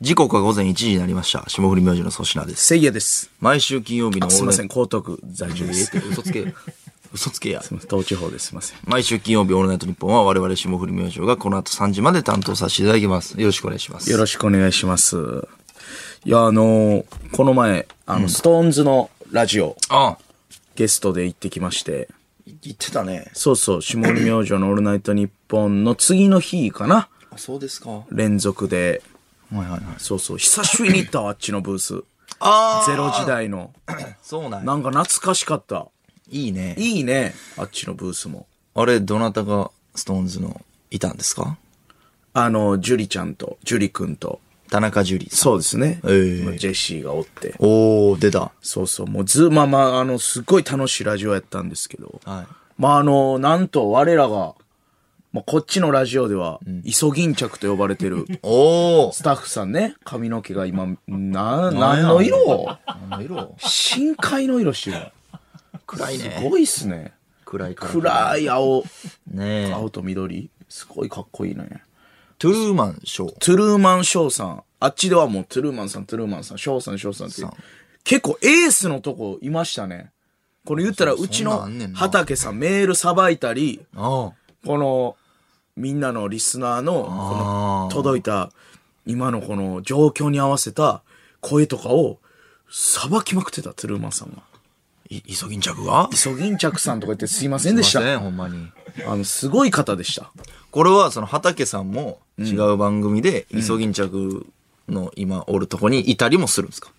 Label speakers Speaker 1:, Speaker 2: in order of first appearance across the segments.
Speaker 1: 時刻は午前1時になりました。霜降り明星の粗品です。
Speaker 2: せいやです。
Speaker 1: 毎週金曜日の
Speaker 2: すいません、
Speaker 1: ん。
Speaker 2: 江東区在住です。
Speaker 1: えー嘘つけ。嘘つけや。
Speaker 2: 東地方です。すいません。
Speaker 1: 毎週金曜日オールナイトニッポンは我々霜降り明星がこの後3時まで担当させていただきます。よろしくお願いします。
Speaker 2: よろしくお願いします。いや、あのーこの前、あの、ストーンズのラジオ、
Speaker 1: ああ。
Speaker 2: ゲストで行ってきまして、
Speaker 1: 言ってたね。
Speaker 2: そうそう、下り明星のオールナイトニッポンの次の日かな
Speaker 1: あ、そうですか。はい
Speaker 2: 連続で、
Speaker 1: はいはい。
Speaker 2: そうそう、久しぶりに行ったわ、あっちのブース。
Speaker 1: あ
Speaker 2: ゼロ時代の。
Speaker 1: あそうなんや
Speaker 2: なんか懐かしかった。
Speaker 1: いいね。
Speaker 2: いいね、あっちのブースも。
Speaker 1: あれ、どなたがストーンズのいたんですか
Speaker 2: あの、ジュリちゃんと、ジュリくんと、
Speaker 1: 田中樹さん。
Speaker 2: そうですね。
Speaker 1: ええ
Speaker 2: ジェシーがおって。
Speaker 1: おー、出た。
Speaker 2: そうそう、もうず、まあまあ、あの、すっごい楽しいラジオやったんですけど、
Speaker 1: はい
Speaker 2: まああの、なんと我らが、まあ、こっちのラジオでは、イソギンチャクと呼ばれて る
Speaker 1: おー。
Speaker 2: スタッフさんね、髪の毛が今、な、何の色
Speaker 1: 何の色
Speaker 2: 深海の色してる。
Speaker 1: 暗い
Speaker 2: す
Speaker 1: ね。
Speaker 2: ごいっすね。
Speaker 1: 暗いから。
Speaker 2: 暗い青、
Speaker 1: ねえ。
Speaker 2: 青と緑。すごいかっこいいね。
Speaker 1: トゥルーマンショー。
Speaker 2: トゥルーマン・ショーさん。あっちではもうトゥルーマンさん、トゥルーマンさん、ショーさん、ショーさんって
Speaker 1: さん。
Speaker 2: 結構エースのとこいましたね。これ言ったら、
Speaker 1: そう
Speaker 2: う
Speaker 1: そ
Speaker 2: ち
Speaker 1: んなん
Speaker 2: の
Speaker 1: あんねんな
Speaker 2: 畑さんメールさばいたり、
Speaker 1: ああ。
Speaker 2: この、みんなのリスナーの、こ
Speaker 1: あ
Speaker 2: の、
Speaker 1: ー
Speaker 2: 届いた、今のこの状況に合わせた声とかを、さばきまくってた、トゥルーマンさんが。
Speaker 1: い、イソギンチャクが
Speaker 2: イソギンチャクさんとか言ってすいませんでし
Speaker 1: すいま
Speaker 2: た。
Speaker 1: せんほんまに。
Speaker 2: あの、すごい方でした。
Speaker 1: これは、その、畑さんも違う番組で、イソギンチャクの今おるとこにいたりもするんですか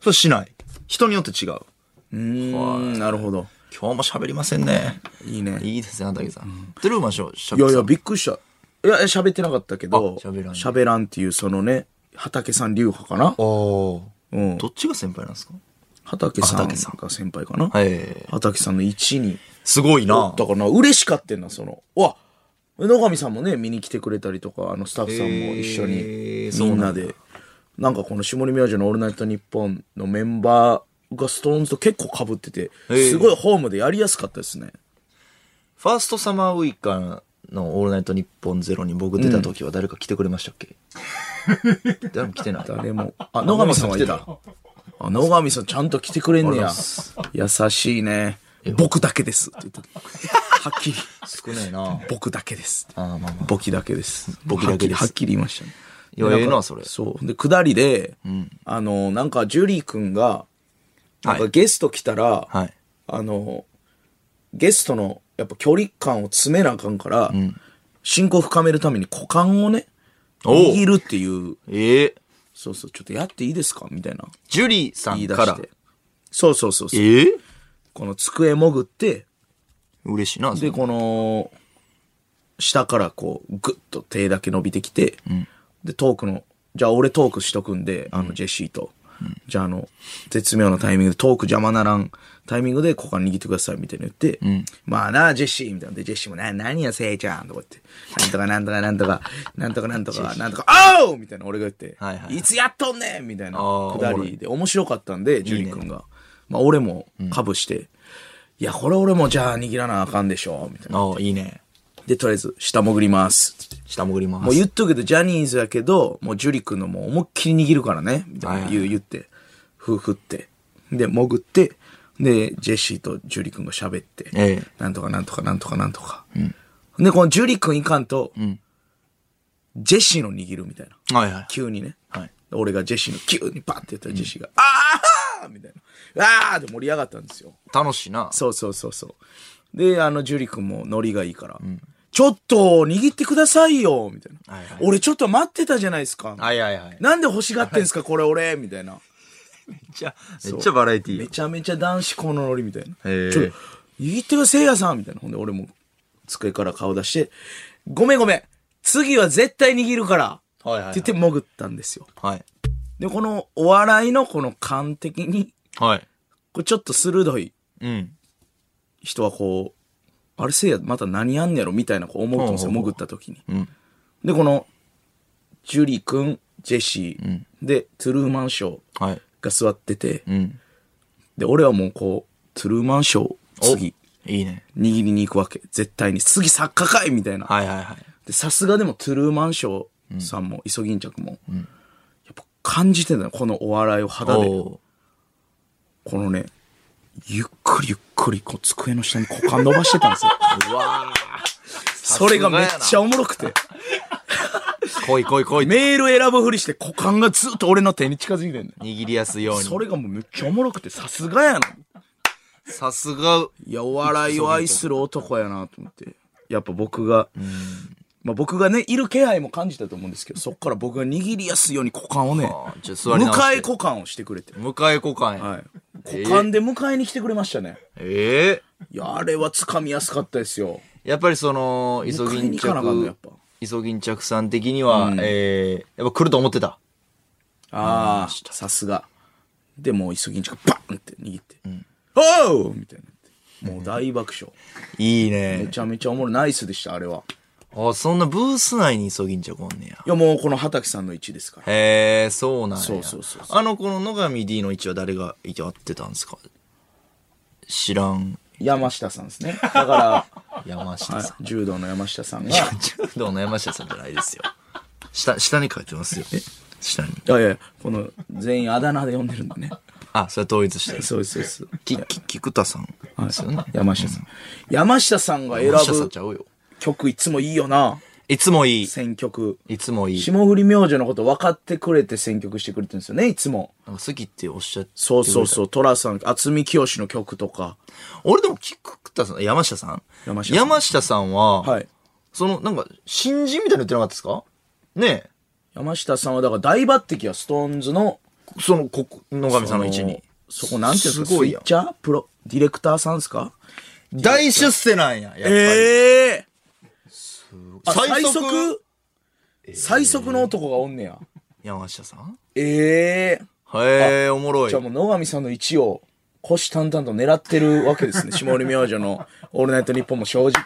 Speaker 1: それしない。人によって違う。
Speaker 2: うーん、なるほど。
Speaker 1: 今日も喋りませんね。
Speaker 2: いいね。
Speaker 1: いいですね、畑さん。トゥルーマンショー、しゃ
Speaker 2: い
Speaker 1: べ
Speaker 2: やい
Speaker 1: さ
Speaker 2: や、
Speaker 1: ん
Speaker 2: びっくりした。いや、喋ってなかったけど、
Speaker 1: あ喋らんね
Speaker 2: 喋らんっていう、そのね、畑さん流派かな
Speaker 1: おー
Speaker 2: うん
Speaker 1: どっちが先輩なんですか
Speaker 2: 畑さん
Speaker 1: 畑さん
Speaker 2: が先輩かな、
Speaker 1: はい。
Speaker 2: 畑さんの位置に。
Speaker 1: すごい
Speaker 2: だ
Speaker 1: な。
Speaker 2: からな、嬉しかったんな、その。うわ野上さんもね、見に来てくれたりとか、あの、スタッフさんも一緒に、
Speaker 1: へー
Speaker 2: みんなで。なんかこの下り明星のオールナイトニッポンのメンバーがストーンズと結構被ってて、
Speaker 1: ー
Speaker 2: すごいホームでやりやすかったですね。
Speaker 1: ファーストサマーウイカのオールナイトニッポンゼロに僕出た時は誰か来てくれましたっけ、誰も来てない。
Speaker 2: 誰も。あ、野上さんはい
Speaker 1: 野上
Speaker 2: た。あ、野上さんちゃんと来てくれんね
Speaker 1: ありが
Speaker 2: や
Speaker 1: とうございます。
Speaker 2: 優しいね。僕だけですって言った。はっきり。
Speaker 1: 少ないな。
Speaker 2: 僕だけです。
Speaker 1: あーまあまあ
Speaker 2: 僕だけです。
Speaker 1: 僕だけです
Speaker 2: はっきりはっきり言いましたね。
Speaker 1: いや
Speaker 2: で
Speaker 1: ええな
Speaker 2: なんか
Speaker 1: それ
Speaker 2: そう。で、下りで、あの、なんか、ジュリー君が、なん
Speaker 1: は
Speaker 2: か
Speaker 1: い
Speaker 2: ゲスト来たら、
Speaker 1: はい
Speaker 2: あの、ゲストの、やっぱ距離感を詰めなあかんから、進行深めるために股間をね、
Speaker 1: おう
Speaker 2: 握るっていう、
Speaker 1: ええ
Speaker 2: そうそう、ちょっとやっていいですかみたいな。
Speaker 1: ジュリーさ
Speaker 2: 言
Speaker 1: ん
Speaker 2: い出
Speaker 1: か
Speaker 2: し
Speaker 1: ら
Speaker 2: て。。そうそうそうそう。
Speaker 1: ええ
Speaker 2: この机潜って、
Speaker 1: 嬉しいな。
Speaker 2: で、この、下からこう、ぐっと手だけ伸びてきて、で、トークの、じゃあ俺トークしとくんで、あの、ジェシーと、じゃああの、絶妙なタイミングで、トーク邪魔ならんタイミングで、ここに握ってください、みたいな言って、まあなあ、ジェシー、みたいな。で、ジェシーもな、何や、せいちゃん、とか言って、なんとかなんとかなんとか、なんとかなんとか、なんとか、おうみたいな、俺が言って、
Speaker 1: はいはいはい
Speaker 2: つやっとんねんみたいな、
Speaker 1: あー
Speaker 2: くだ
Speaker 1: おもろい
Speaker 2: りで、面白かったんで、ジュリー君が。まあ、俺も、かぶして、いや、これ俺もじゃあ握らなあかんでしょ、みたいな。
Speaker 1: ああ、いいね。
Speaker 2: で、とりあえず、下潜ります。
Speaker 1: 下潜ります。
Speaker 2: もう言っとくけど、ジャニーズやけど、もうジュリ君のもう思いっきり握るからね、みたいな言う、言って、ふうふって。で、潜って、で、ジェシーとジュリ君が喋って、
Speaker 1: ええ
Speaker 2: なんとかなんとかなんとかなんとか。で、このジュリ君いかんと、ジェシーの握るみたいな。
Speaker 1: はいはい。
Speaker 2: 急にね。
Speaker 1: はい
Speaker 2: 俺がジェシーの急にバッてやったらジェシーが、ああーみたいな。ああって盛り上がったんですよ。
Speaker 1: 楽しいな。
Speaker 2: そうそうそうそう。で、あの、ジュリ君もノリがいいから、ちょっと握ってくださいよみたいな、
Speaker 1: はいはい
Speaker 2: 俺ちょっと待ってたじゃないですか。
Speaker 1: はいはいはい。
Speaker 2: なんで欲しがってんすか、これ俺みたいな。
Speaker 1: めっちゃ、めっちゃバラエティー
Speaker 2: め
Speaker 1: や。
Speaker 2: ちゃめちゃ男子校のノリみたいな。
Speaker 1: へえ
Speaker 2: ちょっと、握ってよ、せいやさんみたいな。ほんで、俺も机から顔出して、ごめんごめん次は絶対握るから
Speaker 1: はいはいはい
Speaker 2: って言って潜ったんですよ。
Speaker 1: はい。
Speaker 2: で、このお笑いのこの感的に、
Speaker 1: はい。
Speaker 2: これちょっと鋭い
Speaker 1: うん。
Speaker 2: 人はこう、あれせいや、また何やんねやろみたいなこう思うと思うんですよ、
Speaker 1: ほうほ
Speaker 2: 潜った時に。
Speaker 1: ん
Speaker 2: で、この、ジュリ君、ジェシー、で、トゥルーマンショー
Speaker 1: はい。
Speaker 2: が座ってて、
Speaker 1: うん。
Speaker 2: で、俺はもうこう、トゥルーマンショー、次、
Speaker 1: いいね。
Speaker 2: 握りに行くわけ。絶対に。次、作家かいみたいな。
Speaker 1: はいはいはい。
Speaker 2: で、さすがでもトゥルーマンショーさんも、イソギンチャクも、やっぱ感じてたのこのお笑いを肌で。
Speaker 1: おう
Speaker 2: このね、ゆっくりゆっくり、こう、机の下に股間伸ばしてたん ですよ。
Speaker 1: うわ
Speaker 2: それがめっちゃおもろくて。
Speaker 1: ー来い来い来いって
Speaker 2: メール選ぶふりして股間がずっと俺の手に近づいてんね。
Speaker 1: 握りやすいようんに
Speaker 2: それがもうめっちゃおもろくて、さすがやな。
Speaker 1: さすが
Speaker 2: いや、お笑いを愛する男やなと思って。やっぱ僕が、まあ僕がね、いる気配も感じたと思うんですけど、そっから僕が握りやすいように股間をね
Speaker 1: あ、じゃあ座
Speaker 2: 迎
Speaker 1: り直して
Speaker 2: え股間をしてくれて。
Speaker 1: 迎え子感や、
Speaker 2: はい。股間で迎えに来てくれましたね。
Speaker 1: ええ
Speaker 2: いや、あれは掴みやすかったですよ。
Speaker 1: やっぱりそのイソギ
Speaker 2: 迎え
Speaker 1: ン
Speaker 2: に
Speaker 1: チ
Speaker 2: 行かなあかんのや
Speaker 1: ャ
Speaker 2: っ
Speaker 1: ク
Speaker 2: ぱ
Speaker 1: イソギンチャクさん的には、
Speaker 2: うん
Speaker 1: えー、やっぱ来ると思ってた
Speaker 2: ああ、さすが。で、もう急ぎんちがバンって握って、おうみたいになって。もう大爆笑。
Speaker 1: いい
Speaker 2: め
Speaker 1: ね
Speaker 2: ちゃめちゃおもろい。ナイスでした、あれは。
Speaker 1: あそんなブース内にイソギンチャクおんねや
Speaker 2: いや、もうこの畑さんの位置ですから。
Speaker 1: へえそうなんや
Speaker 2: そうそうそうそ
Speaker 1: あのこの野上 D の位置は誰がやってたんですか知らん
Speaker 2: 山下さんですね。だ から、
Speaker 1: 山 下
Speaker 2: はい
Speaker 1: さん
Speaker 2: 柔道の山下さんが。
Speaker 1: いや柔道の山下さんじゃないですよ下下に書いてますよ下に
Speaker 2: いやいや、この全員あだ名で呼んでるんでね。
Speaker 1: あそれ統一 してる
Speaker 2: そうです、そうです。
Speaker 1: きき菊田さんですよね、
Speaker 2: 山下さん。山下さんが選
Speaker 1: 山下さん
Speaker 2: ぶ
Speaker 1: ちゃうよ
Speaker 2: 曲いつもいいよな。
Speaker 1: いつもいい
Speaker 2: 選曲。
Speaker 1: いつもいい
Speaker 2: 霜降り明星のこと分かってくれて選曲してくれてるんですよね、いつも。
Speaker 1: なんか好きっておっしゃって
Speaker 2: そうそうそう、トラさん、渥美清の曲とか。
Speaker 1: 俺でも菊田さん山下さん
Speaker 2: 山下さん
Speaker 1: さんは、
Speaker 2: はい。
Speaker 1: そのなんか新人みたいなの言ってなかったですかねえ
Speaker 2: 山下さんは、だから大抜擢はストーンズの、
Speaker 1: そのこ野上さんの位置に
Speaker 2: そこなんていうん
Speaker 1: す
Speaker 2: ですか、
Speaker 1: ご
Speaker 2: ス
Speaker 1: い
Speaker 2: イ
Speaker 1: やん
Speaker 2: ッチャープロ、ディレクターさんですか
Speaker 1: 大出世なんや、やっぱり。
Speaker 2: ええー、あ
Speaker 1: 最
Speaker 2: 最
Speaker 1: 速
Speaker 2: 速最速の男がおんねや。
Speaker 1: 山下さん
Speaker 2: ええ
Speaker 1: へえ、おもろい
Speaker 2: じゃあ。もう野上さんの1を、虎視眈々と狙ってるわ けですね。下降り明星のオールナイトニッポンも正直。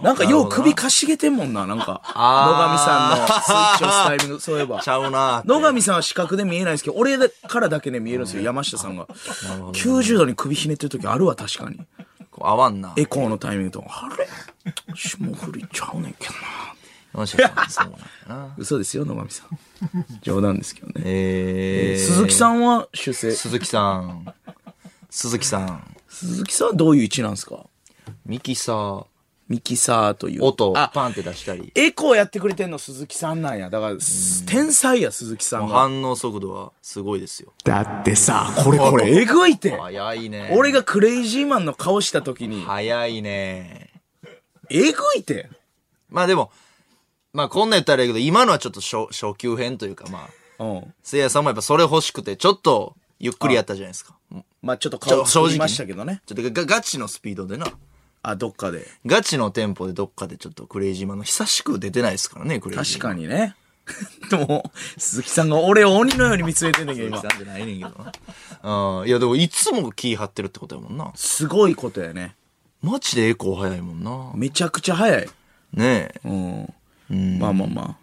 Speaker 2: なんかよう首かしげてんもんな、なんか。
Speaker 1: あー
Speaker 2: 野上さんのスイッチを押すタイミング、そういえば。
Speaker 1: ちゃうなー
Speaker 2: 野
Speaker 1: って。
Speaker 2: 上さんは視覚で見えないですけど、俺からだけね、見えるんですよ、山下さんが。90度に首ひねってる時あるわ、確かに。
Speaker 1: こう合わんな。
Speaker 2: エコーのタイミングと、あれ霜降りちゃうねんけどな。
Speaker 1: 山下さん、そうなんや な。
Speaker 2: 嘘ですよ、野上さん。冗談ですけどね。
Speaker 1: えー、
Speaker 2: 鈴木さんは主勢。
Speaker 1: 鈴木さん。鈴木さん。
Speaker 2: 鈴木さんはどういう位置なんですか
Speaker 1: ミキサー、
Speaker 2: ミキサーという。
Speaker 1: 音、
Speaker 2: あ、
Speaker 1: パンって出したり。
Speaker 2: エコーやってくれてんの鈴木さんなんや。だから、天才や、鈴木さんが。
Speaker 1: 反応速度はすごいですよ。
Speaker 2: だってさ、これこれ、えぐいて。
Speaker 1: 早いね。
Speaker 2: 俺がクレイジーマンの顔した時に、
Speaker 1: 早いね。
Speaker 2: えぐいて。
Speaker 1: まあでも、まあこんなん言ったらいいけど、今のはちょっと初初級編というか、まあ、
Speaker 2: うん。
Speaker 1: せいやさんもやっぱそれ欲しくて、ちょっとゆっくりやったじゃないですか。
Speaker 2: まあちょっと
Speaker 1: ちょ正
Speaker 2: 顔作
Speaker 1: 直
Speaker 2: りましたけどね。
Speaker 1: ちょっとガガチのスピードでな。
Speaker 2: あ、どっかで。
Speaker 1: ガチのテンポでどっかでちょっとクレイジーマンの久しく出てないですからね、クレイジ
Speaker 2: 確
Speaker 1: ーマン。
Speaker 2: かにね。 でも、鈴木さんが俺を鬼のように見つめてんだけど、今
Speaker 1: 鈴木。さんじゃないねんけどな。うん。いやでもいつも気張ってるってことやもんな。
Speaker 2: すごいことやね。
Speaker 1: マジでエコー早いもんな。
Speaker 2: めちゃくちゃ早い。
Speaker 1: ねえ。
Speaker 2: うん。まあまあまあ。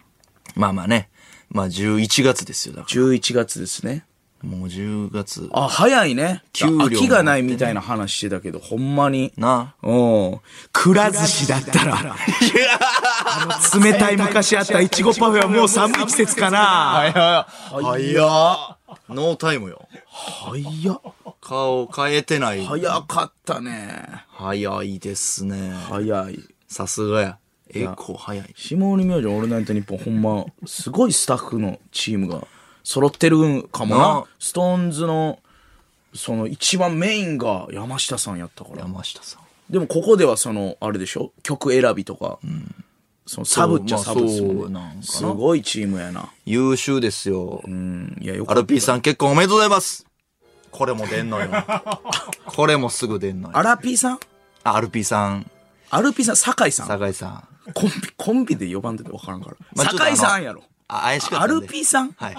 Speaker 1: まあまあね。まあ11月ですよ、だか
Speaker 2: 11月ですね。
Speaker 1: ら。もう10月。
Speaker 2: あ、早いね。
Speaker 1: 給料も
Speaker 2: 秋がないみたいな話してたけど、ほんまに。
Speaker 1: な
Speaker 2: うん。くら寿司だったら。 あの冷たい昔あったいちごパフェはもう寒い季節かな。
Speaker 1: 早や早っノータイムよ。
Speaker 2: 早っ。
Speaker 1: 顔変えてない。
Speaker 2: 早かったね。
Speaker 1: 早いですね。
Speaker 2: 早い。
Speaker 1: さすがや。エコー早い。
Speaker 2: 下降り明星オールナイトニッポンほんま、すごいスタッフのチームが揃ってるんかもな。
Speaker 1: な
Speaker 2: ストーンズの、その一番メインが山下さんやったから。
Speaker 1: 山下さん。
Speaker 2: でもここではその、あれでしょ曲選びとか、そのサブっちゃサブですもんね
Speaker 1: そうまあそうなんかな
Speaker 2: すごいチームやな。
Speaker 1: 優秀ですよ。
Speaker 2: うん、いや、よ
Speaker 1: ア
Speaker 2: かっ
Speaker 1: ル
Speaker 2: た。
Speaker 1: ピーさん結婚おめでとうございます。これも出んのよ。これもすぐ出んのよ。
Speaker 2: アラピーさん
Speaker 1: あアルピーさん、
Speaker 2: アルピーさん、酒井さん。
Speaker 1: 酒井さん。ま
Speaker 2: コンビ、コンビで呼ばんでて分からんから。
Speaker 1: あちょっとあの
Speaker 2: 酒井さんやろ。
Speaker 1: あ、怪しかった
Speaker 2: ア
Speaker 1: んで。
Speaker 2: ルピーさん
Speaker 1: はい。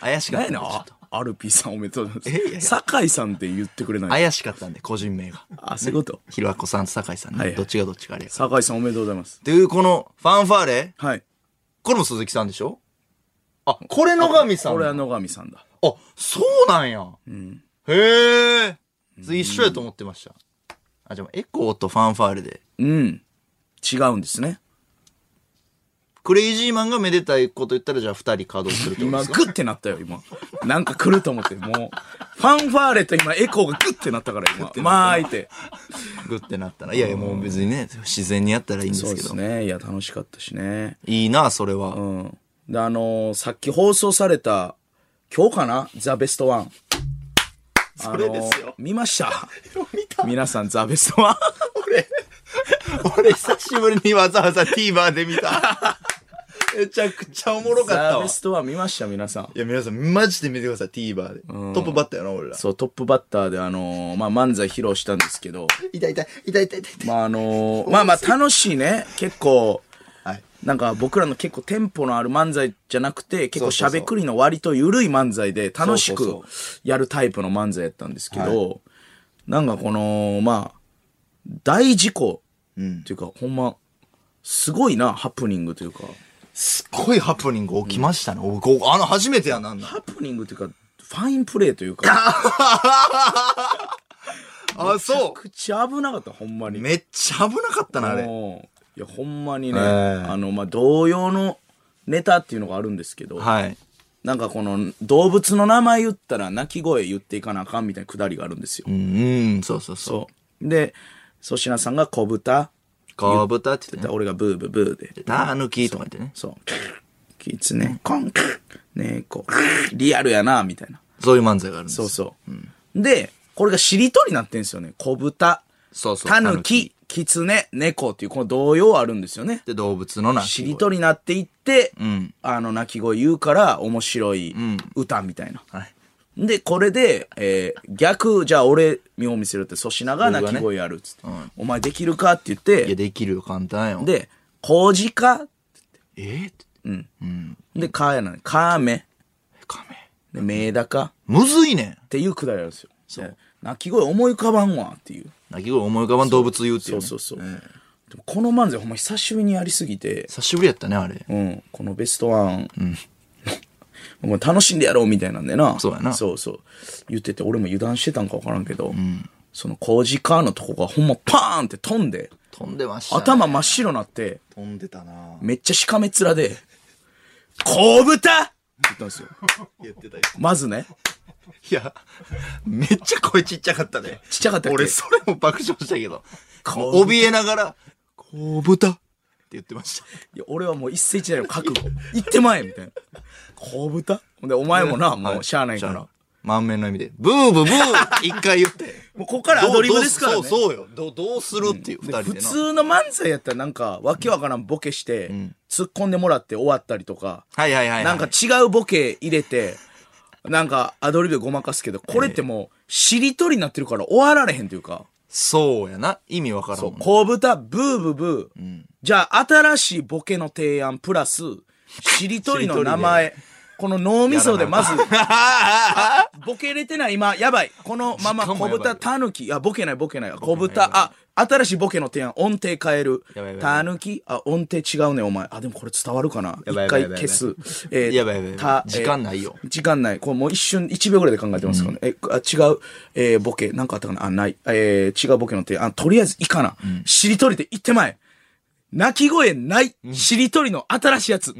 Speaker 1: 怪しか
Speaker 2: 何
Speaker 1: った
Speaker 2: や
Speaker 1: んで。
Speaker 2: ね
Speaker 1: ちょ
Speaker 2: ん
Speaker 1: っ
Speaker 2: あ
Speaker 1: と
Speaker 2: アルピーさんおめでとうござ
Speaker 1: えい
Speaker 2: い
Speaker 1: やい
Speaker 2: ま
Speaker 1: や
Speaker 2: す。酒井さんって言ってくれない。
Speaker 1: 怪しかったんで、個人名が。
Speaker 2: あ、そういうこと。
Speaker 1: ひろあこさんと酒井さん
Speaker 2: は
Speaker 1: ね。
Speaker 2: い
Speaker 1: どっちがどっちかあれや。
Speaker 2: 酒井さんおめでとうございます。
Speaker 1: という、このファンファーレ、
Speaker 2: はい。
Speaker 1: これも鈴木さんでしょあ、これ野上さん。
Speaker 2: これは
Speaker 1: あ、
Speaker 2: 野上さんだ。
Speaker 1: そうなんや。へえ。一緒やと思ってました。あ、じゃあエコーとファンファーレで。
Speaker 2: うん。違うんですね。
Speaker 1: クレイジーマンがめでたいこと言ったら、じゃあ二人稼働するってこと
Speaker 2: 今、
Speaker 1: ですか
Speaker 2: グッてなったよ、今。なんか来ると思って、もう。ファンファーレと今、エコーがグッてなったから、今。まあ、開いて。
Speaker 1: グッてなったら。いやいや、もう別にね、自然にやったらいいんで
Speaker 2: そう
Speaker 1: す
Speaker 2: で
Speaker 1: けど
Speaker 2: す。ね。いや、楽しかったしね。
Speaker 1: いいな、それは。
Speaker 2: うん。で、あのーさっき放送された、今日かなザ・ベストワン。
Speaker 1: それですよ
Speaker 2: あのー見ました。
Speaker 1: 見た
Speaker 2: 皆さん、ザ・ベストワン。
Speaker 1: 俺、俺久しぶりにわざわざ TVer で見た。 めちゃくちゃおもろかった
Speaker 2: ザ・
Speaker 1: わ。
Speaker 2: ベ
Speaker 1: い
Speaker 2: ストワン見ました、皆さん。
Speaker 1: や、皆さん、マジで見てください、TVer で。トップバッターやな、俺ら。
Speaker 2: そう、トップバッターで、あのーまあ、漫才披露したんですけど、
Speaker 1: 痛い痛い、痛い痛い痛い痛い。
Speaker 2: まあ、あのーまあまあ、楽しいね。結構、
Speaker 1: はい。
Speaker 2: なんか僕らの結構テンポのある漫才じゃなくて、結構し
Speaker 1: そうそうそ
Speaker 2: ゃ
Speaker 1: う
Speaker 2: べくりの割と緩い漫才で楽し
Speaker 1: そう
Speaker 2: く
Speaker 1: そう
Speaker 2: やるタイプの漫才やったんですけど、なんかこの、まあ、大事故っていうか、ほんま、すごいな、ハプニングというか、
Speaker 1: すっごいハプニング起きましたね。おこあの、初めてや なんな。
Speaker 2: ハプニングというか、ファインプレーというか、
Speaker 1: あ、そ
Speaker 2: 口危なかった、ほんま
Speaker 1: う。
Speaker 2: に。
Speaker 1: めっちゃ危なかったな、あれ。
Speaker 2: もういや、ほんまにね、
Speaker 1: ええ
Speaker 2: あの、まあ、同様のネタっていうのがあるんですけど、
Speaker 1: はい。
Speaker 2: なんかこの動物の名前言ったら鳴き声言っていかなあかんみたいなくだりがあるんですよ。
Speaker 1: うん、うん、そうそうそう。
Speaker 2: そう。で、粗品さんが小豚、
Speaker 1: かぶたって言って
Speaker 2: で
Speaker 1: ね。
Speaker 2: 俺がブーブーブーで、
Speaker 1: たぬきとか言ってね。
Speaker 2: そう、キツネ、コン、猫、リアルやな、みたいな。
Speaker 1: そういう漫才があるんです。
Speaker 2: そうそう。で、これがしりとりになってんですよね。小豚、
Speaker 1: そうそう
Speaker 2: タヌキ、キツネ、猫っていうこの動揺あるんですよね。
Speaker 1: で、動物のな。
Speaker 2: しりとりになっていって、
Speaker 1: ん
Speaker 2: あの、鳴き声言うから面白い歌みたいな。
Speaker 1: はい。
Speaker 2: で、これで、えー逆、じゃあ俺、妙見せるって、粗品が鳴
Speaker 1: 僕が
Speaker 2: き
Speaker 1: ね
Speaker 2: 声やるっつって、
Speaker 1: うん
Speaker 2: お前できるかって言っ
Speaker 1: いや、
Speaker 2: て、
Speaker 1: できるよ、簡単よ。、
Speaker 2: で、工事か
Speaker 1: えーってうん。うん。
Speaker 2: で、かやなのに、かめ、
Speaker 1: カメ。
Speaker 2: で、めだかっ
Speaker 1: むずいねん。
Speaker 2: ていうくだりあるんですよ。で鳴き声思い浮かばんわっていう。
Speaker 1: 鳴き声思い浮かばん動物言うっていうね、
Speaker 2: そうそうそう。でもこの漫才ほんま久しぶりにやりすぎて、
Speaker 1: 久しぶりやったね、あれ。
Speaker 2: うん、このベストワン、 もう楽しんでやろうみたいなんでな。
Speaker 1: そうやな
Speaker 2: そうそう。言ってて、俺も油断してたんかわからんけど、その工事かのとこがほんまパーンって飛んで、
Speaker 1: 飛んでました、ね。
Speaker 2: 頭真っ白なって、
Speaker 1: 飛んでたな
Speaker 2: めっちゃしかめっ面で、小豚って言ったんですよ。
Speaker 1: 言ってたよ。
Speaker 2: まずね。
Speaker 1: いや、めっちゃ声ちっちゃかった ね。
Speaker 2: ちっちゃかったっけ
Speaker 1: 俺、それも爆笑したけど。
Speaker 2: 小豚
Speaker 1: 怯えながら、こう豚って言ってました。
Speaker 2: いや俺はもう一世一代の覚悟。行ってまえみたいな。小豚ほんで、お前もな、もうしゃあないから。
Speaker 1: し満面の意味で、ブーブーブー一回言って。
Speaker 2: もう ここからアドリブですからね。
Speaker 1: どうそうそうよ。どうどうするっていう、二
Speaker 2: で
Speaker 1: 人
Speaker 2: 普
Speaker 1: でな。
Speaker 2: 通の漫才やったらなんか、わけわからんボケして、突っ込んでもらって終わったりとか、
Speaker 1: はいはいはい、はい。
Speaker 2: なんか違うボケ入れて、なんかアドリブでごまかすけど、これってもう、しりとりになってるから終わられへんというか。
Speaker 1: そうやな。意味わからんもんな。
Speaker 2: 小豚、ブーブーブー。じゃあ、新しいボケの提案プラス、しりとりの名前。この脳みそでまず、あボケれてない今、やばい。このまま
Speaker 1: 時間も
Speaker 2: 小
Speaker 1: やばい
Speaker 2: 豚、タヌキ、いや、ボケない、ボケない。小豚、あ、新しいボケの提案、音程変える
Speaker 1: やばいやばいやばい。
Speaker 2: タヌキ、あ、音程違うね、お前。あ、でもこれ伝わるかな
Speaker 1: やばいやばい
Speaker 2: 一回
Speaker 1: やばい
Speaker 2: 消す。え
Speaker 1: やばいやばいやばい
Speaker 2: た
Speaker 1: 時間ないよ
Speaker 2: えー時間ない。これもう一瞬、1秒ぐらいで考えてますからね。え、あ違う、えーボケ、なんかあったかなあ、ない。えー違うボケの提案、とりあえずいいかな。しりとりで行ってまえ。鳴き声ない。しりとりの新しいやつ。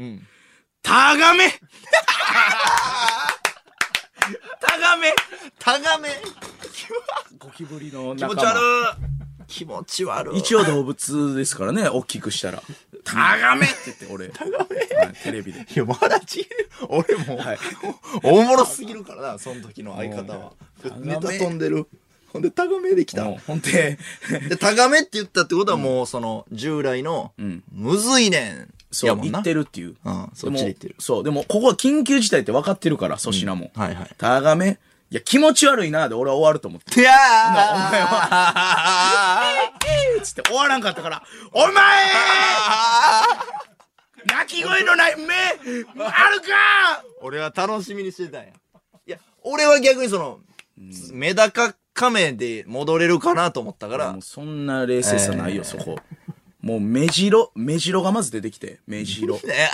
Speaker 2: タガ メタガメ
Speaker 1: タガメ
Speaker 2: ゴキブリの
Speaker 1: 気
Speaker 2: 仲
Speaker 1: 持
Speaker 2: 間
Speaker 1: ち悪い気持ち悪い
Speaker 2: 一応動物ですからね、大きくしたら。タガメって言って、 俺。タガメ、テレビで。
Speaker 1: いや、まだち、俺も、
Speaker 2: はい
Speaker 1: おおもろすぎるからな、その時の相方は。ネタ飛んでる。ほんで、タガメできた
Speaker 2: も。う、ほんで、
Speaker 1: で、タガメって言ったってことはもう、その、従来の、むずいねん。
Speaker 2: そ
Speaker 1: や
Speaker 2: う、
Speaker 1: もん
Speaker 2: 行
Speaker 1: な
Speaker 2: ってるっていう。
Speaker 1: うんそっちで行ってる
Speaker 2: もそう、でも、ここは緊急事態って分かってるから、粗品も。
Speaker 1: はいはい
Speaker 2: タガメいや、気持ち悪いな、で俺は終わると思って。
Speaker 1: てやー
Speaker 2: お前は、えー、つって終わらんかったから、お前鳴き声のない目、あるか
Speaker 1: 俺は楽しみにしてたんや。いや、俺は逆にその、メダカ亀で戻れるかなと思ったから
Speaker 2: もう、そんな冷静さないよ、そこ。もう目白、目白がまず出てきて、目白。
Speaker 1: え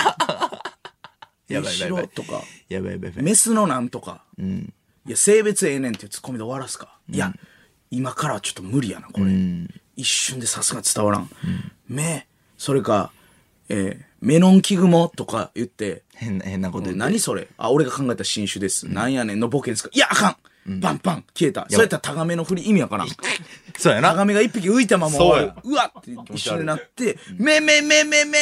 Speaker 1: やばいやばいや
Speaker 2: 目
Speaker 1: ば
Speaker 2: 白
Speaker 1: い。
Speaker 2: とか、
Speaker 1: やばいやばいやばい。
Speaker 2: メスのなんとか、いや、性別ええねんっていうツッコミで終わらすか。いや、今からはちょっと無理やな、これ。一瞬でさすがに伝わらん。目、それか、えーメロンキグモとか言って、
Speaker 1: 変な、変なこと言って。
Speaker 2: 何それあ、俺が考えた新種です。なんやねんのボケですかいや、あかんパンパン消えた。そうやったらタガメの振り意味わからん。
Speaker 1: そうや
Speaker 2: タ
Speaker 1: な。
Speaker 2: ガメが一匹浮いたまま
Speaker 1: そう
Speaker 2: 終
Speaker 1: や
Speaker 2: わる。うわって一緒になって、めめめめめ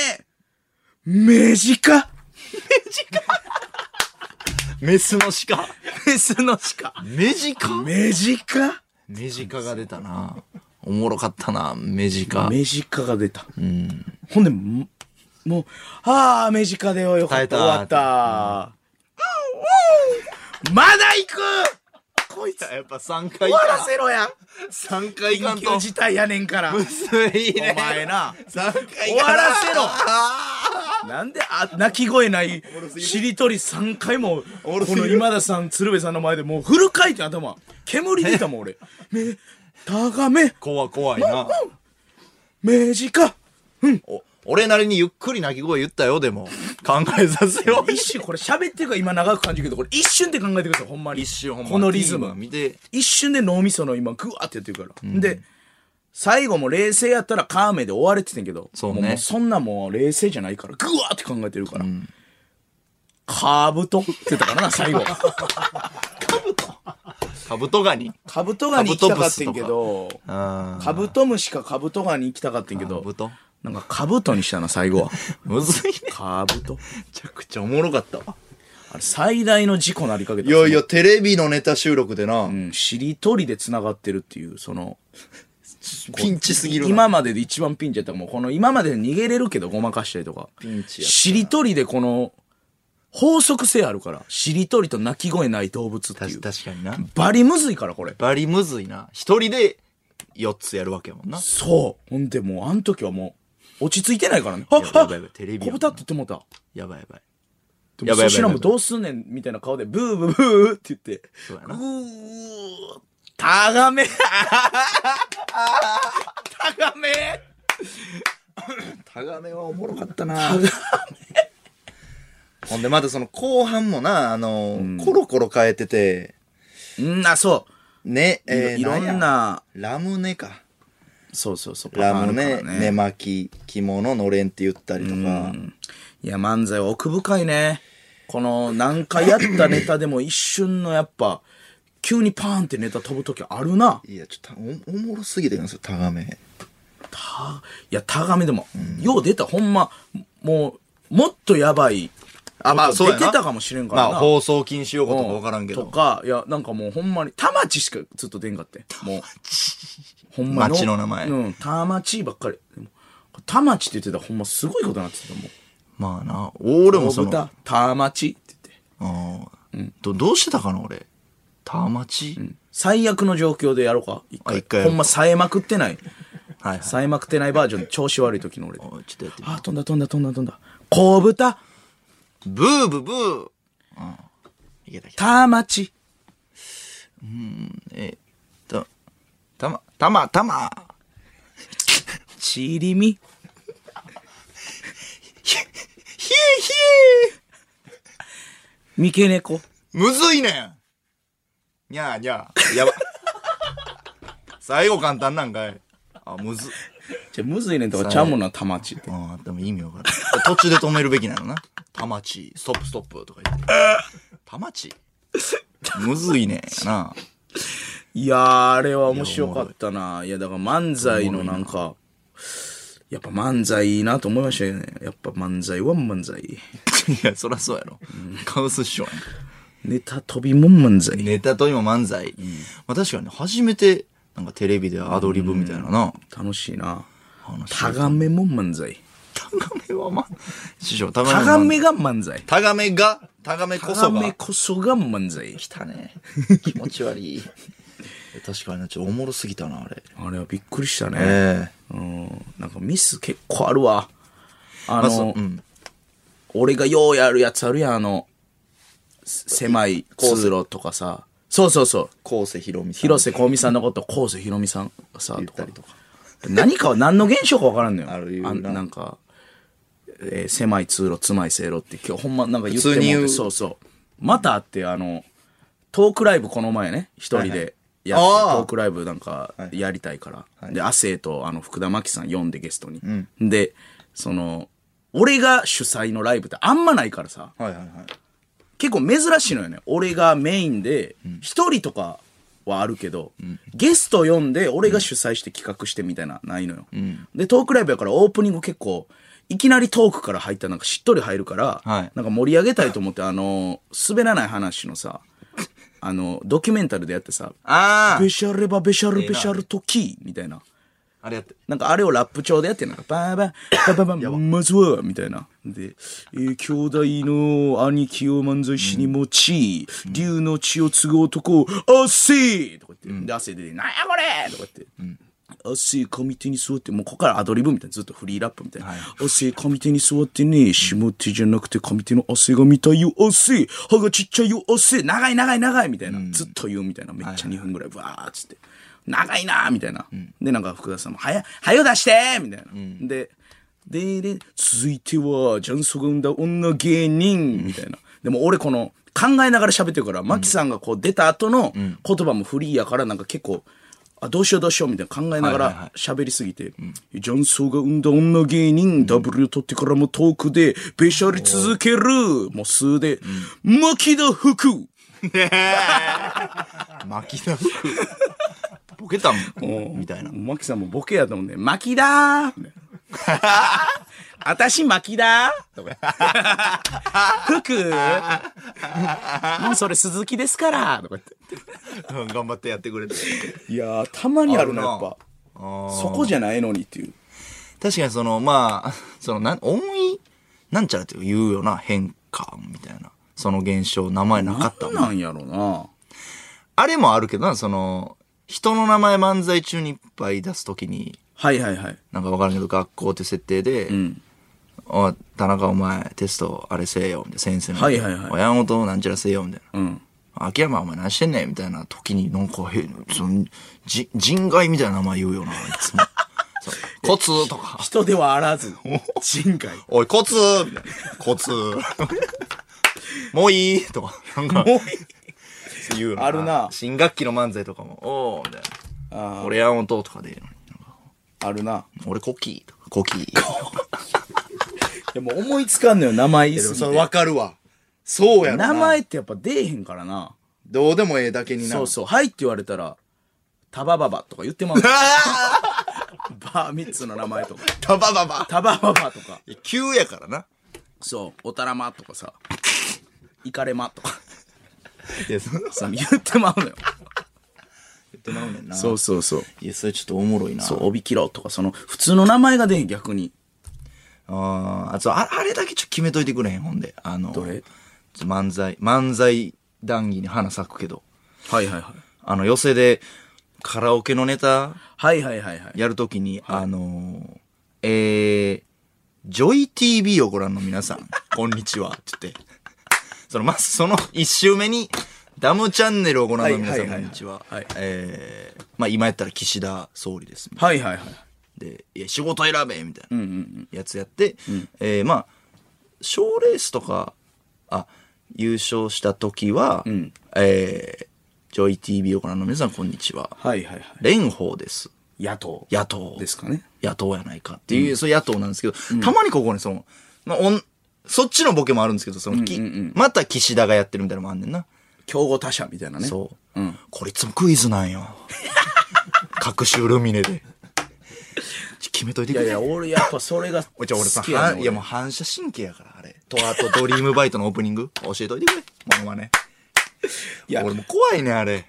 Speaker 2: メジカ
Speaker 1: メスの鹿。
Speaker 2: メスの鹿。
Speaker 1: メジカ
Speaker 2: メジカ
Speaker 1: メジカが出たな。おもろかったな、メジカ。
Speaker 2: メジカが出た。ほんで、ももう、ああ、メジカでよよかっ
Speaker 1: 耐
Speaker 2: た。
Speaker 1: えた
Speaker 2: 終わった。まだ行くこいつ、終
Speaker 1: やっぱ3回
Speaker 2: わらせろや
Speaker 1: 3回いかん
Speaker 2: 緊急
Speaker 1: と。
Speaker 2: 事態やねんから。
Speaker 1: む ずいね。
Speaker 2: お前な。
Speaker 1: 3回
Speaker 2: 終
Speaker 1: い
Speaker 2: わ
Speaker 1: かな
Speaker 2: らせろなんで、あ、泣き声ない、しりとり3回も、この今田さん、鶴瓶さんの前でもうフル回転頭。煙出たもん 俺。め、高め、
Speaker 1: 怖い怖いな。
Speaker 2: メジカ。
Speaker 1: お俺なりにゆっくり鳴き声言ったよ、でも。考えさせよう。
Speaker 2: 一瞬これ喋ってるから今長く感じるけど、これ一瞬で考えてください、ほんまに。
Speaker 1: 一瞬ほんま
Speaker 2: このリズ
Speaker 1: ティーマ
Speaker 2: ム
Speaker 1: ン。見て。
Speaker 2: 一瞬で脳みその今グワーってやってるから、で最後も冷静やったらカーメで終われててんけど
Speaker 1: そうね
Speaker 2: ももうそんなもう冷静じゃないからグワーって考えてるから、カブトって言ったから な最後
Speaker 1: カブトガニ。
Speaker 2: カブトガニ行きたかってんけど
Speaker 1: あ
Speaker 2: カブトムシかカブトガニ行きたかってんけ
Speaker 1: ーカ
Speaker 2: ど
Speaker 1: ブト。
Speaker 2: なんかカブトにしたな最 後は
Speaker 1: むずいね。
Speaker 2: カブト
Speaker 1: めちゃくちゃおもろかったわ。
Speaker 2: あれ最大の事故なりかけた
Speaker 1: いやいや、テレビのネタ収録でな
Speaker 2: う、ん、しりとりで繋がってるっていうその
Speaker 1: ピンチすぎるな。
Speaker 2: 今までで一番ピンチやったからもうこの今まで逃げれるけどごまかしたりとか
Speaker 1: ピンチやったな
Speaker 2: しりとりでこの法則性あるからしりとりと鳴き声ない動物って
Speaker 1: た
Speaker 2: いう
Speaker 1: 確かにな。
Speaker 2: バリむずいからこれ
Speaker 1: バリむずいな。一人で4つやるわけやもんな。
Speaker 2: そうほんでもうあの時はもう落ち着いてないからねあ
Speaker 1: やば
Speaker 2: っ
Speaker 1: い
Speaker 2: あ
Speaker 1: や
Speaker 2: っ
Speaker 1: ばいやばいテレビ
Speaker 2: こぶたって言ってもうた
Speaker 1: やばいやばい。
Speaker 2: で
Speaker 1: や
Speaker 2: も
Speaker 1: ばいやばいやばい
Speaker 2: 粗品もどうすんねんみたいな顔でブーブーブーって言って
Speaker 1: そうや
Speaker 2: う
Speaker 1: な。
Speaker 2: ータガメタガメ
Speaker 1: タガメはおもろかったな。ほんでまたその後半もな、あの、コロコロ変えてて、
Speaker 2: うんあそ
Speaker 1: ね、
Speaker 2: う、
Speaker 1: えー
Speaker 2: いろいろん。
Speaker 1: や
Speaker 2: な
Speaker 1: ラムネか。
Speaker 2: そうそうそう
Speaker 1: ラム
Speaker 2: あ
Speaker 1: ネ、
Speaker 2: るから
Speaker 1: 寝巻き、着物、のれんって言ったりとか。
Speaker 2: いや、漫才は奥深いね。この、何回やったネタでも一瞬のやっぱ、急にパーンってネタ飛ぶ時あるな。
Speaker 1: いや、ちょっとおおもろすぎてるんですよ、タガメ。
Speaker 2: た、いや、タガメでも、よう出た、ほんま、もう、もっとやばい。
Speaker 1: あ、まあ、そうやな
Speaker 2: 出てたかもしれんからな
Speaker 1: まあ、放送禁止用語
Speaker 2: う
Speaker 1: とかわからんけど。
Speaker 2: とか、いや、なんかもうほんまに、田町しかずっと出んかって。もう。ほん
Speaker 1: 町の名前
Speaker 2: うん、田町ばっかり。でも田町って言ってたらほんますごいことになってたもう。
Speaker 1: まあな、俺もその、
Speaker 2: 豚、田町って言って。
Speaker 1: あーどどうしてたかな、俺。タマチ、
Speaker 2: 最悪の状況でやろうか一
Speaker 1: あ
Speaker 2: 回
Speaker 1: 一回やろ
Speaker 2: ほ
Speaker 1: うん
Speaker 2: ま冴えまくってない
Speaker 1: はいはい。
Speaker 2: 冴えまくってないバージョン調子悪い時の俺で
Speaker 1: おいちょっとやってみ
Speaker 2: あ飛んだ飛んだ飛んだ飛んだ小豚
Speaker 1: ブーブーブー。うん。いけたいけた。
Speaker 2: 田町
Speaker 1: えーっと、たま、たま、たま。
Speaker 2: ちりみ
Speaker 1: ひえひ
Speaker 2: 三毛猫
Speaker 1: えむずいねんにゃーにゃー。やば。最後簡単なんかい。あ、むず。
Speaker 2: じゃむずいねんとかちゃうもんな田町って
Speaker 1: ああ、でも意味わからない。途中で止めるべきなのな。たまち、ストップストップとか言って。たまちむずいねんな。
Speaker 2: いやーあれは面白かったないやだから漫才のなんかやっぱ漫才いいなと思いましたよねやっぱ漫才は漫才
Speaker 1: いや、そらそうやろ。カウス師匠やん。
Speaker 2: ネタ飛びもん漫才
Speaker 1: ネタと今漫才。まあ確かにね、初めて、なんかテレビでアドリブみたいなな。
Speaker 2: 楽しいな
Speaker 1: 話
Speaker 2: タガメも漫才
Speaker 1: タガメはま、師匠、タガメ
Speaker 2: タ
Speaker 1: は
Speaker 2: ガメが漫才
Speaker 1: タガメが、タガメこ
Speaker 2: タガ
Speaker 1: そ
Speaker 2: メ
Speaker 1: が。
Speaker 2: こそが漫才。
Speaker 1: 来たね。気持ち悪い。 確かにな、ちょっとおもろすぎたな、あれ。
Speaker 2: あれはびっくりしたね。
Speaker 1: え
Speaker 2: うん。なんかミス結構あるわ。あ
Speaker 1: えまず、う
Speaker 2: の、
Speaker 1: ん。
Speaker 2: 俺がようやるやつあるやん、あの、せ狭い通路とかさ。そうそうそう。
Speaker 1: 昴生ひろみさん。
Speaker 2: 広瀬香美さんのこと、昴生ひろみさんがさ、
Speaker 1: 言っ
Speaker 2: と
Speaker 1: た
Speaker 2: か
Speaker 1: りとか。
Speaker 2: 何かは何の現象かわからんのよ。
Speaker 1: ある言うな
Speaker 2: あんなんか、えー狭い通路、つまいせいろって今日ほんまなんか言って
Speaker 1: 普
Speaker 2: も
Speaker 1: 通に言う
Speaker 2: うてそうそう。またあって、あの、トークライブこの前ね、一人でやって、
Speaker 1: ああ
Speaker 2: トークライブなんかやりたいから。で、亜生とあの福田真紀さん呼んでゲストに。で、その、俺が主催のライブってあんまないからさ、
Speaker 1: はいはいはい。
Speaker 2: 結構珍しいのよね。俺がメインで、一人とかはあるけど、ゲスト呼んで、俺が主催して企画してみたいな、ないのよ。で、トークライブやからオープニング結構、いきなりトークから入ったなんかしっとり入るから、
Speaker 1: はい
Speaker 2: なんか盛り上げたいと思って、あの、滑らない話のさ、あの、ドキュメンタルでやってさ、
Speaker 1: あ
Speaker 2: ベシャレバベシャルベシャルトキーみたいな。
Speaker 1: あれやって。
Speaker 2: なんかあれをラップ調でやってんの。バーバー、バーバーバー、まずは、みたいな。で、えー兄弟の兄貴を漫才師に持ち、竜の血を継ぐ男を、あっせーとか言って、で、汗出て、なんやこれとか言って。あっせー上手に座って、もうここからアドリブみたいな、ずっとフリーラップみたいな。あっせー上手に座ってね、下手じゃなくて上手の汗が見たいよ、あっせー歯がちっちゃいよ、あっせー長い長い長いみたいな、ずっと言うみたいな、めっちゃ2分ぐらい、わーっつって。長いなーみたいな、でなんか福田さんも「はやはよ出してー!」みたいな、ででで続いてはジャンソが生んだ女芸人みたいなでも俺この考えながら喋ってるからマキさんがこう出た後の言葉もフリーやからなんか結構あどうしようどうしようみたいな考えなが
Speaker 1: はいはいは
Speaker 2: ら喋りすぎて、ジャンソーが生んだ女芸人、W を取ってからもトークで、べしゃり続ける、もう数で、マキだ服
Speaker 1: 巻きだ服。ボケたんみたいな。
Speaker 2: マキさんもボケやと思うね。マキだーみたいなあたしマキだーとか。服 もうそれ鈴木ですからとか言っ
Speaker 1: うん頑張ってやってくれて。
Speaker 2: て。いやー、たまにあるな、
Speaker 1: あるな
Speaker 2: やっぱ。そこじゃないのにっていう。
Speaker 1: 確かにその、まあ、その、なん、思い、なんちゃらって言うよな、変化、みたいな。その現象、名前なかった
Speaker 2: なん
Speaker 1: な。
Speaker 2: なんやろな。
Speaker 1: あれもあるけどな、その、人の名前漫才中にいっぱい出すときに、
Speaker 2: はいはいはい。
Speaker 1: なんかわからんけど、学校って設定で、
Speaker 2: ん
Speaker 1: おい田中お前、テストあれせえよ、みたいな、先生の。
Speaker 2: はいはいはい
Speaker 1: 親元なんちゃらせえよ、みたいな。
Speaker 2: うん。
Speaker 1: 秋山お前何してんねんみたいな時に、なんか、へ、その、じ、人外みたいな名前言うよな、いつ も。そうコツとか。
Speaker 2: 人ではあらず、人外。
Speaker 1: おい、コツみたいな。コツもういいとか。なんか、言うよ
Speaker 2: あるな
Speaker 1: 新学期の漫才とかも、おー、みたい
Speaker 2: あ
Speaker 1: な。俺やんととかでいいのに。
Speaker 2: あるな。
Speaker 1: 俺コキーとか、コキー。
Speaker 2: でも思いつかんのよ、名前言いすぎて
Speaker 1: わかるわ。そうや
Speaker 2: 名前ってやっぱ出えへんからな。
Speaker 1: どうでもええだけに
Speaker 2: そうそう。はいって言われたら、タバババとか言ってまう。バーミッツの名前とか、
Speaker 1: たばばば。
Speaker 2: タバババとか、
Speaker 1: 急やからな。
Speaker 2: そう、おたらまとかさ、イカレマとか、
Speaker 1: いや、そう
Speaker 2: そう言ってまうのよ。
Speaker 1: ってまうねんな。
Speaker 2: う そうそう。
Speaker 1: いや、それちょっとおもろいな。
Speaker 2: そう、帯切ろうとか、その、普通の名前が出へん、逆に。
Speaker 1: あーあ、そう、ああれだけちょっと決めといてくれへん、ほんで。あの、
Speaker 2: ど
Speaker 1: ちょ
Speaker 2: れ
Speaker 1: っと漫才、漫才談義に花咲くけど。
Speaker 2: はいはいはい。
Speaker 1: あの、寄せで、カラオケのネタ
Speaker 2: はいはいはいはい。
Speaker 1: やるときに、あのー、えー、ジョイ TV をご覧の皆 さん、こんにちは、って言って。その、まず、その一周目に、ダムチャンネルをご覧の皆さん、
Speaker 2: はいはいはい
Speaker 1: こ
Speaker 2: はい
Speaker 1: んにちは。
Speaker 2: はい
Speaker 1: えー、まあ今やったら岸田総理です。
Speaker 2: はいはいはい。
Speaker 1: で、いや、仕事選べみたいなやつやって、えーまあ、賞レースとか、あ、優勝した時は、えージョイ TV をご覧の皆さん、こんにちは。
Speaker 2: はいはいはい。
Speaker 1: 蓮舫です。
Speaker 2: 野党。
Speaker 1: 野党。
Speaker 2: ですかね。
Speaker 1: 野党やないかっていう、そういう野党なんですけど、たまにここにその、まあ、おんそっちのボケもあるんですけど、その、きまた岸田がやってるみたいなのもあんねんな。
Speaker 2: 競合他社みたいなね。
Speaker 1: そう、
Speaker 2: ん
Speaker 1: これいつもクイズなん よ。各種ルミネで。ちょ決めといて
Speaker 2: い
Speaker 1: く
Speaker 2: や
Speaker 1: れ
Speaker 2: いや、俺やっぱそれ が好
Speaker 1: おいじゃあ俺さ、
Speaker 2: きや
Speaker 1: は
Speaker 2: ね
Speaker 1: ん
Speaker 2: ん
Speaker 1: いやもう反射神経やから、あれ。と、あと、ドリームバイトのオープニング、教えといてくれ。モノマネ。いや、俺もう怖いね、あれ。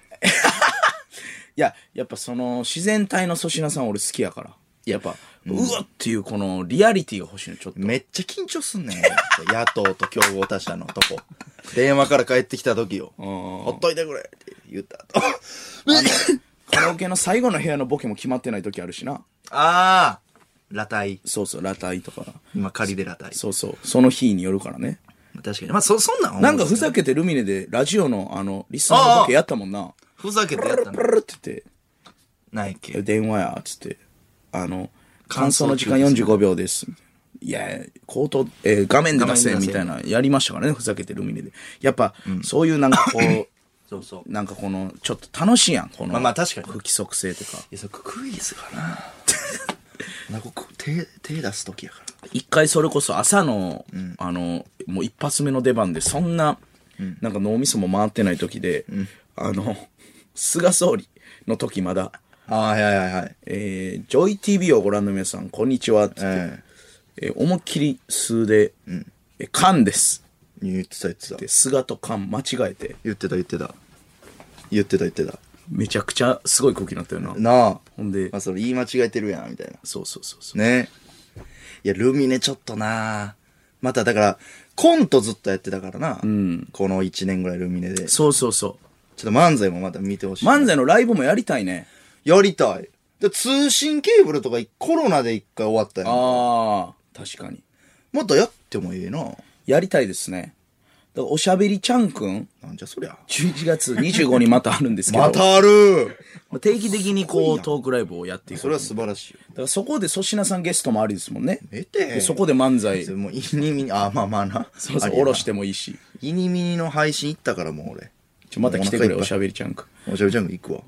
Speaker 2: いや、やっぱその自然体の粗品さん俺好きやから。やっぱ、うわっていうこのリアリティが欲しいの、ちょっと。
Speaker 1: めっちゃ緊張すんねん。野党と競合他社のとこ。電話から帰ってきた時よ。ほっといてくれって言った後。
Speaker 2: カラオケの最後の部屋のボケも決まってない時あるしな。
Speaker 1: あー、裸体。
Speaker 2: そうそう、裸体とか。
Speaker 1: 今仮で裸体。
Speaker 2: そうそう、その日によるからね。
Speaker 1: 確かに。まあ、そ、そんなん
Speaker 2: なんかふ
Speaker 1: ふざ、
Speaker 2: ざけてルミネでラジオのあの、リスナーのボケやったもんな。
Speaker 1: ふざけてやった
Speaker 2: プ
Speaker 1: の。
Speaker 2: ルルって言って。
Speaker 1: ないっけ。
Speaker 2: 電話や、つって。あの、感想の時間45秒です。いや、口頭、えー画面で出せ、
Speaker 1: 画面で出せ
Speaker 2: みたいな、やりましたからね、ふざけてルミネで。やっぱ、そういうなんかこう、
Speaker 1: そうそう。い
Speaker 2: なんかこの、ちょっと楽しいやん、この。
Speaker 1: まあまあ確かに
Speaker 2: 不規則性とか。
Speaker 1: や、そこクイズかな。なこ手、手出す時やから。
Speaker 2: 一回それこそ朝の、あの、もう一発目の出番で、そんな、なんか脳みそも回ってない時で、あの、菅総理の時まだ、
Speaker 1: あはいはいはい。
Speaker 2: えー、ジョイ TV をご覧の皆さん、こんにちはって言って、
Speaker 1: え
Speaker 2: えー思いっきり数で、えー、缶です。
Speaker 1: え言ってた言ってた
Speaker 2: で、。菅と缶間違えて、
Speaker 1: 言ってた言ってた。言ってた言ってた。
Speaker 2: めちゃくちゃすごい空気になったよな。
Speaker 1: なあ。
Speaker 2: ほんで
Speaker 1: まあ、それ言い間違えてるやん、みたいな。
Speaker 2: そうそうそうそう。
Speaker 1: ね。いや、ルミネちょっとなまただから、コントずっとやってたからな。この1年ぐらいルミネで。ちょっ
Speaker 2: そうそうそう。
Speaker 1: と漫才もまた見てほしい。
Speaker 2: 漫才のライブもやりたいね。
Speaker 1: やりたい。で通信ケーブルとかコロナで一回終わったやん。
Speaker 2: ああ、確かに。
Speaker 1: またやってもええな
Speaker 2: やりたいですね。だからおしゃべりちゃんくん、
Speaker 1: なんじゃそりゃ。
Speaker 2: 11月25にまたあるんですけど、
Speaker 1: またある
Speaker 2: まあ定期的にこうトークライブをやっていく。
Speaker 1: それは素晴らしいよ。
Speaker 2: だからそこで粗品さんゲストもありですもんね。
Speaker 1: えて
Speaker 2: でそこで漫才、
Speaker 1: それもう、いにみに、あ、まあまあな。
Speaker 2: そうそう、
Speaker 1: お
Speaker 2: おろし。てもいいし。
Speaker 1: いにみにの配信行ったからもう俺。
Speaker 2: ちょまた来てくれ、おし
Speaker 1: ゃ
Speaker 2: ゃべりちゃんくん。
Speaker 1: おしゃべりジャングル行くわ。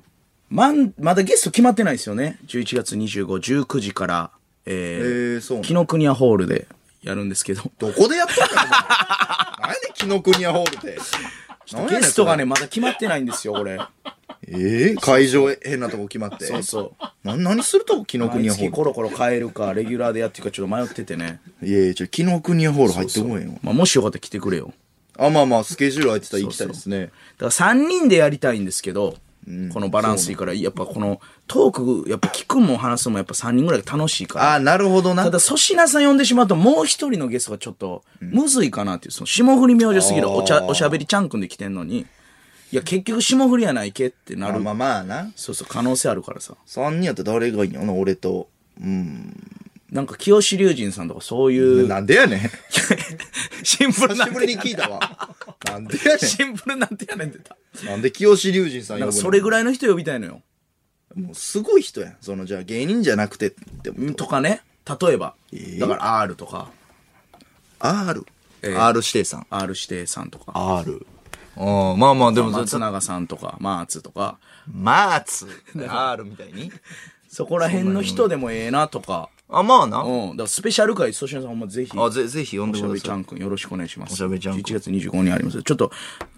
Speaker 2: まん、まだゲスト決まってないですよね。11月25、19時から、え
Speaker 1: えーそうなん
Speaker 2: 紀ノ国屋ホールでやるんですけど、
Speaker 1: どこでやったんだよ、お前何やねん、キノクニアホールで。何やねん
Speaker 2: ゲストがね、、まだ決まってないんですよ、これ。
Speaker 1: それええ会場変なとこ決まって。
Speaker 2: そ うそう。
Speaker 1: な何するとこキノクニ
Speaker 2: 毎
Speaker 1: アホ
Speaker 2: 月
Speaker 1: ー
Speaker 2: コロコロ変えるか、レギュラーでやってるかちょっと迷っててね。
Speaker 1: ル。いやいや、ちょ、キノクニアホール入ってこいよ。
Speaker 2: まあ、もしよかったら来てくれよ。
Speaker 1: あ、まあまあ、スケジュール空いてたら行きたいですね。
Speaker 2: だから3人でやりたいんですけど、このバランスいいから、やっぱこのトーク、やっぱ聞くも話すもやっぱ3人ぐらいが楽しいから。
Speaker 1: あ、なるほどな
Speaker 2: た。だ粗品さん呼んでしまうともう一人のゲストがちょっとむずいかなっていう、その霜降り明星すぎるお茶おしゃべりちゃんくんで来てんのに、いや結局霜降りやないけってな
Speaker 1: まあ
Speaker 2: る。
Speaker 1: まあまあな。
Speaker 2: そうそう、可能性あるからさ。
Speaker 1: 3人やったら誰がいいんやろな、俺と。
Speaker 2: なんか清志隆人さんとかそういう、
Speaker 1: なんでや ねん。
Speaker 2: シンプルな
Speaker 1: 久し
Speaker 2: ん
Speaker 1: ぶり
Speaker 2: て、
Speaker 1: に聞いたわ。 なんでやね
Speaker 2: シンプルなんてやねんってた。
Speaker 1: ん。なんで清志隆人さん呼
Speaker 2: なん
Speaker 1: ぶ
Speaker 2: か
Speaker 1: の
Speaker 2: それぐらいの人呼びたいのよ。
Speaker 1: もうすごい人やん。その、じゃあ芸人じゃなくてってこと
Speaker 2: とかね。例えば。
Speaker 1: え
Speaker 2: だから R とか、
Speaker 1: R。
Speaker 2: ええ
Speaker 1: R 指定さん。
Speaker 2: R 指定さんとか、
Speaker 1: R。うん、まあまあ、でも、
Speaker 2: 松永さんとか、マーツとか、
Speaker 1: マーツ。R みたいに。
Speaker 2: そこら辺の人でもええなとか、
Speaker 1: あ、まあな。
Speaker 2: うん。だからスペシャル回、粗品さんほんまぜひ、
Speaker 1: あ、ぜ、ぜひ呼ん
Speaker 2: お
Speaker 1: で
Speaker 2: しゃ
Speaker 1: く
Speaker 2: べ
Speaker 1: だ
Speaker 2: りちゃ
Speaker 1: さい。
Speaker 2: んくんよろしくお願いします。
Speaker 1: おしゃべりちゃんくん
Speaker 2: 11月25日にあります。ちょっと、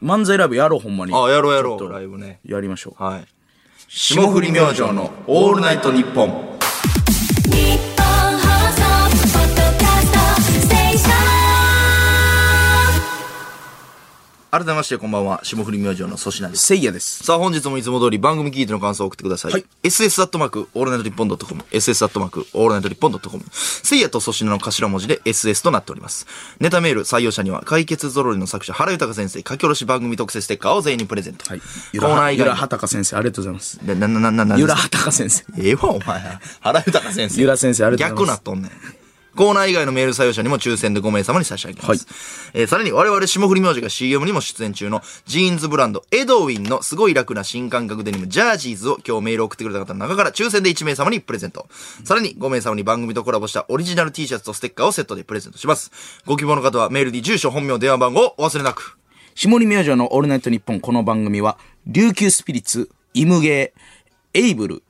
Speaker 2: 漫才ライブやろう、ほんまに。
Speaker 1: あ、やろうやろ
Speaker 2: ちょ
Speaker 1: う。
Speaker 2: っと
Speaker 1: ライブね。
Speaker 2: やりましょう。
Speaker 1: はい。
Speaker 2: 霜降り明星のオールナイトニッポン。
Speaker 3: 日本放送ポッドキャストステーション
Speaker 1: 改めまして、こんばんは。霜降り明星の粗品です。
Speaker 2: せいやです。
Speaker 1: さあ、本日もいつも通り番組聞いての感想を送ってください。
Speaker 2: はい
Speaker 1: SS アットマーク、オールナイトリッポンドットコム。SS アットマーク、オールナイトリッポンドットコム。せいやと粗品の頭文字で SS となっております。ネタメール採用者には、解決ぞろりの作者、原豊先生、書き下ろし番組特製ステッカーを全員にプレゼント。
Speaker 2: はい
Speaker 1: コ。
Speaker 2: ゆ
Speaker 1: ー
Speaker 2: ら
Speaker 1: ナー
Speaker 2: は
Speaker 1: 以
Speaker 2: ゆ
Speaker 1: 外
Speaker 2: らはたか先生、ありがとうございます。
Speaker 1: に。な、な、な、な、な、
Speaker 2: ゆらはたか先生。
Speaker 1: ええわ、お前。原豊先生。
Speaker 2: ゆら先生ありがとうございま
Speaker 1: 逆な
Speaker 2: す
Speaker 1: っとんねん。コーナー以外のメール採用者にも抽選で5名様に差し上げます。
Speaker 2: はい
Speaker 1: えーさらに我々霜降り明星が CM にも出演中のジーンズブランドエドウィンのすごい楽な新感覚デニムジャージーズを今日メールを送ってくれた方の中から抽選で1名様にプレゼント。さらに5名様に番組とコラボしたオリジナル T シャツとステッカーをセットでプレゼントします。ご希望の方はメールに住所、本名、電話番号をお忘れなく。
Speaker 2: 下り明星のオールナイトニッポンこの番組は、琉球スピリッツ、イムゲー、エイブル、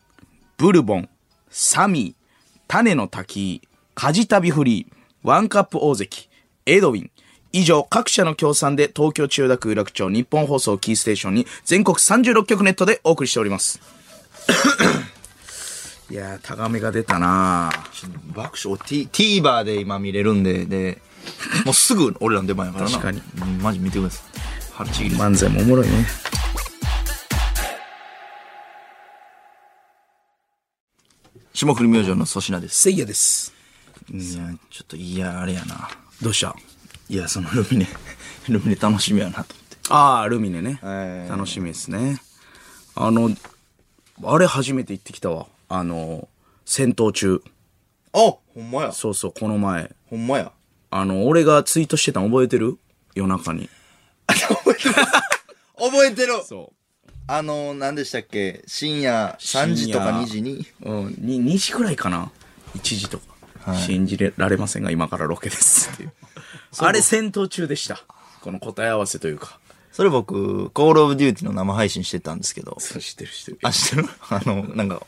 Speaker 2: ブルボン、サミー、種の滝、カジタビフリー、ワンカップ大関、エドウィン、以上各社の協賛で東京千代田区有楽町日本放送キーステーションに全国36局ネットでお送りしております。いやー、タガメが出たなぁ
Speaker 1: 爆笑、T、TVer で今見れるんで、で、もうすぐ俺らの出番やからな。
Speaker 2: 確かに
Speaker 1: うん。マジ見てください。腹ちぎり
Speaker 2: 漫才もおもろいね。
Speaker 1: 霜降り明星の粗品です。
Speaker 2: せいやです。
Speaker 1: いや、ちょっと、いや、あれやな。
Speaker 2: どうした
Speaker 1: いや、そのルミネ、 ルミネ楽しみやなと思って。
Speaker 2: ああ、ルミネね。
Speaker 1: はい
Speaker 2: 楽しみですね。あの、あれ初めて行ってきたわ。あの、戦闘中。
Speaker 1: あほんまや。
Speaker 2: そうそう、この前。
Speaker 1: ほんまや。
Speaker 2: あの、俺がツイートしてたの覚えてる夜中に。
Speaker 1: 覚えてる
Speaker 2: そ
Speaker 1: あの、何でしたっけ深夜3時とか2時に。
Speaker 2: う。うん、に2時くらいかな。1時とか。信じられま せんが、今からロケですっていう。あれ戦闘中でした。この答え合わせというか。
Speaker 1: それ僕、コールオブデューティの生配信してたんですけど、
Speaker 2: そう、知ってる、知ってる。
Speaker 1: あ、知ってる あの、なんか、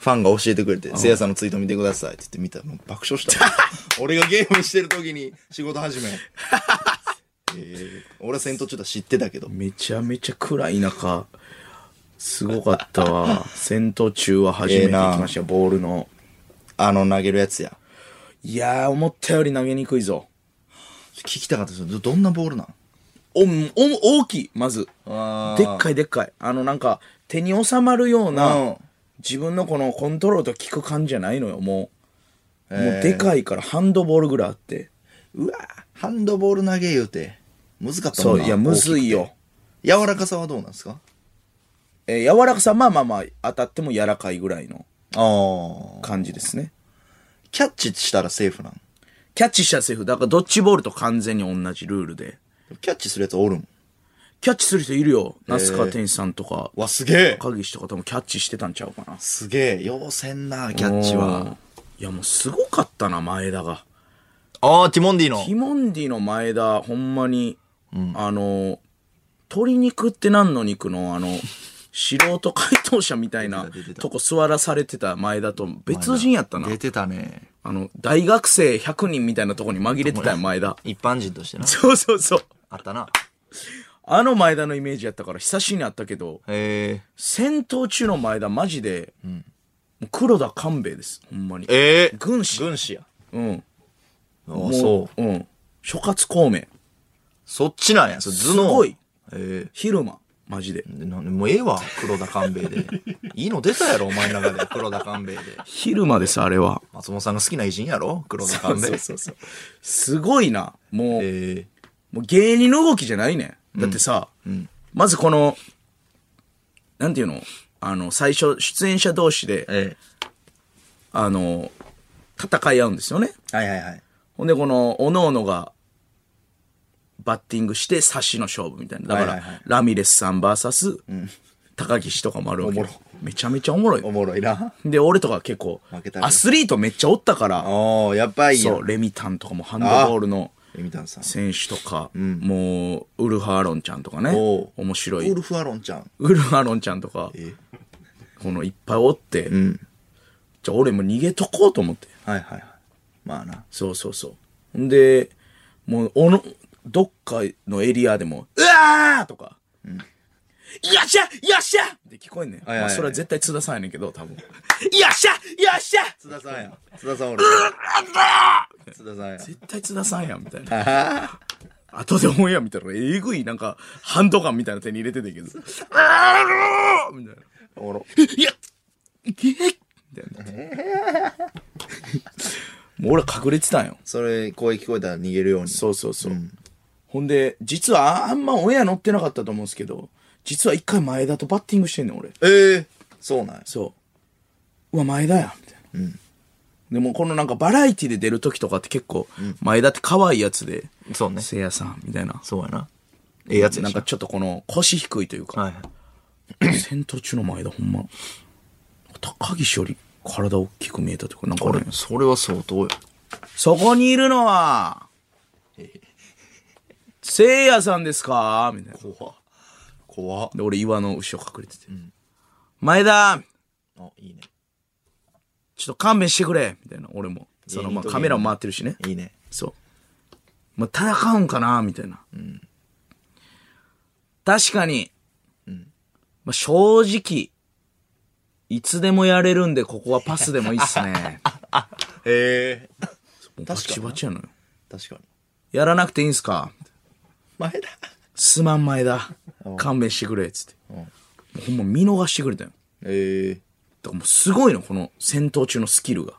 Speaker 1: ファンが教えてくれて、せいやさんのツイート見てくださいって言って見たら、もう爆笑した。 俺がゲームしてる時に仕事始め。 えー俺は戦闘中だ知ってたけど。
Speaker 2: めちゃめちゃ暗い中、すごかったわ。戦闘中は初めて
Speaker 1: ええな
Speaker 2: 来ましたよ、ボールの。
Speaker 1: あの、投げるやつや。
Speaker 2: いやー、思ったより投げにくいぞ。
Speaker 1: 聞きたかったですどどんなボールなん
Speaker 2: お、お、大きい、まず。
Speaker 1: あー
Speaker 2: でっかいでっかい。あの、なんか、手に収まるよう
Speaker 1: うん
Speaker 2: な、自分のこのコントロールと効く感じじゃないのよ、もう。もうでかいから、ハンドボールぐらいあって。
Speaker 1: うわハンドボール投げ言うて。むずかったも
Speaker 2: そ
Speaker 1: ん
Speaker 2: う、
Speaker 1: な。
Speaker 2: いや、むず
Speaker 1: 大
Speaker 2: い
Speaker 1: き
Speaker 2: よ
Speaker 1: く。て。柔らかさはどうなんですか
Speaker 2: えー柔らかさ、まあまあまあ、当たっても柔らかいぐらいの
Speaker 1: ああ。
Speaker 2: 感じですね。
Speaker 1: キャッチしたらセーフなん
Speaker 2: キャッチしたらセーフ。だから、ドッジボールと完全に同じルールで。
Speaker 1: キャッチするやつおるもん。
Speaker 2: キャッチする人いるよ。那須川天心さんとか、
Speaker 1: わ、すげえ
Speaker 2: 赤岸とか多分キャッチしてたんちゃうかな。
Speaker 1: すげえ。要せんな、キャッチは。。
Speaker 2: いや、もうすごかったな、前田が。
Speaker 1: ああ、ティモンディの
Speaker 2: ティモンディの前田、ほんまに、あの、鶏肉って何の肉の、あの、素人回答者みたいな
Speaker 1: 出てた出てた
Speaker 2: とこ座らされてた前田と別人やったな。
Speaker 1: 出てたね。
Speaker 2: あの、大学生100人みたいなとこに紛れてたよ、 前田。
Speaker 1: 一般人としてな。
Speaker 2: そうそうそう。
Speaker 1: あったな。
Speaker 2: あの前田のイメージやったから久しいにあったけど、
Speaker 1: え
Speaker 2: 戦闘中の前田マジで、もう黒田官兵衛です、ほんまに。
Speaker 1: ー、えー、
Speaker 2: 軍師。
Speaker 1: 軍師や。
Speaker 2: うん。
Speaker 1: あ
Speaker 2: も
Speaker 1: あ、そう。
Speaker 2: う。うん。諸葛孔明。
Speaker 1: そっちなんや。そ頭脳。
Speaker 2: すごい。
Speaker 1: ええ
Speaker 2: 昼間。マジで。
Speaker 1: ー。なんでもうええわ、黒田官兵衛で。 いいの出たやろ、お前の中で。黒田官兵衛で。
Speaker 2: 昼間です、あれは。
Speaker 1: 松本さんが好きな偉人やろ黒田
Speaker 2: そ
Speaker 1: 官
Speaker 2: う
Speaker 1: 兵衛。
Speaker 2: そうそうそう。すごいな。もう、
Speaker 1: え
Speaker 2: もう芸人の動きじゃないねん。だってさ、まずこの、なんていうのあの、最初、出演者同士
Speaker 1: ー、
Speaker 2: で、
Speaker 1: え
Speaker 2: あの、戦い合うんですよね。
Speaker 1: ー、はいはいはい。
Speaker 2: ほんで、この、各々が、バッティングして、差しの勝負みたいな。だから、
Speaker 1: はいはいはい
Speaker 2: ラミレスさん VS、高岸とかもあるわけよ
Speaker 1: おも
Speaker 2: めちゃめちゃおもろい
Speaker 1: お。もろいな。
Speaker 2: で、俺とか結構
Speaker 1: 負けた、ね
Speaker 2: アスリートめっちゃおったから、
Speaker 1: おー、やばいやん。
Speaker 2: そう、レミタンとかもハンドボールの
Speaker 1: レミタンさん。
Speaker 2: 選手とか、もう、ウルフ・アロンちゃんとかね
Speaker 1: おう、
Speaker 2: 面白い
Speaker 1: ウ。ルフアロンちゃん。
Speaker 2: ウルフ・アロンちゃんとか、
Speaker 1: え
Speaker 2: このいっぱいおって、
Speaker 1: ん
Speaker 2: じゃあ俺も逃げとこうと思って。
Speaker 1: はいはいはい。まあな。
Speaker 2: そうそうそう。ほんで、もう、おの、どっかのエリアでも、うわーとか、よっしゃよっしゃって聞こえんねん。
Speaker 1: いはいはい
Speaker 2: まあ、それは絶対津田さんやねんけど、多分。よっしゃよっしゃ
Speaker 1: 津田さんや。津田さんおる。津田さんや。
Speaker 2: 絶対津田さんやん、みたいな。後でオンエア見たら、えぐい、なんか、ハンドガンみたいな手に入れててんけど、あーみたいな。
Speaker 1: おもろ。
Speaker 2: いや、いけみたいな。もう俺隠れてたんよ。
Speaker 1: それ、声聞こえたら逃げるように。
Speaker 2: そうそうそう。ほんで、実はああんまオンエア乗ってなかったと思うんですけど、実は一回前田とバッティングしてんねん、俺。
Speaker 1: ええそうなんや。
Speaker 2: そう。うわ、前田や、みたいな。でもこのなんかバラエティで出る時とかって結構、前田って可愛いやつで、
Speaker 1: そうね
Speaker 2: せいやさん、みたいな。
Speaker 1: そうやな。ええやつや
Speaker 2: なん
Speaker 1: し
Speaker 2: かちょっとこの腰低いというか、
Speaker 1: はい。
Speaker 2: 戦闘中の前田ほんま、高岸より体大きく見えたというか、なんか俺、
Speaker 1: それは相当よ。
Speaker 2: そこにいるのは、せいやさんですかみたいな。
Speaker 1: 怖怖
Speaker 2: で、俺岩の後ろ隠れてて。前田
Speaker 1: あ、いいね。
Speaker 2: ちょっと勘弁してくれみたいな、俺も。その、ま
Speaker 1: いい
Speaker 2: あ、
Speaker 1: と
Speaker 2: カメラも回ってるしね。
Speaker 1: いいね。
Speaker 2: そう。まあ、戦うんかなみたいな。確かに、まあ、正直、いつでもやれるんで、ここはパスでもいいっす ね。
Speaker 1: ええ
Speaker 2: もうバチバチやのよ。
Speaker 1: 確かに。
Speaker 2: やらなくていいんすか
Speaker 1: 前田。
Speaker 2: すまん前だ。勘弁してくれ、つって。もうほんま見逃してくれたよ。
Speaker 1: ええ
Speaker 2: だからもうすごいの、この戦闘中のスキルが。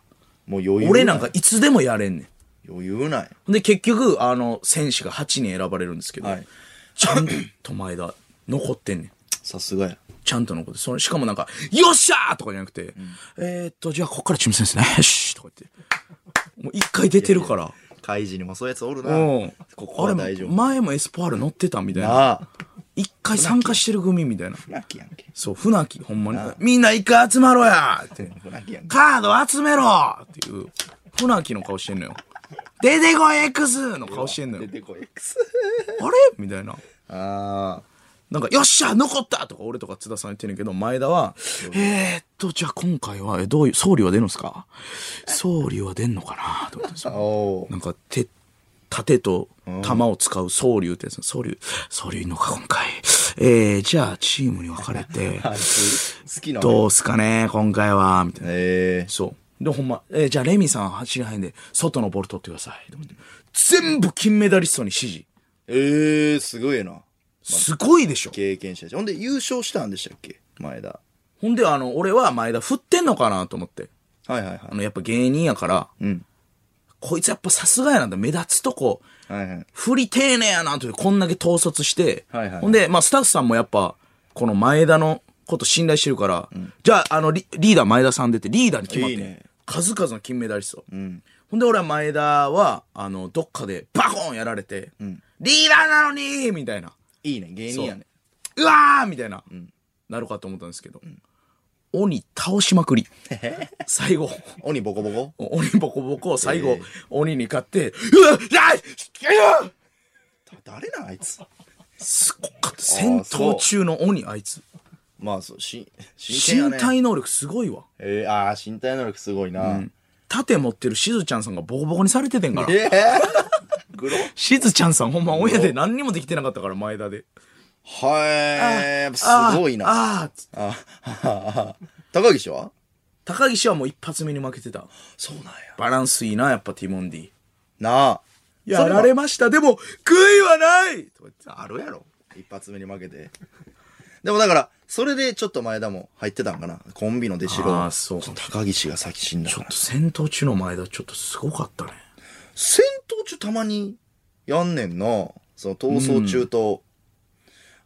Speaker 1: もう余裕
Speaker 2: 俺なんかいつでもやれんねん。
Speaker 1: 余裕ない。
Speaker 2: ほんで結局、あの、選手が8人選ばれるんですけど、
Speaker 1: はい
Speaker 2: ちゃんと前田、残ってんねん。
Speaker 1: さすがや。
Speaker 2: ちゃんと残って、その、しかもなんか、よっしゃーとかじゃなくて、えー、っと、じゃあこっからチーム戦ですね。よしとか言って。もう一回出てるから。
Speaker 1: 開示にもそういうやつおるな。
Speaker 2: うん。
Speaker 1: ここは
Speaker 2: あ
Speaker 1: 大
Speaker 2: れ
Speaker 1: 丈、夫。
Speaker 2: 前もエスパール乗ってたみたいな。
Speaker 1: ああ。
Speaker 2: 一回参加してる組みたいな。
Speaker 1: 船木やんけ。
Speaker 2: そう、船木、ほんまに。みんな一回集まろうやって。
Speaker 1: 船木やんけ。
Speaker 2: カード集めろっていう、船木の顔してんのよ。出てこい X! の顔してんのよ。
Speaker 1: こい。
Speaker 2: あれみたいな。
Speaker 1: ああ。
Speaker 2: なんか、よっしゃ残ったとか俺とか津田さん言ってんねんけど、前田は、えー、っと、じゃあ今回は、えどういう、総理は出るんですか総理は出んのかなと思って
Speaker 1: おー
Speaker 2: なんか、手、盾と弾を使う総理ってやつ、総理、総理いんのか今回。えー、じゃあチームに分かれて、
Speaker 1: あ好きな
Speaker 2: どうすかね今回は、みたいな。
Speaker 1: ええ
Speaker 2: そう。で、ほんま、えーじゃあレミさん走らへんで、外のボール取ってください。とか言って全部金メダリストに指示。
Speaker 1: ええすごいな。
Speaker 2: すごいでしょ。
Speaker 1: 経験者やしほんで優勝したんでしたっけ前田。
Speaker 2: ほんで、あの、俺は前田振ってんのかなと思って。
Speaker 1: はいはいはい
Speaker 2: あ。の、やっぱ芸人やから、
Speaker 1: うん。
Speaker 2: こいつやっぱさすがやなと、目立つとこ、
Speaker 1: はいはい。
Speaker 2: 振り丁寧やなという、こんだけ統率して、
Speaker 1: はいはいはい
Speaker 2: ほんで、まあスタッフさんもやっぱ、この前田のこと信頼してるから、じゃあ、あのリ、リーダー前田さん出て、リーダーに決まってん
Speaker 1: いいね
Speaker 2: 数々の金メダリスト。
Speaker 1: うん。
Speaker 2: ほんで俺は前田は、あの、どっかでバコーンやられて、リーダーなのにーみたいな。
Speaker 1: いいね、芸人やね。
Speaker 2: うわーみたいな、なるかと思ったんですけど、鬼倒し まくり。最後。
Speaker 1: 鬼ボコボコ
Speaker 2: 鬼ボコボコ、最後、
Speaker 1: ええ
Speaker 2: 鬼に勝って、うわっあいうわ
Speaker 1: 誰なんあいつ。
Speaker 2: すごかった。戦闘中の鬼、あいつ。
Speaker 1: まあ、そう、し、真剣や
Speaker 2: 身
Speaker 1: ね。
Speaker 2: 体能力すごいわ。
Speaker 1: ええああ、身体能力すごいな。
Speaker 2: 盾持ってるしずちゃんさんがボコボコにされててんから。
Speaker 1: ええグロ
Speaker 2: しずちゃんさんほんま親で何にもできてなかったから、前田で。
Speaker 1: はい。すごいな。あ
Speaker 2: あーあーつって
Speaker 1: ああ高岸は
Speaker 2: 高岸はもう一発目に負けてた。
Speaker 1: そうなんや。
Speaker 2: バランスいいな、やっぱティモンディ。
Speaker 1: なあ。
Speaker 2: やられました、でも、悔いはないとか言って
Speaker 1: あるやろ。一発目に負けて。でもだから、それでちょっと前田も入ってたんかな。コンビの弟子
Speaker 2: あ
Speaker 1: が
Speaker 2: ーそうかも
Speaker 1: 高岸が先死んだ
Speaker 2: ちょ
Speaker 1: か
Speaker 2: っ
Speaker 1: ら
Speaker 2: と。戦闘中の前田、ちょっとすごかったね。
Speaker 1: 戦闘中たまにやんねんな。その逃走中と。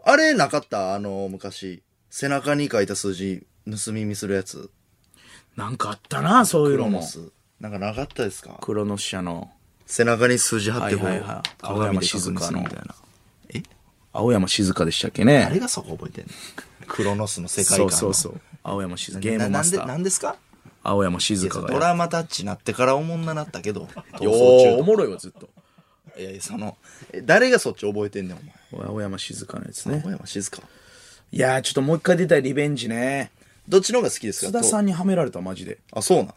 Speaker 1: あれなかったあの、昔。背中に書いた数字、盗み見するやつ。
Speaker 2: なんかあったな、そういう
Speaker 1: ク
Speaker 2: の
Speaker 1: ロノ
Speaker 2: も。
Speaker 1: ス。なんかなかったですか
Speaker 2: クロノス社の、
Speaker 1: 背中に数字貼っ
Speaker 2: は
Speaker 1: て
Speaker 2: い
Speaker 1: こう、
Speaker 2: はいはい。青
Speaker 1: 鏡
Speaker 2: 山
Speaker 1: で確
Speaker 2: 静
Speaker 1: 認
Speaker 2: 香
Speaker 1: する
Speaker 2: の
Speaker 1: みたいな。
Speaker 2: 青山静香でしたっけ
Speaker 1: あ
Speaker 2: ね。
Speaker 1: れがそこ覚えてんのクロノスの世界観の。
Speaker 2: そうそうそう。青山静香、ゲー
Speaker 1: な
Speaker 2: ムマスタ
Speaker 1: なんで、
Speaker 2: ー。
Speaker 1: なんですか
Speaker 2: 青山静香が
Speaker 1: ド
Speaker 2: や
Speaker 1: ラマタッチなってからおもんななったけど。
Speaker 2: る。よー、おもろいわ、ずっと。
Speaker 1: いやいや、その、え誰がそっち覚えてんねん、お前。
Speaker 2: 青山静香のやつね。
Speaker 1: 小山静か。
Speaker 2: いやー、ちょっともう一回出たいリベンジね。
Speaker 1: どっちの方が好きですか
Speaker 2: 津田さ
Speaker 1: ん。
Speaker 2: んにはめられた、マジで。
Speaker 1: あ、そうなん。
Speaker 2: い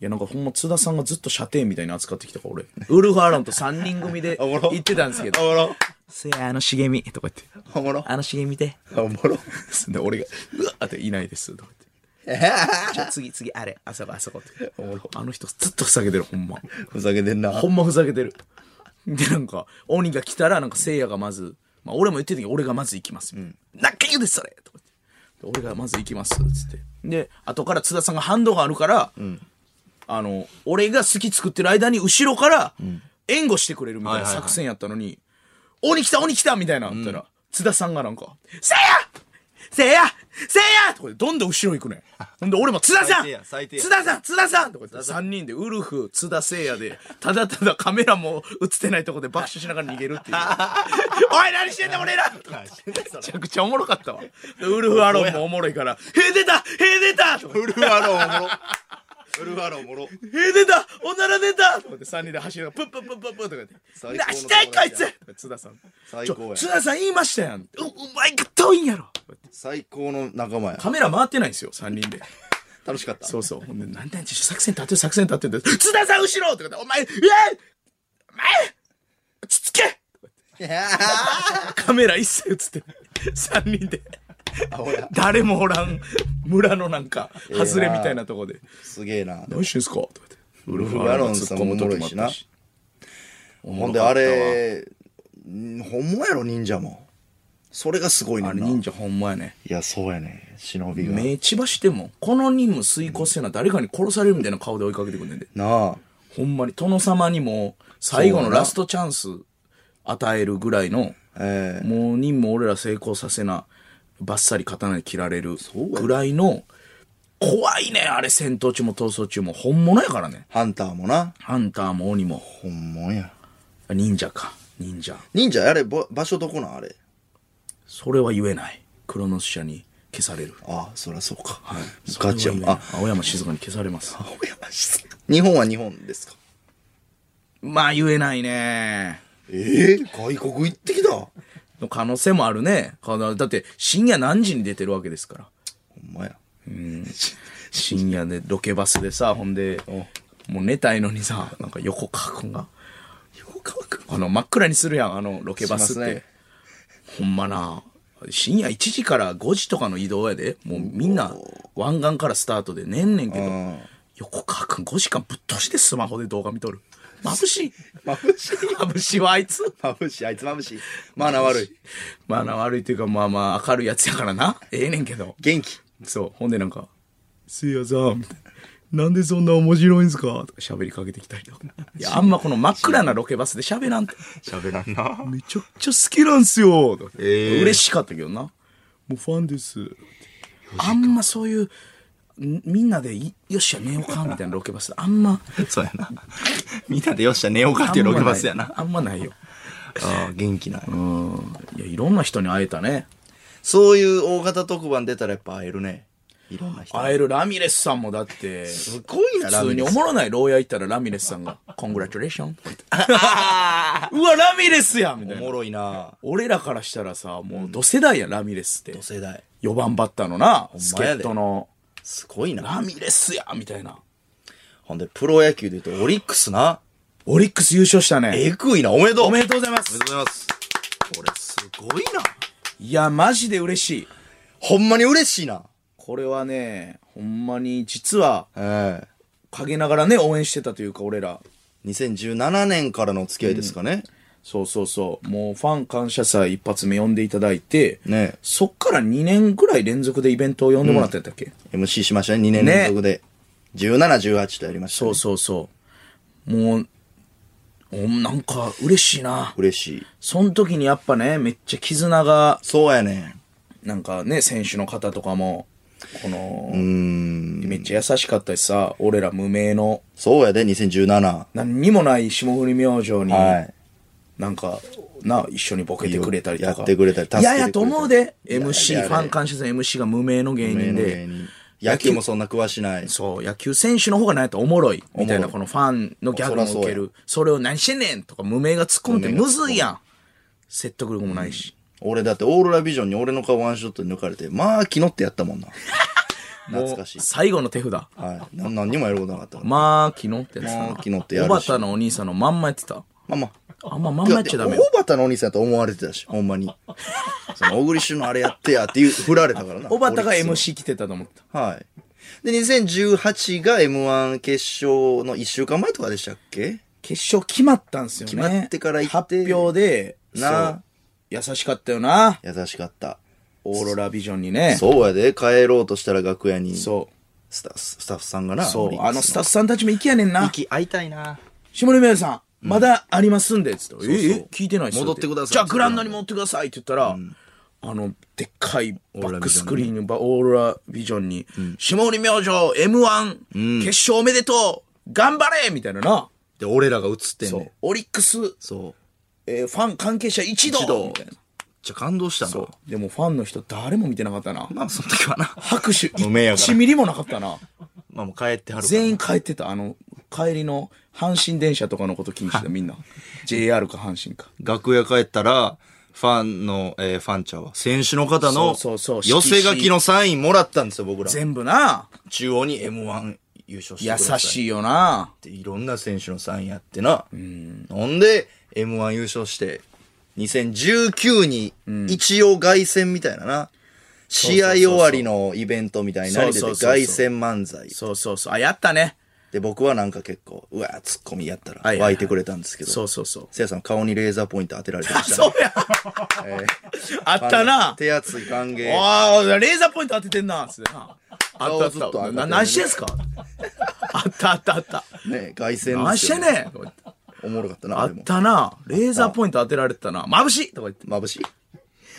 Speaker 2: や、なんかほんま津田さんがずっと射程みたいに扱ってきたから、俺。 ウルフ・アロンと3人組で
Speaker 1: おもろ
Speaker 2: 行ってたんですけ
Speaker 1: お
Speaker 2: ど。
Speaker 1: もろ。
Speaker 2: せや、あの茂み。とか言って。
Speaker 1: おもろ。
Speaker 2: あの茂みで。
Speaker 1: おもろ。
Speaker 2: で、俺が、うわーっていないです。とか言って。 じゃあ次、次、あれ、あそこ、あそこって。あの人ずっとふざけてる、ほんま。
Speaker 1: ふざけてんな。
Speaker 2: ほんまふざけてる。で、なんか、鬼が来たら、なんか、聖夜がまず、まあ、俺も言ってたけど、俺がまず行きます。みたいな。なんか言うで、それとか言って。で俺がまず行きます、つって。で、後から津田さんが反動があるから、あの、俺が好き作ってる間に、後ろから、援護してくれるみたいな作戦やったのに、鬼来た、鬼来たみたいな、ったら、津田さんがなんか、聖夜せいやせいやとかでどんどん後ろ行くね ん。ほんで俺も津田さん
Speaker 1: 最低や最低や
Speaker 2: 津田さん津田さんとか言って3人でウルフ、津田せいやで、ただただカメラも映ってないとこで爆笑しながら逃げ るっていう。おい何してんだ俺らとか言ってめちゃくちゃおもろかったわ。でウルフアロンもおもろいから、へえ出たへえ出たとか言って
Speaker 1: ウルフアロンおもろ。ウルフアロンおもろ。
Speaker 2: えー、出たおなら出たと思って3人で走りながらプップップップップッとか言って「
Speaker 1: 最高の
Speaker 2: 出したいこいつ!」津田さん
Speaker 1: 最
Speaker 2: ち
Speaker 1: 高や
Speaker 2: ょ津田さん言いましたやん」ううまいか遠いんやろ
Speaker 1: 最高の仲間や。
Speaker 2: カメラ回ってないんですよ3人で
Speaker 1: 楽しかった。
Speaker 2: そうそうほんで「なんだよ作戦立てる作戦立てる」津田さん後ろ!」とか言って「お前うわお前落ち着け!」カメラ一切映ってない3人で
Speaker 1: 青や。
Speaker 2: 誰もおらん村のなんか外れみたいなとこで
Speaker 1: すげえな
Speaker 2: 「。何してんすか?」とか言ってウ
Speaker 1: ルフアロンさんもおもろいしなほんで、
Speaker 2: おもろかったわ
Speaker 1: あれ、んほんまやろ、忍者も。それがすごいね
Speaker 2: あ
Speaker 1: ん
Speaker 2: れ
Speaker 1: な。
Speaker 2: 忍者ほんまやね
Speaker 1: いや、そうやね。忍びが。
Speaker 2: 目千葉しても、この任務遂行せな誰かに殺されるみたいな顔で追いかけてくんねんで。
Speaker 1: なあ。
Speaker 2: ほんまに、殿様にも、最後のラストチャンス与えるぐらいの、
Speaker 1: ええ
Speaker 2: もう任務俺ら成功させな、バッサリ刀に切られるぐらいの、怖いね、あれ戦闘中も逃走中も本物やからね。
Speaker 1: ハンターもな。
Speaker 2: ハンターも鬼も、
Speaker 1: 本物や。
Speaker 2: 忍者か、忍者。
Speaker 1: 忍者、あれ、ぼ場所どこなんあれ。
Speaker 2: それは言えない。クロノス社に消される。
Speaker 1: ああ、そりゃそうか。はい。
Speaker 2: それ
Speaker 1: ガ
Speaker 2: は
Speaker 1: チや
Speaker 2: 言え
Speaker 1: もん。
Speaker 2: ない
Speaker 1: あ、
Speaker 2: 青山静かに消されます。
Speaker 1: 青山し日本は日本ですか。
Speaker 2: まあ言えないね。
Speaker 1: ええ外国行ってきた。
Speaker 2: の可能性もあるね。可能だって、深夜何時に出てるわけですから。
Speaker 1: ほんまや。
Speaker 2: 深夜でロケバスでさ、ほんで、もう寝たいのにさ、なんか横川くんが、横川くんあの、真っ暗にするやん、あの、ロケバス
Speaker 1: し
Speaker 2: っ。
Speaker 1: てますね
Speaker 2: ほんまな、深夜1時から5時とかの移動やで、もうみんな湾岸からスタートで寝んねんけど
Speaker 1: ん、
Speaker 2: 横川くん5時間ぶっ通しでスマホで動画見とる。眩しい。
Speaker 1: まぶしい。
Speaker 2: 眩しいわ、あいつ。
Speaker 1: まぶしい。あいつまぶしい。マナー悪い。
Speaker 2: まあな、悪いというか、まあまあ、明るいやつやからな。ええねんけど。
Speaker 1: 元気。
Speaker 2: そう。ほんでなんか、せいやさん、みたいな。なんでそんな面白いんすかとか喋りかけてきたりとか。いや、あんまこの真っ暗なロケバスで喋らんと。
Speaker 1: 喋らんな。
Speaker 2: めちゃくちゃ好きなんすよ。とか
Speaker 1: ええ
Speaker 2: 嬉しかったけどな。もうファンです。あんまそういう、んみんなでい、よっしゃ、寝ようか、みたいなロケバスで、あんま、
Speaker 1: そうやな。みんなでよっしゃ寝ようかっていうロケバスやな。
Speaker 2: あんまないよ。
Speaker 1: ああ、元気ない。
Speaker 2: いや、いろんな人に会えたね。
Speaker 1: そういう大型特番出たらやっぱ会えるね。いろんな人。
Speaker 2: 会えるラミレスさんもだって、
Speaker 1: すごいな、ラ
Speaker 2: 普
Speaker 1: ミ
Speaker 2: 通に
Speaker 1: レ
Speaker 2: お
Speaker 1: ス。
Speaker 2: もろない牢屋行ったらラミレスさんが、コングラチュレーション。 うわ、ラミレスやみた
Speaker 1: お
Speaker 2: い
Speaker 1: も
Speaker 2: な。
Speaker 1: ろいな。
Speaker 2: 俺らからしたらさ、もう、ど世代や、ラミレスって
Speaker 1: 同。世代。
Speaker 2: 4番バッターのな、
Speaker 1: ん
Speaker 2: 助
Speaker 1: まや
Speaker 2: っ
Speaker 1: で
Speaker 2: 人の、
Speaker 1: すごいな。
Speaker 2: ラミレスやみたいな。
Speaker 1: ほんで、プロ野球で言うとオリックスな。
Speaker 2: オリックス優勝したね。
Speaker 1: えぐいな。おめでとう。
Speaker 2: おめで
Speaker 1: う。
Speaker 2: とうございま
Speaker 1: お
Speaker 2: す
Speaker 1: め。でとうございます。これすごいな。
Speaker 2: いや、マジで嬉しい。
Speaker 1: ほんまに嬉しいな。
Speaker 2: これはね、ほんまに、実は、
Speaker 1: ええ。
Speaker 2: 陰ながらね、応援してたというか、俺ら。
Speaker 1: 2017年からの付き合いですかね。
Speaker 2: そうそうそう。もう、ファン感謝祭一発目呼んでいただいて、
Speaker 1: ね
Speaker 2: そっから2年ぐらい連続でイベントを呼んでもらったんだっけ、
Speaker 1: MC しましたね、2年連続で。17、18とやりました、
Speaker 2: そうそうそう。もう、おなんか嬉しいな。
Speaker 1: 嬉しい。
Speaker 2: その時にやっぱね、めっちゃ絆が、
Speaker 1: そうやね
Speaker 2: なんかね、選手の方とかも、この、
Speaker 1: ん。うーん。
Speaker 2: めっちゃ優しかったしさ、俺ら無名の、
Speaker 1: そうやで、2017。
Speaker 2: 何にもない霜降り明星に、
Speaker 1: はい。
Speaker 2: なんか、な、一緒にボケてくれたりとか。
Speaker 1: やってくれたり助けてく
Speaker 2: い
Speaker 1: れた
Speaker 2: や
Speaker 1: り
Speaker 2: いやと思うで、
Speaker 1: いやいや
Speaker 2: MC、ファン感謝祭 MC が無名の芸人で。
Speaker 1: 野球もそんな詳しない。
Speaker 2: そう、野球選手の方がないとおもろい、みたい
Speaker 1: おも
Speaker 2: な、
Speaker 1: ろい
Speaker 2: このファンのギャグも受け
Speaker 1: そらそうや
Speaker 2: る。それを何してんねんとか、無名が突っ込んで
Speaker 1: 無名が突っ込
Speaker 2: む
Speaker 1: む
Speaker 2: ずいやん。説得力もないし。
Speaker 1: 俺だってオーロラビジョンに俺の顔ワンショットに抜かれて、まあ、昨日ってやったもん な。懐かしい
Speaker 2: もう。最後の手札。
Speaker 1: はい。な何にもやることなかったから。
Speaker 2: まあ、昨日ってやつだ
Speaker 1: ま
Speaker 2: な
Speaker 1: あ昨日ってや
Speaker 2: 小
Speaker 1: るし
Speaker 2: 畑のお兄さんのまんまやってた。
Speaker 1: まあまあ。
Speaker 2: あんままんまやっちゃダメよ。
Speaker 1: 小畑のお兄さんやと思われてたし、ほんま に。その、小栗旬のあれやってやっていう、振られたからな。
Speaker 2: 小畑が
Speaker 1: オリックス
Speaker 2: MC 来てたと思った。
Speaker 1: の。はい。で、2018が M1 決勝の1週間前とかでしたっけ
Speaker 2: 決勝決まったんすよね。
Speaker 1: 決まってから行って
Speaker 2: 発表で、
Speaker 1: な
Speaker 2: そう優しかったよな。
Speaker 1: 優しかった。
Speaker 2: オーロラビジョンにね。
Speaker 1: そうやで、帰ろうとしたら楽屋に、ス
Speaker 2: そ
Speaker 1: タスタッフさんがな、
Speaker 2: う。そ
Speaker 1: オリ
Speaker 2: う。
Speaker 1: ックスの
Speaker 2: あのスタッフさんたちも行きやねんな。
Speaker 1: 息会いたいな。
Speaker 2: 下森明さん、まだありますんで、つって、
Speaker 1: そ
Speaker 2: え
Speaker 1: う
Speaker 2: え聞いてないっすよ
Speaker 1: 戻ってください
Speaker 2: じゃあ、グラウンドに戻ってくださいって言ったら、あの、でっかいバックスクリーンに、ばオーロラビジョンに、下森明星 M1、決勝おめでとう頑張れみたいなな。
Speaker 1: で、俺らが映ってん
Speaker 2: そ
Speaker 1: ね
Speaker 2: う。オリックス、
Speaker 1: そう。めっ
Speaker 2: えーファン関係者一同
Speaker 1: 一同
Speaker 2: みたいな
Speaker 1: ちゃ感動した
Speaker 2: そう
Speaker 1: な。。
Speaker 2: でもファンの人誰も見てなかったな。
Speaker 1: まあ、その時はな。
Speaker 2: 拍手
Speaker 1: 無名やから
Speaker 2: 1ミリもなかったな。
Speaker 1: まあ、もう帰ってはるから
Speaker 2: 全員帰ってた。あの、帰りの阪神電車とかのこと気にしてたみ んな。JR か阪神か。
Speaker 1: 楽屋帰ったら、ファンの、えーファンちゃうわ。選手の方の、
Speaker 2: そうそうそ
Speaker 1: 寄
Speaker 2: う
Speaker 1: せ書きのサインもらったんですよ、僕ら。
Speaker 2: 全部な。
Speaker 1: 中央に M1 優勝してく
Speaker 2: 優
Speaker 1: ださい。
Speaker 2: し
Speaker 1: い。
Speaker 2: いよな。
Speaker 1: っていろんな選手のサインやってな。ほんで、M1 優勝して、2019に、一応凱旋みたいなな。試合終わりのイベントみたいなのに出て
Speaker 2: そう
Speaker 1: 凱
Speaker 2: そうそうそう
Speaker 1: 旋漫才。
Speaker 2: そうそうそう。あ、やったね。
Speaker 1: で、僕はなんか結構、うわー、ツッコミやったら
Speaker 2: はいはいは
Speaker 1: 湧
Speaker 2: い
Speaker 1: いてくれたんですけど、
Speaker 2: そうそうそう。
Speaker 1: せいやさん顔にレーザーポイント当てられてました、ね。
Speaker 2: そうや。あったな。
Speaker 1: 手厚い歓迎。
Speaker 2: ああ、レーザーポイント当ててんな。つってな。あったあ
Speaker 1: 顔
Speaker 2: っ
Speaker 1: ずっと当
Speaker 2: た。
Speaker 1: てて
Speaker 2: な何してんすかあったあったあった。
Speaker 1: ね、凱旋
Speaker 2: 何
Speaker 1: で
Speaker 2: し
Speaker 1: す
Speaker 2: て
Speaker 1: よ
Speaker 2: んねん
Speaker 1: おもろかったな、
Speaker 2: あ
Speaker 1: あれ
Speaker 2: っ
Speaker 1: も。
Speaker 2: たな。レーザーポイント当てられてたな。眩しいとか言って。
Speaker 1: 眩し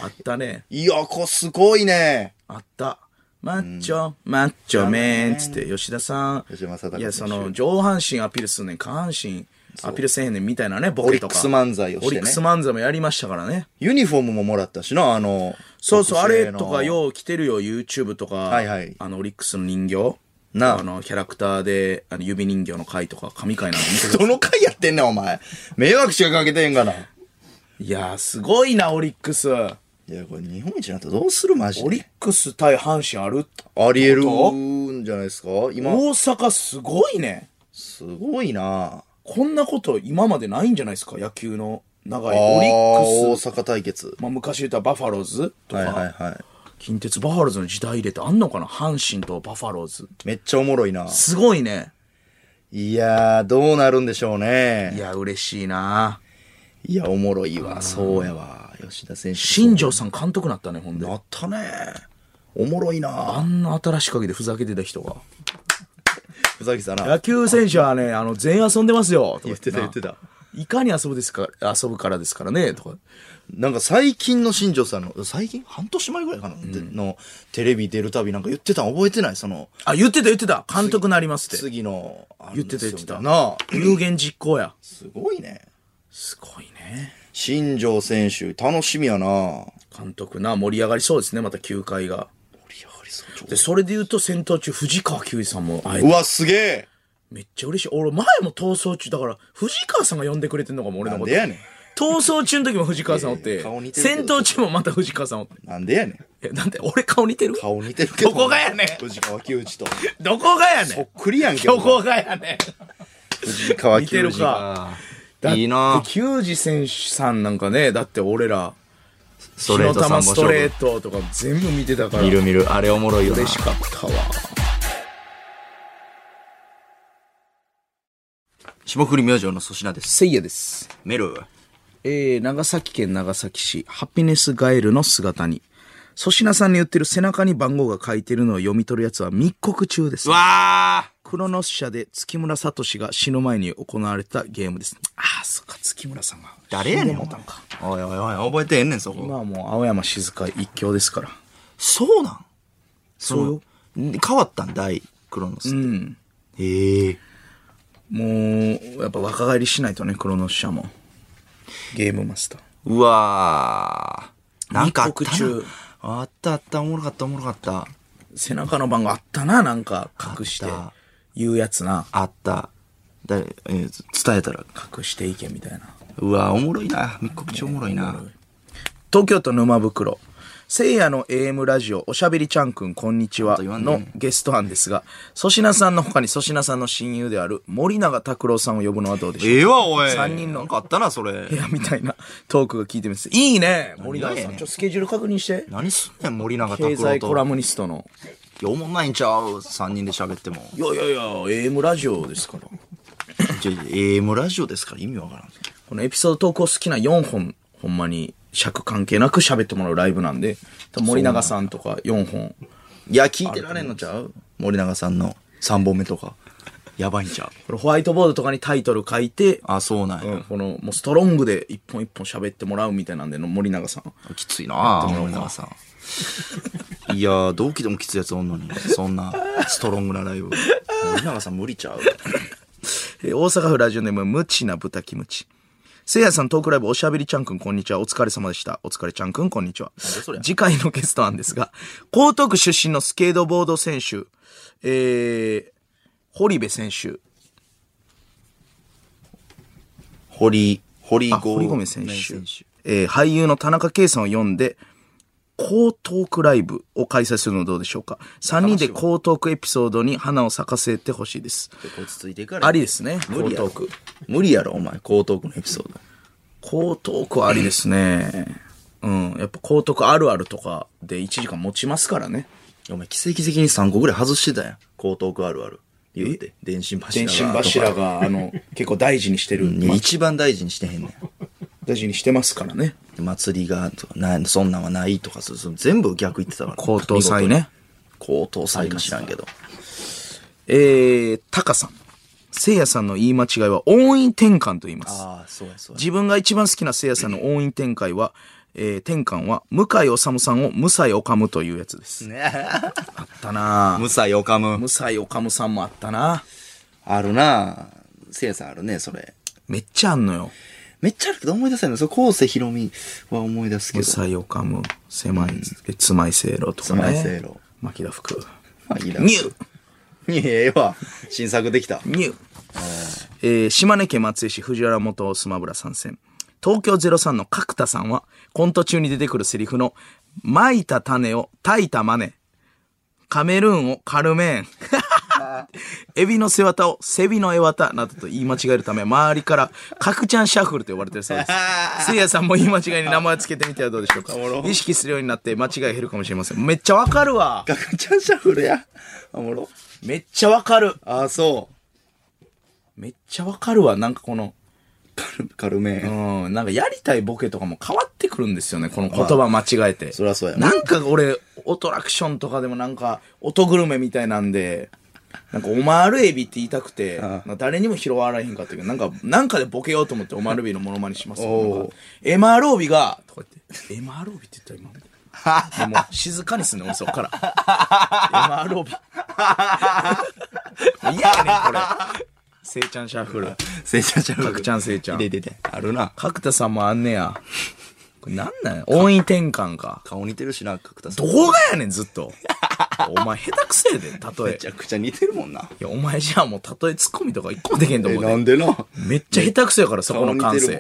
Speaker 2: あったね。
Speaker 1: い。いや、こ、すごいね。
Speaker 2: あった。マッチョ、マッチョメンつって、吉田さん。
Speaker 1: 吉田正尚選手
Speaker 2: いや、その、上半身アピールすんねん、下半身アピールせえへんねんみたいなね、ボケとか。
Speaker 1: オリックス漫才をしてね
Speaker 2: オリックス漫才もやりましたからね。
Speaker 1: ユニフォームももらったしな、あの、
Speaker 2: そうそう、あ
Speaker 1: 特
Speaker 2: れ
Speaker 1: 製の
Speaker 2: とかよう来てるよ、YouTube とか。
Speaker 1: はいはい
Speaker 2: あの、オリックスの人形。
Speaker 1: なあ
Speaker 2: あの、キャラクターで、あの、指人 形の回とか、神回なんか見てる。
Speaker 1: どの回やってんねん、お前。迷惑しかかけてへんがな。
Speaker 2: いやー、すごいな、オリックス。
Speaker 1: いや、これ日本一になったらどうするマジ
Speaker 2: オリックス対阪神ある
Speaker 1: ありえる
Speaker 2: 本当
Speaker 1: んじゃないですか
Speaker 2: 大
Speaker 1: 今、
Speaker 2: 阪すごいね。
Speaker 1: すごいな
Speaker 2: こんなこと今までないんじゃないですか、野球の長い。
Speaker 1: あー
Speaker 2: オリックス。
Speaker 1: 大阪対決。
Speaker 2: まあ、昔言ったバファローズとか、
Speaker 1: はいはいはい。
Speaker 2: 近鉄バファローズの時代入れてあんのかな阪神とバファローズ。
Speaker 1: めっちゃおもろいな。
Speaker 2: すごいね。
Speaker 1: いやー、どうなるんでしょうね。
Speaker 2: い
Speaker 1: いや、
Speaker 2: や、嬉しいな
Speaker 1: おもろいわ。そうやわ。吉田選手。
Speaker 2: 新庄さん監督なったね、ほんで。
Speaker 1: なったね。おもろいな
Speaker 2: あんな新しい限りふざけてた人が。
Speaker 1: ふざけてたな。
Speaker 2: 野球選手はね、あの、全員遊んでますよ。とか
Speaker 1: 言ってた言ってた。
Speaker 2: いかに遊ぶですか、遊ぶからですからね、とか。
Speaker 1: なんか最近の新庄さんの、最近半年前ぐらいかな、での、テレビ出るたびなんか言ってたの覚えてないその、
Speaker 2: あ、言ってた言ってた。監督なりますって。
Speaker 1: 次の、ある
Speaker 2: 言っ
Speaker 1: んで
Speaker 2: て
Speaker 1: す
Speaker 2: た
Speaker 1: よ
Speaker 2: 言ってた。
Speaker 1: みいな。
Speaker 2: 有言実行や。
Speaker 1: すごいね。
Speaker 2: すごいね。
Speaker 1: 新庄選手、楽しみやな盛
Speaker 2: 監督な、盛り上がりそうですね、また球界が。
Speaker 1: り上がりそう
Speaker 2: で、それで言うと戦闘中、藤川球児さんも会え
Speaker 1: う
Speaker 2: て。
Speaker 1: わ、すげえ
Speaker 2: めっちゃ嬉しい。俺、前も逃走中、だから、藤川さんが呼んでくれてんのかも、俺
Speaker 1: な
Speaker 2: の
Speaker 1: ん
Speaker 2: こ
Speaker 1: で
Speaker 2: と。
Speaker 1: やね
Speaker 2: 逃走中の時も藤川さんおっ
Speaker 1: いやい
Speaker 2: て
Speaker 1: や顔似、てるけ
Speaker 2: 戦
Speaker 1: ど
Speaker 2: 闘中もまた藤川さんおって。
Speaker 1: ん。なんでやねん。
Speaker 2: え、なんで、俺顔似てる
Speaker 1: 顔似てるけど。
Speaker 2: どこがやねん
Speaker 1: 藤川球児と。
Speaker 2: どこがやねん
Speaker 1: そっくりやんけ。
Speaker 2: どこがやねん
Speaker 1: 藤川
Speaker 2: 似て
Speaker 1: 球
Speaker 2: る
Speaker 1: 児。
Speaker 2: か。
Speaker 1: いいな
Speaker 2: 球児選手さんなんかね、だって俺ら、
Speaker 1: ス
Speaker 2: 火の玉ストレー
Speaker 1: ト
Speaker 2: トとか全部見てたから。
Speaker 1: 見る見る。あれおもろいよな
Speaker 2: 嬉。しかったわ。
Speaker 1: 霜降り明星の粗品です。
Speaker 2: せいやです。
Speaker 1: メル。
Speaker 2: えー、長崎県長崎市、ハピネスガエルの姿に。粗品さんに売ってる背中に番号が書いてるのを読み取るやつは密告中です。
Speaker 1: わ
Speaker 2: クロノス社で月村聡が死ぬ前に行われたゲームです。ああ、そっか、月村さんが。
Speaker 1: 誰やねん
Speaker 2: 死でもうたか。
Speaker 1: ーおいおいおい、覚えてへんねん、そこ。
Speaker 2: 今はもう青山静香一強ですから。
Speaker 1: そうなん
Speaker 2: そうよ。
Speaker 1: ん変わったんだい、クロノスって。へえ。
Speaker 2: もう、やっぱ若返りしないとね、クロノス社も。ゲームマスター。
Speaker 1: うわー。なんかあったな
Speaker 2: 密告中
Speaker 1: あったあった、おもろかった、おもろかった。
Speaker 2: 背中の番号あったな、なんか隠して
Speaker 1: あった。
Speaker 2: 言うやつな。
Speaker 1: あった。だえー伝えたら。
Speaker 2: 隠していけみたいな。
Speaker 1: うわおもろいな。密告中おもろいな。
Speaker 2: 東京都沼袋。聖夜の AM ラジオ、おしゃべりちゃんくん、こんにちは。
Speaker 1: と言わんでええ
Speaker 2: のゲスト案ですが、粗品さんの他に粗品さんの親友である森永拓郎さんを呼ぶのはどうでしょう
Speaker 1: ええわ、おい。
Speaker 2: 三人の
Speaker 1: なんかあったな、それ
Speaker 2: い。や、みたいなトークが聞いてみます。いいね森永
Speaker 1: 何が
Speaker 2: さ
Speaker 1: や
Speaker 2: ん。
Speaker 1: ねん
Speaker 2: ちょ、スケジュール確認して。
Speaker 1: 何すんねん、森永拓郎
Speaker 2: 経済コラ
Speaker 1: と。
Speaker 2: ムニストの。
Speaker 1: いや、おもんないんちゃう三人で喋っても。
Speaker 2: いやいやいや、AM ラジオですから。
Speaker 1: ちょ、AM ラジオですから意味わからん。
Speaker 2: このエピソードトークを好きな4本、ほんまに尺関係なく喋ってもらうライブなんで、多分森永さんとか4本。
Speaker 1: いや、聞いてられんのちゃう森永さんの3本目とか。やばいんちゃう
Speaker 2: これホワイトボードとかにタイトル書いて、
Speaker 1: あ、そうなんや。
Speaker 2: うんこの、もうストロングで一本一本喋ってもらうみたいなんで、の森永さん。
Speaker 1: きついなあ森永さん。 いやー、同期でもきついやつおんのに、そんなストロングなライブ。森永さん無理ちゃう
Speaker 2: えー大阪府ラジオネーム、無知な豚キムチ。せいやさん、トークライブ、おしゃべりちゃんくん、こんにちは。お疲れ様でした。お疲れちゃんくん、こんにちは。
Speaker 1: そりゃ
Speaker 2: 次回のゲストなんですが、江東区出身のスケートボード選手、えー、堀部選手、
Speaker 1: 堀、堀
Speaker 2: あ堀米選手えー俳優の田中圭さんを読んで、江東区ライブを開催するのどうでしょうか。3人で江東区エピソードに花を咲かせてほしいです。
Speaker 1: 落ち着いていから。
Speaker 2: ありですね、江
Speaker 1: 無理やろ
Speaker 2: 東区。。
Speaker 1: 無理やろ、お前。江東区のエピソード。
Speaker 2: 江東区ありですね。うん。やっぱ江東区あるあるとかで1時間持ちますからね。
Speaker 1: お前、奇跡的に3個ぐらい外してたやん。江東区あるある。言うて。電信柱
Speaker 2: 電
Speaker 1: が。
Speaker 2: 信柱が、あ の、結構大事にしてる、
Speaker 1: ね一番大事にしてへんね
Speaker 2: 大事にしてますからね。
Speaker 1: ん。祭りがとかない、そんなんはないとかそうそう全部逆言ってたから。
Speaker 2: 江東祭ね。
Speaker 1: 高等祭か知らんけど。
Speaker 2: えー、タカさん。せいやさんの言い間違いは音韻転換と言います。
Speaker 1: ああ、そうや、そうや。
Speaker 2: 自分が一番好きなせいやさんの音韻転換は、えー、転換は、向井治さんを無才おかむというやつです。あったなぁ
Speaker 1: むさよかむ
Speaker 2: 無。才おかむさんもあったな
Speaker 1: あるなせいやさんあるね、それ。
Speaker 2: めっちゃあんのよ。
Speaker 1: めっちゃあるけど思い出せないの。そう、昴生ひろみは思い出すけ
Speaker 2: 無
Speaker 1: ど。
Speaker 2: 才をかむ、狭い、えつまいせいろとかね。
Speaker 1: つまいせいろ
Speaker 2: 牧田福。
Speaker 1: まあいいな。
Speaker 2: ニュー
Speaker 1: いやええわ。新作できた。
Speaker 2: ニューえー島根県松江市藤原元スマブラ参戦。東京03の角田さんは、コント中に出てくるセリフの、まいた種を炊いたマネ、カメルーンをカルメーン、エビの背わたをセビのえわたなどと言い間違えるため、周りから、角ちゃんシャッフルと呼ばれてるそうです。せいやさんも言い間違いに名前をつけてみてはどうでしょうか。意識するようになって間違い減るかもしれません。めっちゃわかるわ。
Speaker 1: ガクちゃんシャッフルや。おもろ。
Speaker 2: めっちゃわかる。
Speaker 1: ああ、そ
Speaker 2: めっちゃわかるわ。なんかこの、
Speaker 1: う。軽軽め。
Speaker 2: うん、なんかやりたいボケとかも変わってくるんですよね、この言葉間違えて。
Speaker 1: そりゃそうやな
Speaker 2: なんか俺、オトラクションとかでもなんか、音グルメみたいなんで、なんかオマールエビって言いたくて、
Speaker 1: ああ
Speaker 2: まあ誰にも拾われへんかったけど、なんか、なんかでボケようと思ってオマールエビのモノマネしますよ。
Speaker 1: おう
Speaker 2: なんかエマールオビが、とか言って、エマールオビって言った 今。でもう静かにすんねん俺そっから。エマー ルオビ。もう嫌やねん、これ。せいちゃんシャッフル。
Speaker 1: せいちゃんシャッフル。
Speaker 2: 角ちゃんせいちゃん
Speaker 1: 出てて。あるな。
Speaker 2: 角田さんもあんねや。これなんなんや音位転換か。
Speaker 1: 顔似てるしな、角田さん。
Speaker 2: どこがやねん、ずっと。お前、下手くせえで、例
Speaker 1: め
Speaker 2: え。
Speaker 1: ちゃくちゃ似てるもんな。
Speaker 2: いや、お前じゃあもう、例えツッコミとか一個もできへんと
Speaker 1: え、
Speaker 2: 思う
Speaker 1: な
Speaker 2: で。
Speaker 1: んでな。
Speaker 2: めっちゃ下手くそやから、そこの感
Speaker 1: 顔似てるも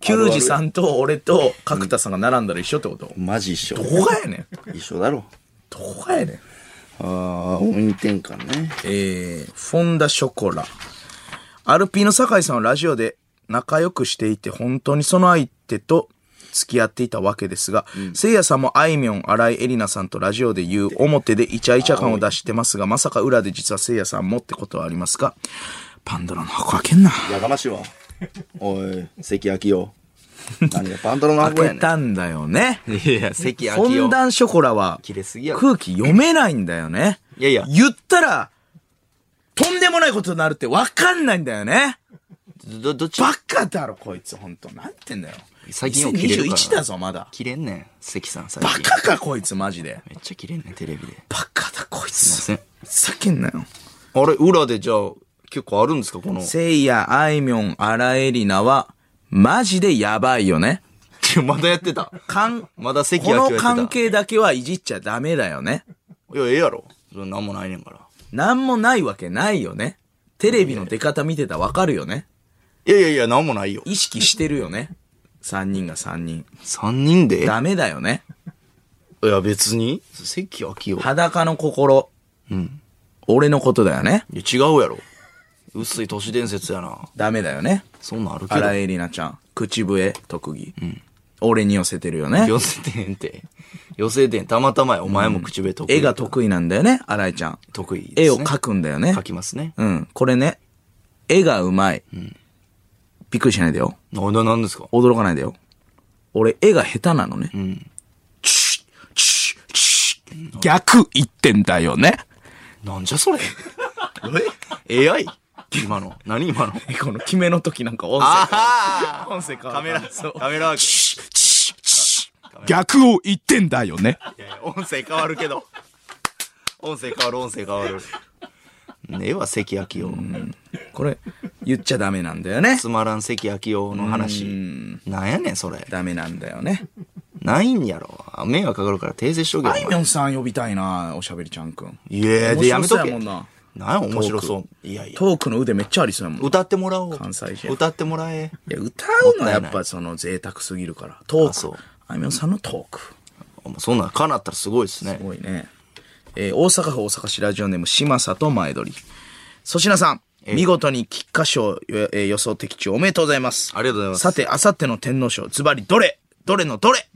Speaker 2: 性
Speaker 1: ん。
Speaker 2: 球児さんと俺と角田さんが並んだら一緒ってこと
Speaker 1: マジ一緒
Speaker 2: ど。こがやねん。
Speaker 1: 一緒だろ。
Speaker 2: どこがやねん。
Speaker 1: ああ、音転換ね。
Speaker 2: えー、フォンダショコラ。アルピーの酒井さんはラジオで仲良くしていて本当にその相手と付き合っていたわけですが、せいやさんもあいみょん、新井エリナさんとラジオで言う表でイチャイチャ感を出してますが、まさか裏で実はせいやさんもってことはありますかパンドラの箱開けんな。
Speaker 1: やかましいわ。おい、関明夫。何がパンドラの箱やね
Speaker 2: 開けたんだよね。
Speaker 1: ん。いやいや、関
Speaker 2: フォンダンショコラは
Speaker 1: 切れすぎやろ
Speaker 2: 空気読めないんだよね。
Speaker 1: いやいや
Speaker 2: 言ったら、とんでもないことになるってわかんないんだよね。
Speaker 1: ど、どっち
Speaker 2: バカだろ、こいつ、ほんと。なんて言うんだよ。
Speaker 1: 最近よく切れるから
Speaker 2: 2021だぞ、まだ。
Speaker 1: 切れんねん、関さん、最
Speaker 2: バ
Speaker 1: 近。
Speaker 2: カか、こいつ、マジで。
Speaker 1: めっちゃ切れんねん、テレビで。
Speaker 2: バカだ、こいつ。
Speaker 1: すいま
Speaker 2: 叫んなよ。
Speaker 1: あれ、裏でじゃあ、結構あるんですか、この。
Speaker 2: せいや、あいみょん、あらえりなは、マジでやばいよね。
Speaker 1: まだやってた。
Speaker 2: かん、
Speaker 1: まだ関
Speaker 2: こ
Speaker 1: 明夫やって
Speaker 2: の
Speaker 1: た。
Speaker 2: 関係だけはいじっちゃダメだよね。
Speaker 1: いや、ええやろ。それなんもないねんから。
Speaker 2: なんもないわけないよね。テレビの出方見てたらわかるよね。
Speaker 1: いやいやいや、なんもないよ。
Speaker 2: 意識してるよね。3人が3人。
Speaker 1: 三人で
Speaker 2: ダメだよね。
Speaker 1: いや、別に。関明夫。
Speaker 2: 裸の心。俺のことだよね。
Speaker 1: いや、違うやろ。薄い都市伝説やな。
Speaker 2: ダメだよね。
Speaker 1: そんなんあるけ
Speaker 2: 荒
Speaker 1: ど。
Speaker 2: 井絵里奈ちゃん、口笛、特技。俺に寄せてるよね。
Speaker 1: 寄せてへんて。寄せてへん。たまたまや。お前も口笛得意。
Speaker 2: 絵が得意なんだよね、荒井ちゃん。
Speaker 1: 得意です、ね。
Speaker 2: 絵を描くんだよね
Speaker 1: 書。きますね。
Speaker 2: うん。これね、絵がうまい。びっくりしないでよ。
Speaker 1: な、な、なんですか
Speaker 2: 驚かないでよ。俺、絵が下手なのね。
Speaker 1: ん
Speaker 2: チュッチュッチュッ逆言ってんだよね。
Speaker 1: なんじゃそれ。え ?AI? 今の。何今の。
Speaker 2: この決めの時なんか音声
Speaker 1: あ
Speaker 2: 音声変わ
Speaker 1: カメラ、カメラワーク。
Speaker 2: 逆を言ってんだよね。
Speaker 1: いやいや音声変わるけど。音声変わる、音声変わる。ねえわ、関明夫。
Speaker 2: これ、言っちゃダメなんだよね
Speaker 1: つ。まらん関明夫の話。なんやねん、それ。
Speaker 2: ダメなんだよね。
Speaker 1: ないんやろ。迷惑かかるから訂正しとけよ
Speaker 2: あい。みょんさん呼びたいな、おしゃべりちゃんくん。
Speaker 1: いや
Speaker 2: 面
Speaker 1: で、や
Speaker 2: 白
Speaker 1: め
Speaker 2: そ
Speaker 1: と
Speaker 2: う
Speaker 1: け。
Speaker 2: やもん
Speaker 1: な
Speaker 2: な。
Speaker 1: んや、面白そう。いやいや。
Speaker 2: トークの腕めっちゃありそうやもん。い
Speaker 1: 歌ってもらおう。
Speaker 2: 関西人
Speaker 1: 歌ってもらえ。
Speaker 2: や、歌うのはやっぱその贅沢すぎるから。ト
Speaker 1: あ
Speaker 2: ー
Speaker 1: そう
Speaker 2: ク。あいみょんさんのトーク。
Speaker 1: あもうそんなん、かなったらすごいですね
Speaker 2: す。ごいね。えー大阪府大阪市ラジオネーム、島里前鳥。粗品さん、見事に菊花賞よえー予想的中おめでとうございます。
Speaker 1: ありがとうございます
Speaker 2: さて、あさっての天皇賞、ズバリどれどれのどれ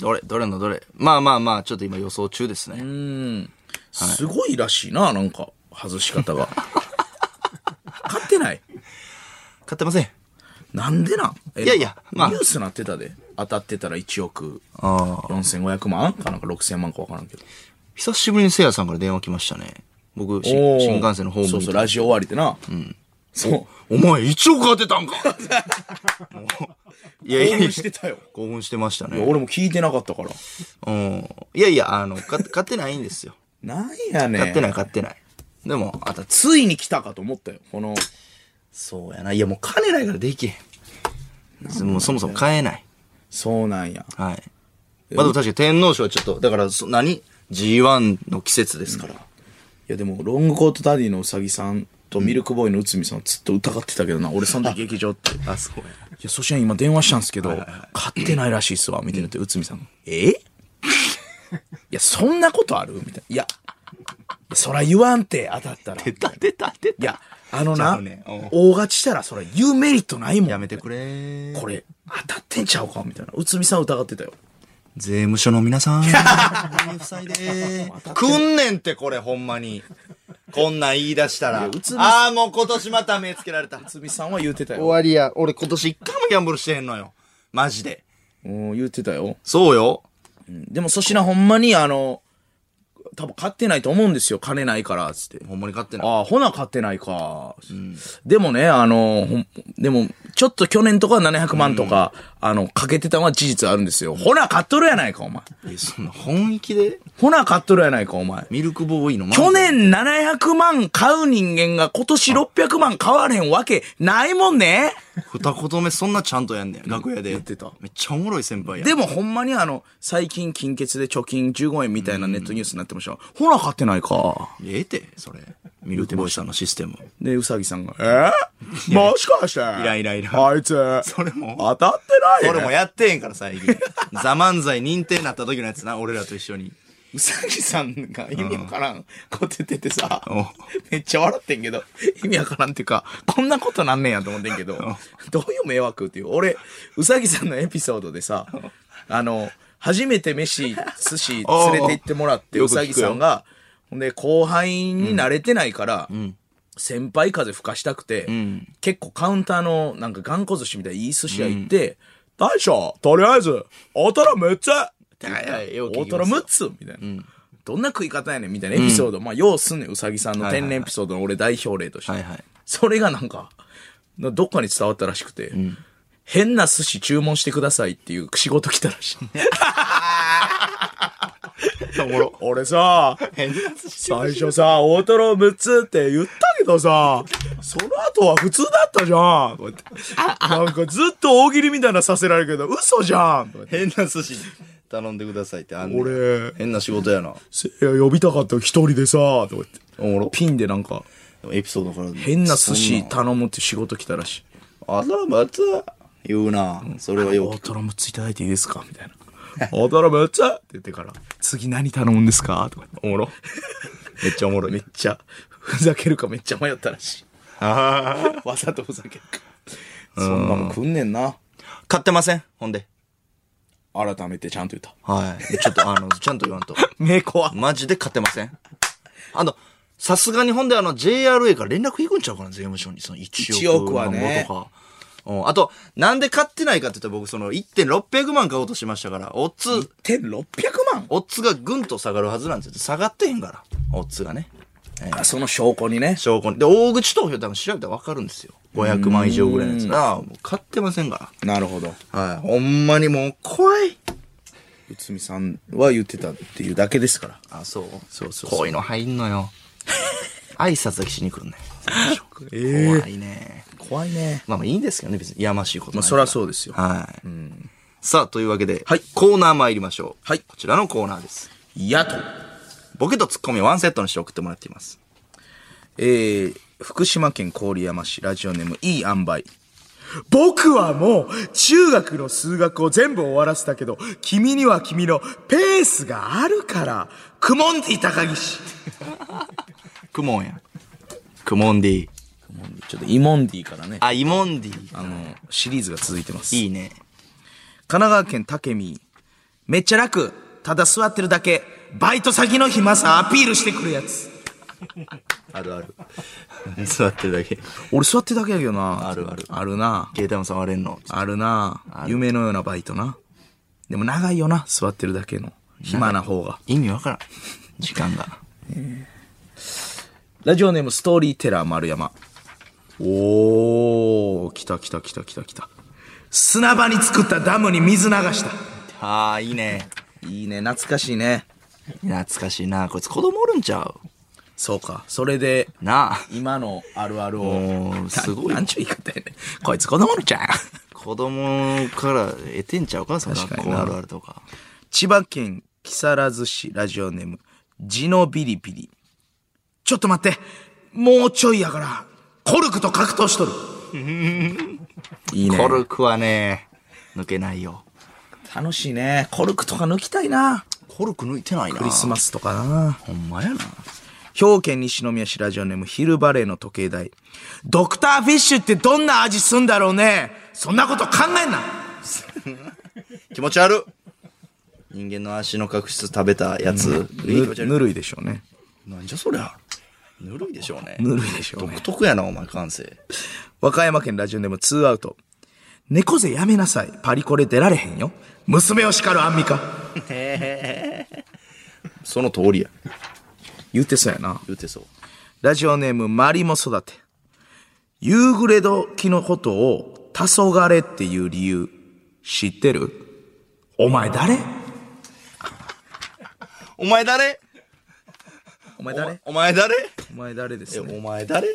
Speaker 1: どれ、どれのどれ。まあまあまあ、ちょっと今予想中ですね。
Speaker 2: すごいらしいな、なんか、外し 方が。勝ってない
Speaker 1: 買ってません。
Speaker 2: なんでなんえ
Speaker 1: いやいやまあ
Speaker 2: ニュースなってたで。当たってたら1億
Speaker 1: ああ。
Speaker 2: 4500万かなんか6000万かわからんけど。
Speaker 1: 久しぶりにせいやさんから電話来ましたね。僕、し
Speaker 2: おー
Speaker 1: 新幹線のホームに。
Speaker 2: そうそう、ラジオ終わりでな。そう。
Speaker 1: お前、一億当てたん かもういやい
Speaker 2: 応
Speaker 1: や
Speaker 2: 援してたよ。
Speaker 1: 興奮してました
Speaker 2: いや
Speaker 1: ね。
Speaker 2: 俺も聞いてなかったから。
Speaker 1: うん。いやいや、あの、か買ってないんです よ。
Speaker 2: なんやねん。
Speaker 1: 買ってない、買ってない。でも、あた、
Speaker 2: ついに来たかと思ったよ。この、
Speaker 1: そうやな。いや、もう金ないからできへん。もうそもそも買えない。
Speaker 2: そうなんや。
Speaker 1: はい。まあでも確かに天皇賞はちょっと、だから、そ何 ?G1 の季節ですから。
Speaker 2: いやでも、ロングコートダディのうさぎさんとミルクボーイの内海さんをずっと疑ってたけどな、俺そん時劇場って。い
Speaker 1: あ、そうや。
Speaker 2: や、そしたら今電話したんですけど、買ってないらしいっすわ、みたいなって内海さんが。えいや、そんなことあるみたいな。いや、そら言わんて、当たったら。い
Speaker 1: 出た出た出た。
Speaker 2: や、あの
Speaker 1: ちゃ
Speaker 2: な、
Speaker 1: うねうん
Speaker 2: 大勝ちしたらそら言うメリットないもん。
Speaker 1: やめてくれ。
Speaker 2: これ、当たってんちゃうかみたいな。内海さん疑ってたよ。
Speaker 1: 税務署の皆さ ん。塞いで。くんねんって、これ、ほんまに。こんなん言い出したら。ああ、もう今年また目つけられた。
Speaker 2: 内海さんは言うてた
Speaker 1: 終
Speaker 2: よ。
Speaker 1: わりや。俺今年一回もギャンブルしてへんのよ。マジで。
Speaker 2: うん、言うてたよ。
Speaker 1: そうよ。
Speaker 2: でも粗品ほんまにあの、多分買ってないと思うんですよ。金ないから、つって。
Speaker 1: ほんまに勝ってない。
Speaker 2: ああ、ほな買ってないか。でもね、あの、ほんでも、ちょっと去年とかは700万とか、あの、かけてたのは事実あるんですよ。ほな買っとるやないか、お前。
Speaker 1: えそんな本気で
Speaker 2: ほな買っとるやないか、お前。
Speaker 1: ミルクボーイの
Speaker 2: 去年700万買う人間が今年600万買われへんわけないもんね。
Speaker 1: 二言目そんなちゃんとやんねん。楽屋で。
Speaker 2: 言ってた
Speaker 1: めっちゃおもろい先輩や。
Speaker 2: でもほんまにあの、最近金欠で貯金15円みたいなネットニュースになってました。ほら買ってないか。
Speaker 1: ええて、それ。ミルクボーイさんのシステム。
Speaker 2: で、うさぎさんが、えー、もしかしてイ
Speaker 1: ライライラ
Speaker 2: あいつ、
Speaker 1: それも
Speaker 2: 当たってない
Speaker 1: 俺もやってへんから最近。 ザ漫才認定になった時のやつな、俺らと一緒に。
Speaker 2: うさぎさんが意味わからん、こてててさ
Speaker 1: うん、
Speaker 2: めっちゃ笑ってんけど、意味わからんっていうか、こんなことなんねんやと思ってんけど、どういう迷惑っていう。俺、うさぎさんのエピソードでさ、あの、初めて飯、寿司連れて行ってもらって、
Speaker 1: おう
Speaker 2: うさぎさんが、ほんで、後輩に慣れてないから、先輩風吹かしたくて、結構カウンターのなんか頑固寿司みたいないい寿司屋行って、大将、とりあえず、大トロ6つ
Speaker 1: はいよう聞きます
Speaker 2: 大トロ6つみたいな。どんな食い方やねんみたいなエピソード、まあ、ようすんねん、うさぎさんの
Speaker 1: はいはいはい
Speaker 2: 天然エピソードの俺代表例として。
Speaker 1: はいはい
Speaker 2: それがなんか、などっかに伝わったらしくて、変な寿司注文してくださいっていう仕事来たら しい。俺さ、最初さ、大トロ6つって言ったけどさ、その後は普通だった じゃん。とか言ってなんかずっと大喜利みたいなのさせられるけど、嘘じゃん。とか言って
Speaker 1: 変な寿司頼んでくださいってあんねん
Speaker 2: 俺
Speaker 1: 変な仕事やな。
Speaker 2: せいや呼びたかったよ一人でさ、とか言って。
Speaker 1: おもろ。
Speaker 2: ピンでなんか、
Speaker 1: エピソードから。
Speaker 2: 変な寿司
Speaker 1: そんな
Speaker 2: 頼むって仕事来たらしい。
Speaker 1: あら、また、言うな。それはよ
Speaker 2: 大トロ6ついただいていいですかみたいな。 大トロ6つって言ってから、次何頼むんですかとか言って。おもろ。
Speaker 1: めっちゃおもろ
Speaker 2: め
Speaker 1: い
Speaker 2: っ。ちゃ、ふざけるかめっちゃ迷ったらし
Speaker 1: あ
Speaker 2: い。わざとふざけるか。そんなのくんねんな。
Speaker 1: ー買ってませんほんで。
Speaker 2: 改めてちゃんと言った。
Speaker 1: はい。ちょっと、あの、 ちゃんと言わんと。
Speaker 2: 目怖っ
Speaker 1: マジで買ってませんあの、さすがにほんであの JRA から連絡いくんちゃうかな、税務署に。その1億
Speaker 2: 1億はね
Speaker 1: なんぼとか。うん、あと、なんで買ってないかって言ったら僕その1.600万買おうとしましたから、オッズ、
Speaker 2: 1.600万
Speaker 1: オッズがぐんと下がるはずなんですよ。下がってへんから、オッズがね。
Speaker 2: あその証拠にね。
Speaker 1: 証拠に。で、大口投票多分調べたらわかるんですよ。500万以上ぐらいのやつな。もう買ってませんか
Speaker 2: なるほど。
Speaker 1: ら。はい。ほんまにもう怖い。
Speaker 2: 内海さんは言ってたっていうだけですから。
Speaker 1: あ、そう
Speaker 2: そうそうそう
Speaker 1: こういうの入んの よ。挨拶だけしに来るね。
Speaker 2: え
Speaker 1: 怖いね。
Speaker 2: 怖いね。
Speaker 1: まあまあいいんですけどね、別に。やましいこと
Speaker 2: ま
Speaker 1: ない
Speaker 2: あ、
Speaker 1: から
Speaker 2: そりゃそうですよ。
Speaker 1: はい。さあ、というわけで、
Speaker 2: はい
Speaker 1: コーナー参りましょう。
Speaker 2: はい
Speaker 1: こちらのコーナーです。
Speaker 2: やと。
Speaker 1: ボケとツッコミをワンセットにして送ってもらっています。
Speaker 2: えー、福島県郡山市ラジオネームいい塩梅僕はもう中学の数学を全部終わらせたけど、君には君のペースがあるから、クモンディ高岸。
Speaker 1: クモンや。クモンディ。
Speaker 2: ちょっとイモンディからね、
Speaker 1: あ、イモンディ。
Speaker 2: あの、シリーズが続いてます。
Speaker 1: いいね。
Speaker 2: 神奈川県武見。めっちゃ楽。ただ座ってるだけ。バイト先の暇さアピールしてくるやつ。
Speaker 1: あるあ る。座ってるだけ。
Speaker 2: 俺座ってるだけやけどな。
Speaker 1: あるある
Speaker 2: あるな。
Speaker 1: 携帯も触れんの。
Speaker 2: あるな。夢のようなバイトな。でも長いよな。座ってるだけの。暇な方が。
Speaker 1: 意味わからん。時間 が。
Speaker 2: ラジオネームストーリーテラー丸山。おー、来た来た来た来た来た。砂場に作ったダムに水流した。
Speaker 1: ああ、いいね。
Speaker 2: いいね、懐かしいね。
Speaker 1: 懐かしいな。こいつ子供おるんちゃう
Speaker 2: そうか。それで、
Speaker 1: なあ。
Speaker 2: 今のあるある
Speaker 1: お
Speaker 2: を
Speaker 1: ー、す ごい
Speaker 2: なんちゅう言い方やねんこいつ子供のちゃん。
Speaker 1: 子供から得てんちゃうかその
Speaker 2: 確か
Speaker 1: 学
Speaker 2: に
Speaker 1: 校
Speaker 2: な
Speaker 1: あるあるとか。
Speaker 2: 千葉県木更津市ラジオネーム、ジノビリビリ。ちょっと待ってもうちょいやから、コルクと格闘 しとる。いいね
Speaker 1: コ。ルクはね、抜けないよ。
Speaker 2: 楽しいね。コルクとか抜きたいな。
Speaker 1: コルク抜いてないな。
Speaker 2: クリス
Speaker 1: マ
Speaker 2: マスとかな。
Speaker 1: ス。ほんまやな。
Speaker 2: 兵庫県西宮市ラジオネームヒルバレーの時計台。ドクターフィッシュってどんな味すんだろうねそんなこと考えんな
Speaker 1: 気持ち悪っ人間の足の角質食べたやつ。いい気持
Speaker 2: ぬ
Speaker 1: ち悪い
Speaker 2: ぬるいでしょうね。
Speaker 1: なんじゃそりゃ。ぬるいでしょうね。
Speaker 2: ぬるいでしょうね
Speaker 1: 独特やな、お前、感性。
Speaker 2: 和歌山県ラジオネーム2アウト。猫背やめなさい。パリコレ出られへんよ。娘を叱るアンミカ。
Speaker 1: その通りや。
Speaker 2: 言ってそうやな。
Speaker 1: 言うてそう。
Speaker 2: ラジオネームマリも育て。夕暮れ時のことを黄昏っていう理由知ってるお前誰
Speaker 1: お前誰
Speaker 2: お前誰
Speaker 1: お前誰
Speaker 2: お前誰で
Speaker 1: え、
Speaker 2: すね。
Speaker 1: お前誰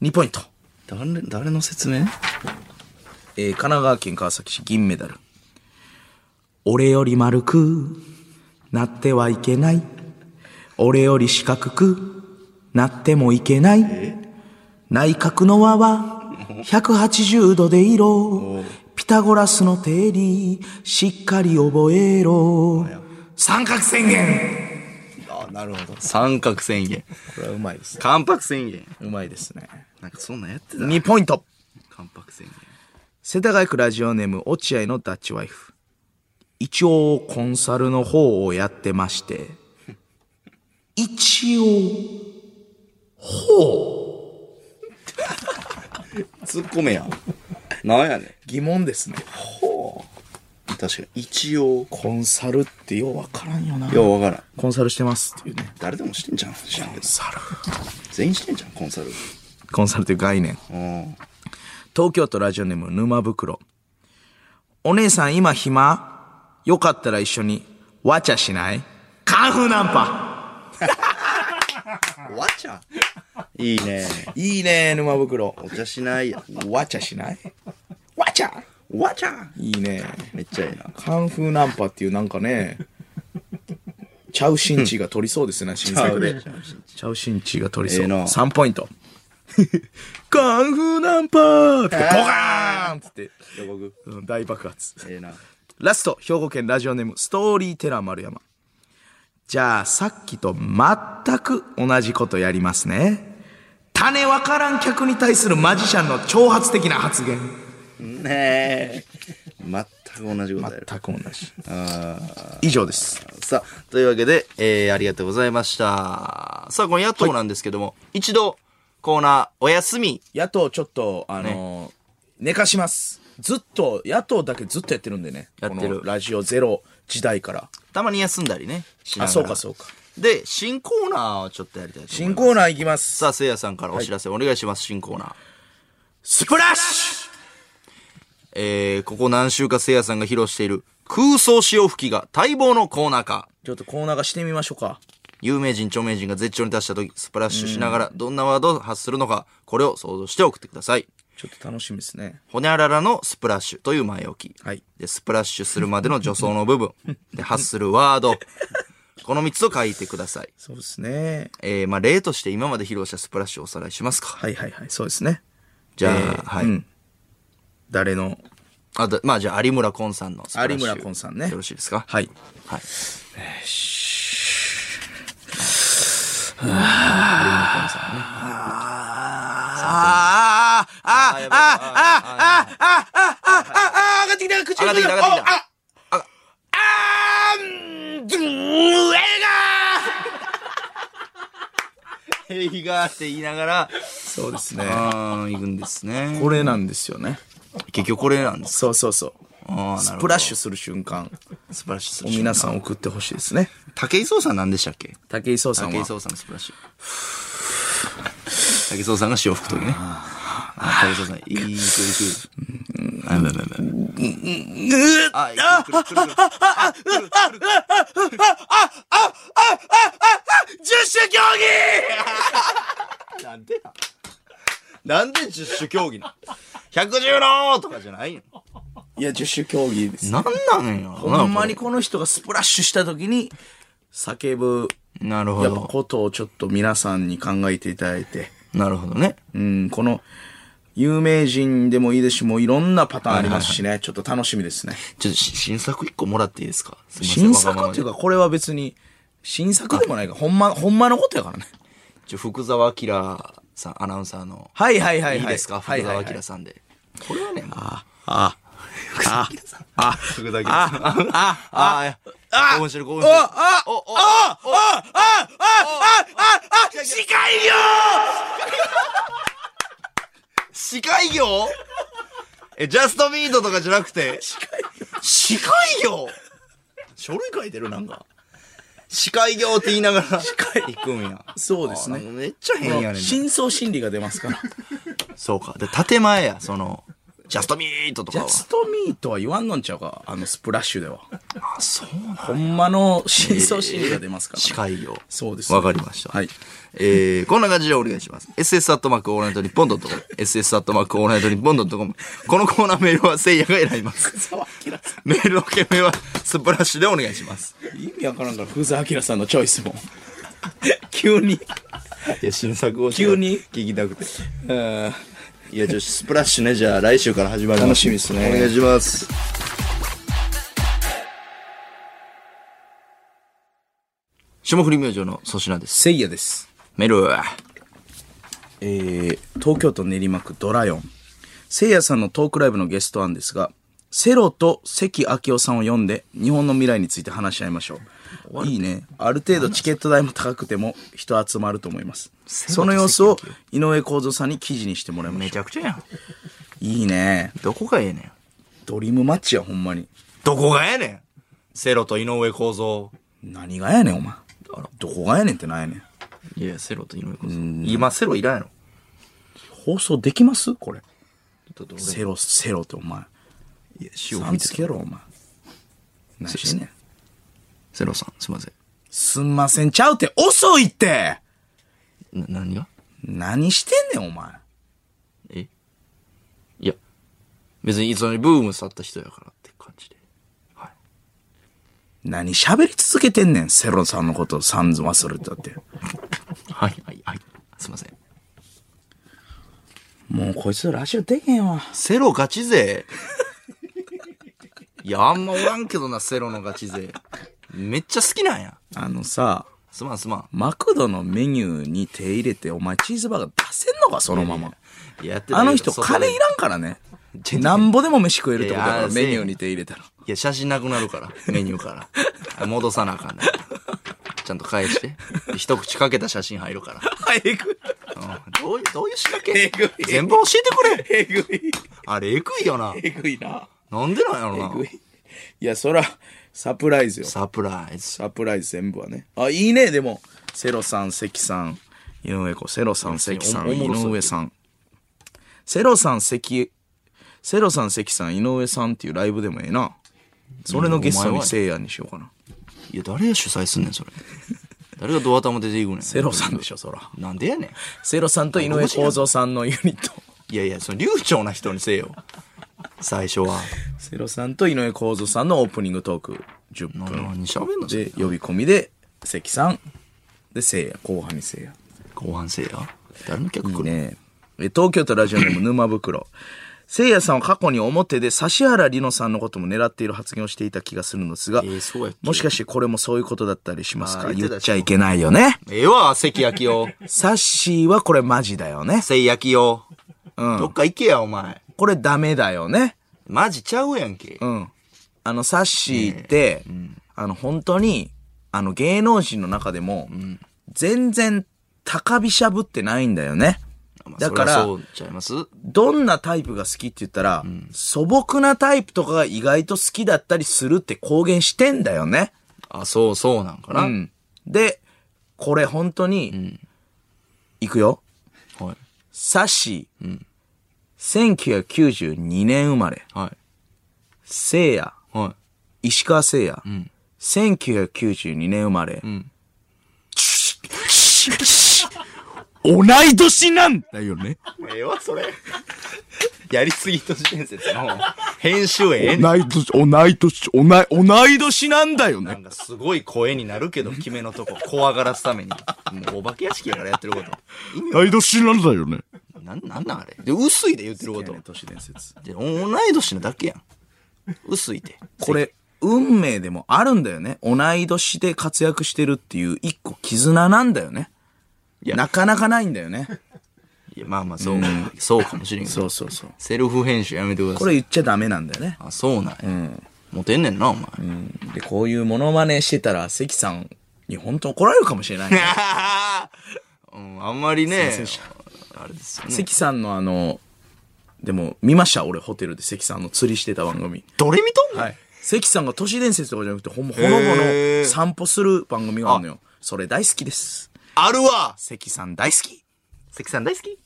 Speaker 2: 2ポイント。
Speaker 1: 誰、誰の説明
Speaker 2: えー神奈川県川崎市銀メダル。俺より丸くなってはいけない。俺より四角くなってもいけない。内角の和は180度で色。ピタゴラスの定理、しっかり覚えろ。三角宣言
Speaker 1: あ、なるほど。三角宣言。
Speaker 2: これはうまいです。
Speaker 1: 関白宣言。
Speaker 2: うまいですね。
Speaker 1: なんかそんなんやってた。
Speaker 2: 2ポイント。
Speaker 1: 関白宣言。
Speaker 2: 世田谷区ラジオネーム落合のダッチワイフ一応コンサルの方をやってまして一応
Speaker 1: 突っ込めや。なんやねん。
Speaker 2: 疑問ですね
Speaker 1: 確かに。一応。
Speaker 2: コンサルってようわからんよな
Speaker 1: ようわからん。
Speaker 2: コンサルしてますっていうね
Speaker 1: 誰でもしてんじゃん。知らんけど
Speaker 2: サル
Speaker 1: 全員してんじゃん、コンサル。
Speaker 2: コンサルという概念
Speaker 1: うん。
Speaker 2: 東京都ラジオネーム沼袋お姉さん今暇よかったら一緒にわちゃしないカンフーナンパ
Speaker 1: わちゃいいね。
Speaker 2: いいね沼袋
Speaker 1: お茶しないや。
Speaker 2: わちゃしないわちゃ
Speaker 1: わちゃ
Speaker 2: いいね
Speaker 1: めっちゃいいな。
Speaker 2: カンフーナンパっていうなんか ね、チャウシンチが取りそうですね、新作で。チャウシンチが取りそう。
Speaker 1: ええな
Speaker 2: 3ポイント。 カンフーナンパーって、ボカーンって
Speaker 1: 予告。
Speaker 2: 言って、うん大爆発。
Speaker 1: ええな。
Speaker 2: ラスト、兵庫県ラジオネーム、ストーリーテラー丸山。じゃあ、さっきと全く同じことやりますね。種わからん客に対するマジシャンの挑発的な発言。
Speaker 1: ねえ。全く同じことやる。
Speaker 2: 全く同じ。以上です。
Speaker 1: さあ、というわけで、えー、ありがとうございました。さあ、この野党なんですけども、一度、コーナー、お休み。
Speaker 2: 野党ちょっと、あのー寝かします。ずっと、野党だけずっとやってるんでね。
Speaker 1: やってる
Speaker 2: このラジオゼロ時代から。
Speaker 1: たまに休んだりね。しながら
Speaker 2: あ、そうかそうか。
Speaker 1: で、新コーナーをちょっとやりたいと思います。
Speaker 2: 新コーナーいきます。
Speaker 1: さあ、せいやさんからお知らせお願いします、新コーナー。
Speaker 2: スプラッシ
Speaker 1: えー、ここ何週かせいやさんが披露している空想潮吹きが待望のコーナー化。
Speaker 2: ュちょっとコーナーがしてみましょうか。
Speaker 1: 有名人、著名人が絶頂に達した時、スプラッシュしながらどんなワードを発するのか、これを想像して送ってください。
Speaker 2: ちょっと楽しみですね。
Speaker 1: ほにゃららのスプラッシュという前置き。
Speaker 2: はい
Speaker 1: で、スプラッシュするまでの助走の部分。で、発するワード。この3つを書いてください。
Speaker 2: そうですね。
Speaker 1: えー、まあ例として今まで披露したスプラッシュをおさらいしますか。
Speaker 2: はいはいはい、そうですね。
Speaker 1: じゃあ、
Speaker 2: えー
Speaker 1: はい。
Speaker 2: うん誰の
Speaker 1: あと、まあじゃあ、有村昆さんのスプラッシュ。
Speaker 2: 有村昆さんね
Speaker 1: よろしいですか
Speaker 2: はい。
Speaker 1: はい。
Speaker 2: ああああああああああああ上がってきた口
Speaker 1: 上がってきた上がってきた
Speaker 2: ああーんずー映画
Speaker 1: 映画って言いながら、
Speaker 2: そうですね。
Speaker 1: あー、行くんですね。
Speaker 2: これなんですよね。
Speaker 1: 結局これなんです。
Speaker 2: そうそうそう。
Speaker 1: あー、
Speaker 2: ス
Speaker 1: なるほ
Speaker 2: プ
Speaker 1: ど。
Speaker 2: ラッシュする瞬間、
Speaker 1: スプラッシュする瞬間。
Speaker 2: 皆さん送ってほしいですね。
Speaker 1: 武井壮さん何でしたっけ
Speaker 2: 武井壮さん
Speaker 1: 武井
Speaker 2: は。
Speaker 1: 壮さんのスプラッシュ。武井壮さんが潮吹くときね。あ武井壮さん、いい、くるくる。あ、ないないない。あ、いいくるくるくるくる。
Speaker 2: 十種競技
Speaker 1: なんでなんなんで十種競技なの ?110 のーとかじゃないの
Speaker 2: いや、十種競技です。
Speaker 1: なんなんやろな
Speaker 2: ほんまにこの人がスプラッシュした時に叫ぶ
Speaker 1: なるほ
Speaker 2: やっぱ
Speaker 1: ど。
Speaker 2: ことをちょっと皆さんに考えていただいて
Speaker 1: なるほどね。
Speaker 2: うん、この、有名人でもいいですし、もういろんなパターンありますしね、ちょっと楽しみですね。
Speaker 1: ちょっとし新作一個もらっていいですかすいません
Speaker 2: 新
Speaker 1: わがま
Speaker 2: 作
Speaker 1: ま
Speaker 2: っ
Speaker 1: で
Speaker 2: ていうか、これは別に、新作でもないから、ほんま、ほんまのことやからね。
Speaker 1: ちょ福沢明さん、アナウンサーの。
Speaker 2: はいはいはいはい。
Speaker 1: いいですか
Speaker 2: は
Speaker 1: 福
Speaker 2: いはいは
Speaker 1: 沢
Speaker 2: い
Speaker 1: 明さんで。これはね、まあ、
Speaker 2: あ
Speaker 1: 福沢明さん。
Speaker 2: あ
Speaker 1: 福沢明さん。
Speaker 2: あ、あ、
Speaker 1: ああ、面白い、面白
Speaker 2: あ、
Speaker 1: い。
Speaker 2: あ、
Speaker 1: お、お、
Speaker 2: 司会業
Speaker 1: 司会業え、ジャストミートとかじゃなくて、司会業書類書いてるなんか。司会業って言いながら、司会行くんや。
Speaker 2: そうですね
Speaker 1: あなんかめっちゃ変やねん。
Speaker 2: 真相心理が出ま すから。
Speaker 1: そうか。で、建前や、その、ジャストミートと
Speaker 2: ジ
Speaker 1: かは
Speaker 2: ャ。ストミートは言わんのんちゃうかあの、スプラッシュでは。
Speaker 1: あ、そうなん
Speaker 2: ほんまの真相心理が出ますから。
Speaker 1: 司会業。
Speaker 2: そうです
Speaker 1: わかりました。
Speaker 2: はい。
Speaker 1: えー、こんな感じでお願いします。ss アットマークオールナイトニッポンドットコム。ss アットマークオールナイトニッポンドットコム。このコーナーメールはせいやが選び ます。
Speaker 2: 沢明さ
Speaker 1: メールの件名はスプラッシュでお願いします。
Speaker 2: ん意味わからんから、風沢明さんのチョイス も。急に。
Speaker 1: いや、新作を
Speaker 2: 急に
Speaker 1: 聞きたくて。
Speaker 2: うん
Speaker 1: いや、ちょ、スプラッシュね、じゃあ来週から始まります。
Speaker 2: 楽しみですね
Speaker 1: お願いします。霜降り明星の粗品です。
Speaker 2: せいやです。
Speaker 1: メール。
Speaker 2: えー東京都練馬区ドラヨン。せいやさんのトークライブのゲスト案ですが、セロと関明夫さんを読んで、日本の未来について話し合いましょう。いいね。ある程度チケット代も高くても人集まると思います。その様子を井上公造さんに記事にしてもらいま
Speaker 1: め
Speaker 2: し
Speaker 1: ち
Speaker 2: ょ
Speaker 1: ゃくちゃやん。
Speaker 2: う。いいね。
Speaker 1: どこがええねん。
Speaker 2: ドリームマッチや、ほんまに。
Speaker 1: どこがええねん。セロと井上構造。
Speaker 2: 何がやねん、お前。どこがやねんってなんやねん。
Speaker 1: いや、セロと井上構造。今、セロいらんやろ。
Speaker 2: 放送できますこれ。
Speaker 1: ちょっと俺
Speaker 2: セロ、セロってお前。
Speaker 1: いや、塩
Speaker 2: さ
Speaker 1: 吹
Speaker 2: ん
Speaker 1: いて
Speaker 2: つ
Speaker 1: き
Speaker 2: けろ、お前。何してんねん。
Speaker 1: セロさん、すいません。
Speaker 2: すんません、ちゃうって、遅いって
Speaker 1: な、何が
Speaker 2: 何してんねん、お前。
Speaker 1: えいや、別にいつのにブーム去った人やからって感じで。はい。
Speaker 2: 何喋り続けてんねん、セロさんのことをさんず忘れてたって。
Speaker 1: はい、はい、はい。すいません。
Speaker 2: もうこいつらラジオでけへんわ。
Speaker 1: セロガチ勢 いや、あんまおらんけどな、セロのガチ勢。めっちゃ好きなんや。
Speaker 2: あのさ、
Speaker 1: すまんすま
Speaker 2: マクドのメニューに手入れて、お前チーズバーガー出せんのか、そのまま。
Speaker 1: ん。いややってた
Speaker 2: あの人、
Speaker 1: 外で
Speaker 2: 金いらんからね
Speaker 1: ちょ。
Speaker 2: なんぼでも飯食えるってことだか
Speaker 1: いや
Speaker 2: ら、メニューに手入れたら。
Speaker 1: いや、写真なくなるから、メニューから。戻さなあかんね。ちゃんと返して。一口かけた写真入るから。
Speaker 2: はい、 えぐ
Speaker 1: うんどういう、どういう仕掛
Speaker 2: え
Speaker 1: け
Speaker 2: ぐい
Speaker 1: 全部教えてくれ
Speaker 2: えぐい。
Speaker 1: あれ、えぐいよな。
Speaker 2: えぐいな。
Speaker 1: なんでなんやろ
Speaker 2: え
Speaker 1: な
Speaker 2: ぐ。い。 いや、そら、サプライズよ。
Speaker 1: サプライズ。
Speaker 2: サプライズ全部はね。あ、いいね、でも。セロさん、関さん、井上子、セロさん、関さん、
Speaker 1: おも
Speaker 2: 井
Speaker 1: ろそう
Speaker 2: 上さん。セロさん、関、セロさん、関さん、井上さんっていうライブでもええな。それのゲスト
Speaker 1: うんお前
Speaker 2: に
Speaker 1: は
Speaker 2: せいやにしようかな。
Speaker 1: いや、誰が主催すんねん、 それ。誰がドア玉出ていくねん。
Speaker 2: セロさんでしょ、そら。
Speaker 1: なんでやねん。
Speaker 2: セロさんと井上公造さんのユニット。
Speaker 1: いやいや、その流暢な人にせえよ。最初は。
Speaker 2: セロさんと井上公造さんのオープニングトーク10
Speaker 1: な
Speaker 2: 分。
Speaker 1: 何喋んの
Speaker 2: で、呼び込みで、関さん。で、せいや、後半にせいや。
Speaker 1: 後半せえや。誰の客来る
Speaker 2: ねええ東京都ラジオネーム 沼袋せいやさんは過去に表で指原莉乃さんのことも狙っている発言をしていた気がするのですが、
Speaker 1: えーそうやっけ
Speaker 2: もしかしてこれもそういうことだったりします
Speaker 1: あ
Speaker 2: か
Speaker 1: ー言っ
Speaker 2: 言
Speaker 1: てた
Speaker 2: っちゃいけないよね
Speaker 1: ええわ、関焼 夫。
Speaker 2: サッシーはこれマジだよね
Speaker 1: せい焼きよ。どっか行けや、お前。
Speaker 2: これダメだよね
Speaker 1: マジちゃうやんけ。
Speaker 2: うんあのサッシーって、あの本当にあの芸能人の中でも、全然高飛車ぶってないんだよね
Speaker 1: まあ
Speaker 2: だから
Speaker 1: そりゃそうちゃいます
Speaker 2: どんなタイプが好きって言ったら、素朴なタイプとかが意外と好きだったりするって公言してんだよね。
Speaker 1: あ、そうそうなんかな。
Speaker 2: うん。で、これ本当に、いくよ。
Speaker 1: はい。
Speaker 2: サッシー、1992年生まれ、
Speaker 1: はい。
Speaker 2: 聖夜、
Speaker 1: は
Speaker 2: 石川聖夜、1992年生まれ、同い年なん
Speaker 1: い。だよね。ええわ、それ。 やりすぎ都市伝説の編集
Speaker 4: 同
Speaker 1: 演
Speaker 4: い年、同い年、同い、同い年なんだよ
Speaker 1: な
Speaker 4: ね。
Speaker 1: んかすごい声になるけど、決めのとこ、怖がらすために。もうお化け屋敷やからやってること。意味
Speaker 4: 同い年なんだよね。
Speaker 1: わなん、なんなんあれ。で、薄いで言ってること。
Speaker 2: 都市伝説。
Speaker 1: で同い年なだけやん。薄いて。
Speaker 2: これ、運命でもあるんだよね。同い年で活躍してるっていう一個絆なんだよね。
Speaker 1: いや
Speaker 2: なかなかないんだよね。
Speaker 1: いや、まあまあ、そう、そうかもしれんけど。
Speaker 2: そうそうそう。
Speaker 1: セルフ編集やめてくだ
Speaker 2: こ
Speaker 1: さい。
Speaker 2: れ言っちゃダメなんだよね。
Speaker 1: あ、そうなんや。モテんねんな、お前。
Speaker 2: で、こういうモノマネしてたら、関さんに本当怒られるかもしれないね。
Speaker 1: うん、あんまりね、あれですよね。
Speaker 2: 関さんのあの、でも見ました俺ホテルで関さんの釣りしてた番組。
Speaker 1: どれ見とんの、
Speaker 2: はい。関さんが都市伝説とかじゃなくて、ほんまほのぼ
Speaker 1: へー
Speaker 2: の散歩する番組があるのよ。それ大好きです。
Speaker 1: あるわ
Speaker 2: 関さん大好き。
Speaker 1: 関さん大好き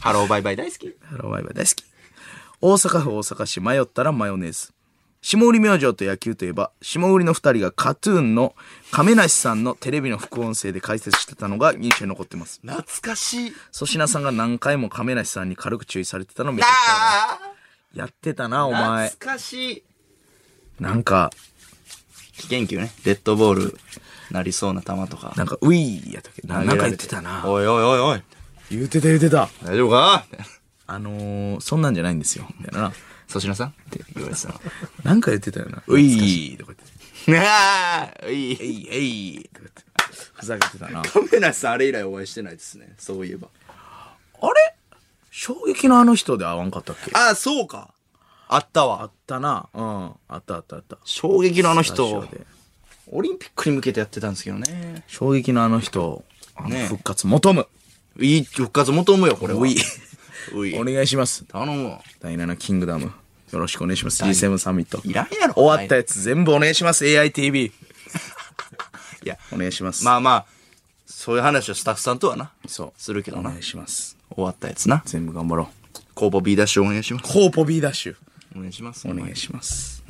Speaker 1: ハローバイバイ大好き
Speaker 2: ハローバイバイ大好き。大阪府大阪市迷ったらマヨネーズ。下売り明星と野球といえば、下売りの二人がカトゥーンの亀梨さんのテレビの副音声で解説してたのが印象に残ってます。
Speaker 1: 懐かしい。
Speaker 2: 粗品さんが何回も亀梨さんに軽く注意されてたのめちゃくちゃ
Speaker 1: あ
Speaker 2: やってたな、お
Speaker 1: あ
Speaker 2: 前。
Speaker 1: 懐かしい。
Speaker 2: なんか、
Speaker 1: 危険球ね。デッドボールなりそうな球とか。
Speaker 2: なんか、ウィーやったっけななんか言ってたな。
Speaker 1: おいおいおいおい。
Speaker 2: 言ってた言ってた。
Speaker 1: 大丈夫かみたいな
Speaker 2: あのー、そんなんじゃないんですよ。みたいな。
Speaker 1: 粗品さんって言われてたの。
Speaker 2: なんか言ってたよな。ウィーとか言って。
Speaker 1: なあ い
Speaker 2: え
Speaker 1: い。
Speaker 2: いえいとか言って。ふざけてたな。
Speaker 1: 亀梨さんあれ以来お会いしてないですね。そういえば。
Speaker 2: あれ衝撃のあの人で会わんかったっけあ
Speaker 1: ああ、そうか。あったわ
Speaker 2: っ。たな。うん。あったあったあった。
Speaker 1: 衝撃のあの
Speaker 2: スタジオ
Speaker 1: 人、
Speaker 2: で
Speaker 1: オリンピックに向けてやってたんですけどね。
Speaker 2: 衝撃のあの人、あの
Speaker 1: ねえ
Speaker 2: 復活求む。
Speaker 1: いい復活求むよ、これは。
Speaker 2: うい。
Speaker 1: うい
Speaker 2: お。願いします。
Speaker 1: 頼むわ。
Speaker 2: 第7キングダム。よろしくお願いします。G7 サミット。
Speaker 1: いらんやろ
Speaker 2: 終わったやつ全部お願いします。AITV。
Speaker 1: いや、
Speaker 2: お願いします。
Speaker 1: まあまあ、そういう話をスタッフさんとはな。
Speaker 2: そう。
Speaker 1: するけど
Speaker 2: お
Speaker 1: な
Speaker 2: 願い。します。
Speaker 1: 終わったやつな。
Speaker 2: 全部頑張ろう。
Speaker 1: 工房 B ダッシュお願いします。
Speaker 2: コーポ B ダッシュ。
Speaker 1: お願いします。
Speaker 2: お願いします。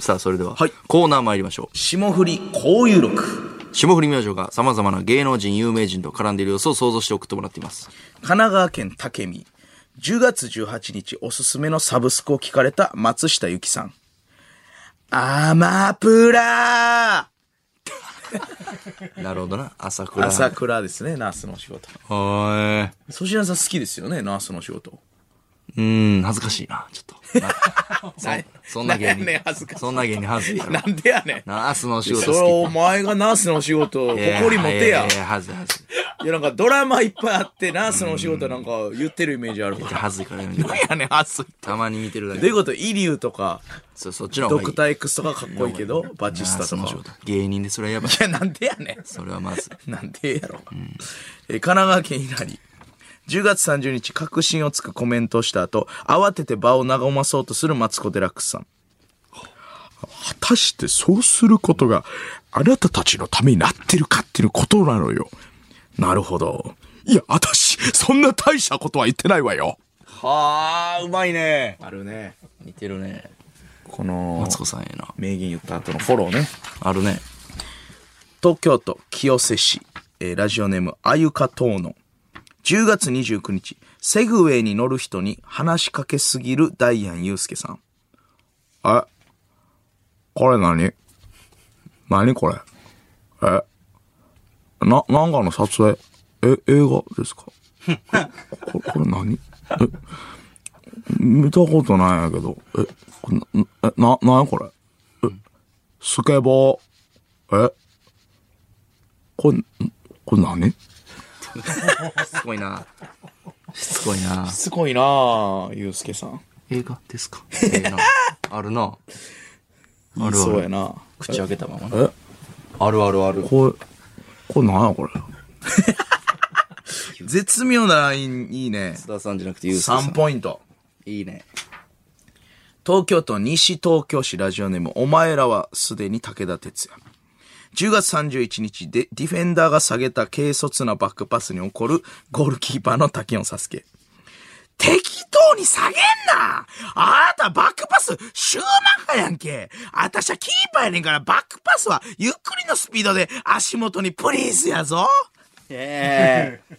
Speaker 1: さあ、それでは、
Speaker 2: はい
Speaker 1: コーナー参りましょう。
Speaker 2: 霜降り交友録。
Speaker 1: 霜降り明星が様々な芸能人、有名人と絡んでいる様子を想像して送ってもらっています。
Speaker 2: 神奈川県武見。10月18日おすすめのサブスクを聞かれた松下由紀さん。アマプラ
Speaker 1: なるほどな。朝倉。
Speaker 2: 朝倉ですね、ナースのお仕事。
Speaker 1: は
Speaker 2: 粗品さん好きですよね、ナースのお仕事。
Speaker 1: い。うん、恥ずかしいな、ちょっと。なそそんな芸人。
Speaker 2: なんやねん恥ずかしい
Speaker 1: そんな芸人恥ずいやろ。
Speaker 2: なんでやねん。
Speaker 1: ナースのお仕
Speaker 2: そ
Speaker 1: 事
Speaker 2: れ
Speaker 1: 好
Speaker 2: お
Speaker 1: き。
Speaker 2: 前がナースのお仕事、誇り持てや
Speaker 1: い。いいや、恥ずい恥ずい。
Speaker 2: いや、なんかドラマいっぱいあって、ナースのお仕事なんか言ってるイメージあるわ。
Speaker 1: 恥ずいからやめてくれ
Speaker 2: やねん、ナース。
Speaker 1: たまに見てるだ
Speaker 2: ど
Speaker 1: け
Speaker 2: ういうことイリュウとか、
Speaker 1: そそっちの方
Speaker 2: ド
Speaker 1: がいい。
Speaker 2: クター X とかかっこいいけど、バチスタ
Speaker 1: ナース
Speaker 2: と
Speaker 1: の
Speaker 2: か
Speaker 1: 仕。事芸人でそれはやばい。
Speaker 2: いや、なんでやねん。
Speaker 1: それはまずい。
Speaker 2: なんでやろ。えー神奈川県稲荷。10月30日、確信をつくコメントをした後、慌てて場を和まそうとするマツコ・デラックスさん。
Speaker 4: 果たしてそうすることがあなたたちのためになってるかっていうことなのよ。
Speaker 2: なるほど。
Speaker 4: いや、私、そんな大したことは言ってないわよ。
Speaker 1: はあ、うまいね。
Speaker 2: あるね。
Speaker 1: 似てるね。
Speaker 2: この
Speaker 1: マ、ツコさんええな。
Speaker 2: 名言言った後のフォローね。
Speaker 1: あるね。
Speaker 2: 東京都清瀬市、えーラジオネームあゆかとうの10月29日セグウェイに乗る人に話しかけすぎるダイアンユースケさん
Speaker 4: えこれ何何これえな、なんかの撮影え、映画ですかえこれ、これ何え見たことないんやけど。え、これな、え、な、何これえ、スケボー。えこれ、んこれ何
Speaker 1: しつこいな。しつこいな。
Speaker 2: すごいなあユースケさん
Speaker 1: 映画ですかええな。あるな。ある
Speaker 2: そう
Speaker 1: あ
Speaker 2: や
Speaker 1: る。
Speaker 2: な
Speaker 1: 口開けたまま
Speaker 4: え
Speaker 1: な。あるあるある。
Speaker 4: これ、これ何やこれ
Speaker 2: 絶妙なラインいいね
Speaker 1: 須田さんじゃなくてユースケさん
Speaker 2: 3。ポイント
Speaker 1: いいね。
Speaker 2: 東京都西東京市ラジオネーム、お前らはすでに武田鉄矢。10月31日で、ディフェンダーが下げた軽率なバックパスに起こるゴールキーパーの滝野サスケ。適当に下げんなあなたバックパス、シューマッハやんけあたしはキーパーやねんからバックパスはゆっくりのスピードで足元にプリーズやぞ
Speaker 1: ええ。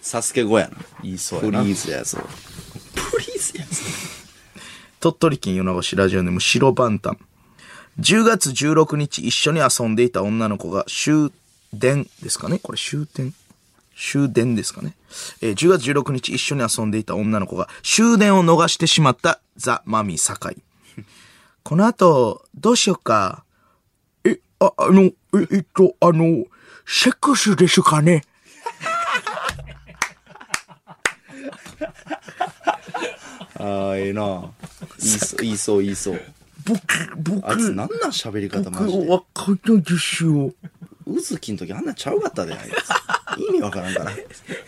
Speaker 1: サスケ語やな。
Speaker 2: いいそ
Speaker 1: フリーズやぞ。
Speaker 2: プリーズや鳥取県米子市ラジオネーム白バンタン。10月16日一緒に遊んでいた女の子が終電ですかねこれ終点終電ですかね、えー ?10 月16日一緒に遊んでいた女の子が終電を逃してしまったザ・マミー酒井。 この後、どうしようか。
Speaker 4: え、あ、あの、え、えっと、あの、セックスですかね
Speaker 1: ああ、ええな。言いそう、言いそう、言いそう。
Speaker 4: 僕、僕、
Speaker 1: あいつなんなん喋り方マジで。
Speaker 4: わかんないですよ。
Speaker 1: うずきの時あんなちゃうかったで、あいつ。意味わからんから。い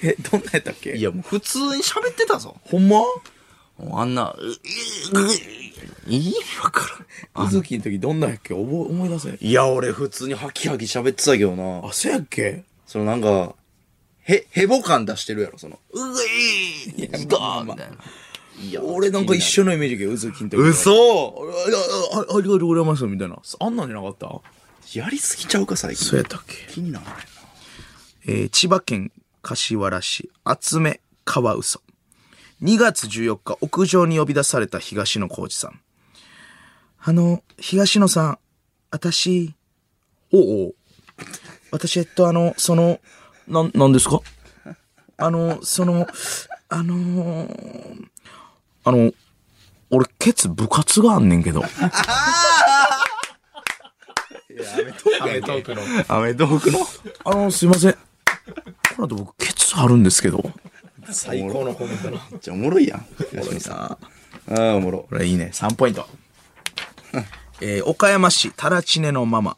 Speaker 2: え、どんなやったっけ
Speaker 1: や、もう普通に喋ってたぞ。
Speaker 2: ほんま
Speaker 1: もうあんな、ううう意味わから
Speaker 2: あずきの時どんなやっけ覚え思い出せ。
Speaker 1: ん。いや、俺普通にハキハキ喋ってたけどな。
Speaker 2: あ、そやっけ
Speaker 1: そのなんか、へ、へぼ感出してるやろ、その。うえい
Speaker 2: やまあまあ
Speaker 1: いや、
Speaker 2: 俺なんか一緒のイメージやけど、うずきの時。
Speaker 1: 嘘
Speaker 2: あいやああありがとうございます、みたいな。あんなんじゃなかった
Speaker 1: やりすぎちゃうか、最近。
Speaker 2: そうやったっけ
Speaker 1: 気にならないな。
Speaker 2: えー千葉県柏原市厚め川嘘2月14日屋上に呼び出された東野浩二さんあの東野さん私おうおう私えっとあのその
Speaker 4: な、なんですか
Speaker 2: あのそのあのー
Speaker 4: あの、俺、ケツ部活があんね んけど。
Speaker 1: アメトークの。アメトークの。
Speaker 4: あの、すいません。この後僕、ケツあるんですけど。
Speaker 1: 最高のコメントな。めっちゃおもろいやん。東野さん。ああ、おもろ。
Speaker 2: これいいね。3ポイント。 えー岡山市タラチネのママ。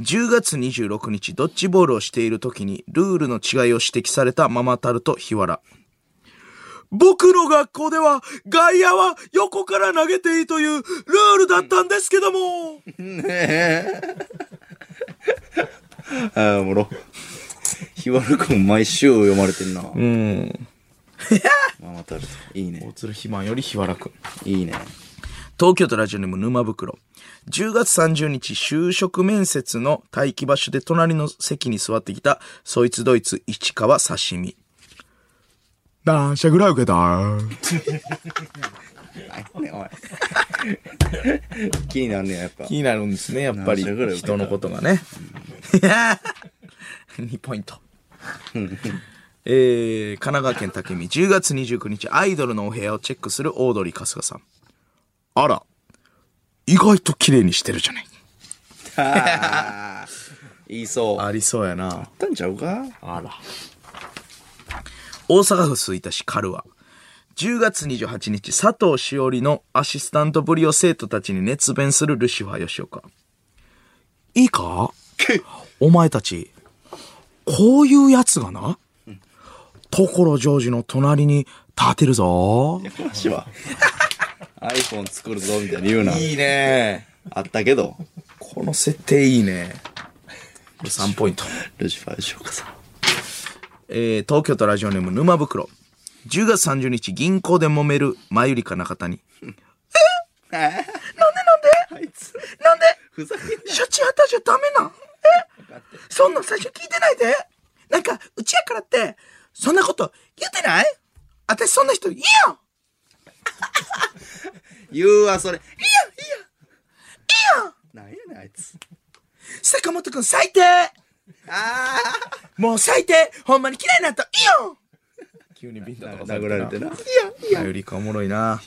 Speaker 2: 10月26日、ドッジボールをしている時に、ルールの違いを指摘されたママタルとヒワラ。僕の学校では、外野は横から投げていいというルールだったんですけど も、
Speaker 1: ああ、おもろ。ひわるくん毎週読まれてんな。うん。ママタルト。いいね。
Speaker 2: 鶴肥満よりヒワラくん。
Speaker 1: いいね。
Speaker 2: 東京都ラジオネーム沼袋。10月30日、就職面接の待機場所で隣の席に座ってきた、そいつドイツ市川刺身。
Speaker 4: 何社ぐらい受けた
Speaker 1: ねおい。気になんねや、やっぱ。
Speaker 2: 気になるんですね、やっぱり。
Speaker 1: 何社ぐらい受けた
Speaker 2: 人のことがね。2 ポイント。えー、神奈川県武見、10月29日、アイドルのお部屋をチェックするオードリー春日さん。
Speaker 4: あら、意外と綺麗にしてるじゃない。
Speaker 1: 言いそう。あ
Speaker 2: ありそうやな
Speaker 1: っ。たんちゃうか
Speaker 2: あら。大阪府吹田市カルワ。10月28日、佐藤しおりのアシスタントぶりを生徒たちに熱弁するルシファー吉岡。
Speaker 4: い いかお前たち、こういうやつがな、所ジョージの隣に立てるぞ。
Speaker 1: マジは。iPhone 作るぞ、みたいに言うな。
Speaker 2: いね
Speaker 1: あったけど。
Speaker 2: この設定いいねこれ3ポイント。
Speaker 1: ルシファー吉岡さん。
Speaker 2: えー東京都ラジオネーム沼袋。10月30日、銀行で揉める、まゆりか中谷。
Speaker 1: あいつ、
Speaker 2: なんで
Speaker 1: ふざけんな。
Speaker 2: シャチハタじゃダメなんえそんなん最初聞いてないでなんか、うちやからって、そんなこと言ってない私そんな人いいやん
Speaker 1: 言うわ、それ。
Speaker 2: いいやん
Speaker 1: なんやねん、あいつ。
Speaker 2: 坂本くん最低
Speaker 1: ああ
Speaker 2: もう最低ほんまに嫌いになったいいやん急にビンタ
Speaker 1: 殴られてな。いや、い
Speaker 2: よりかおもろいな。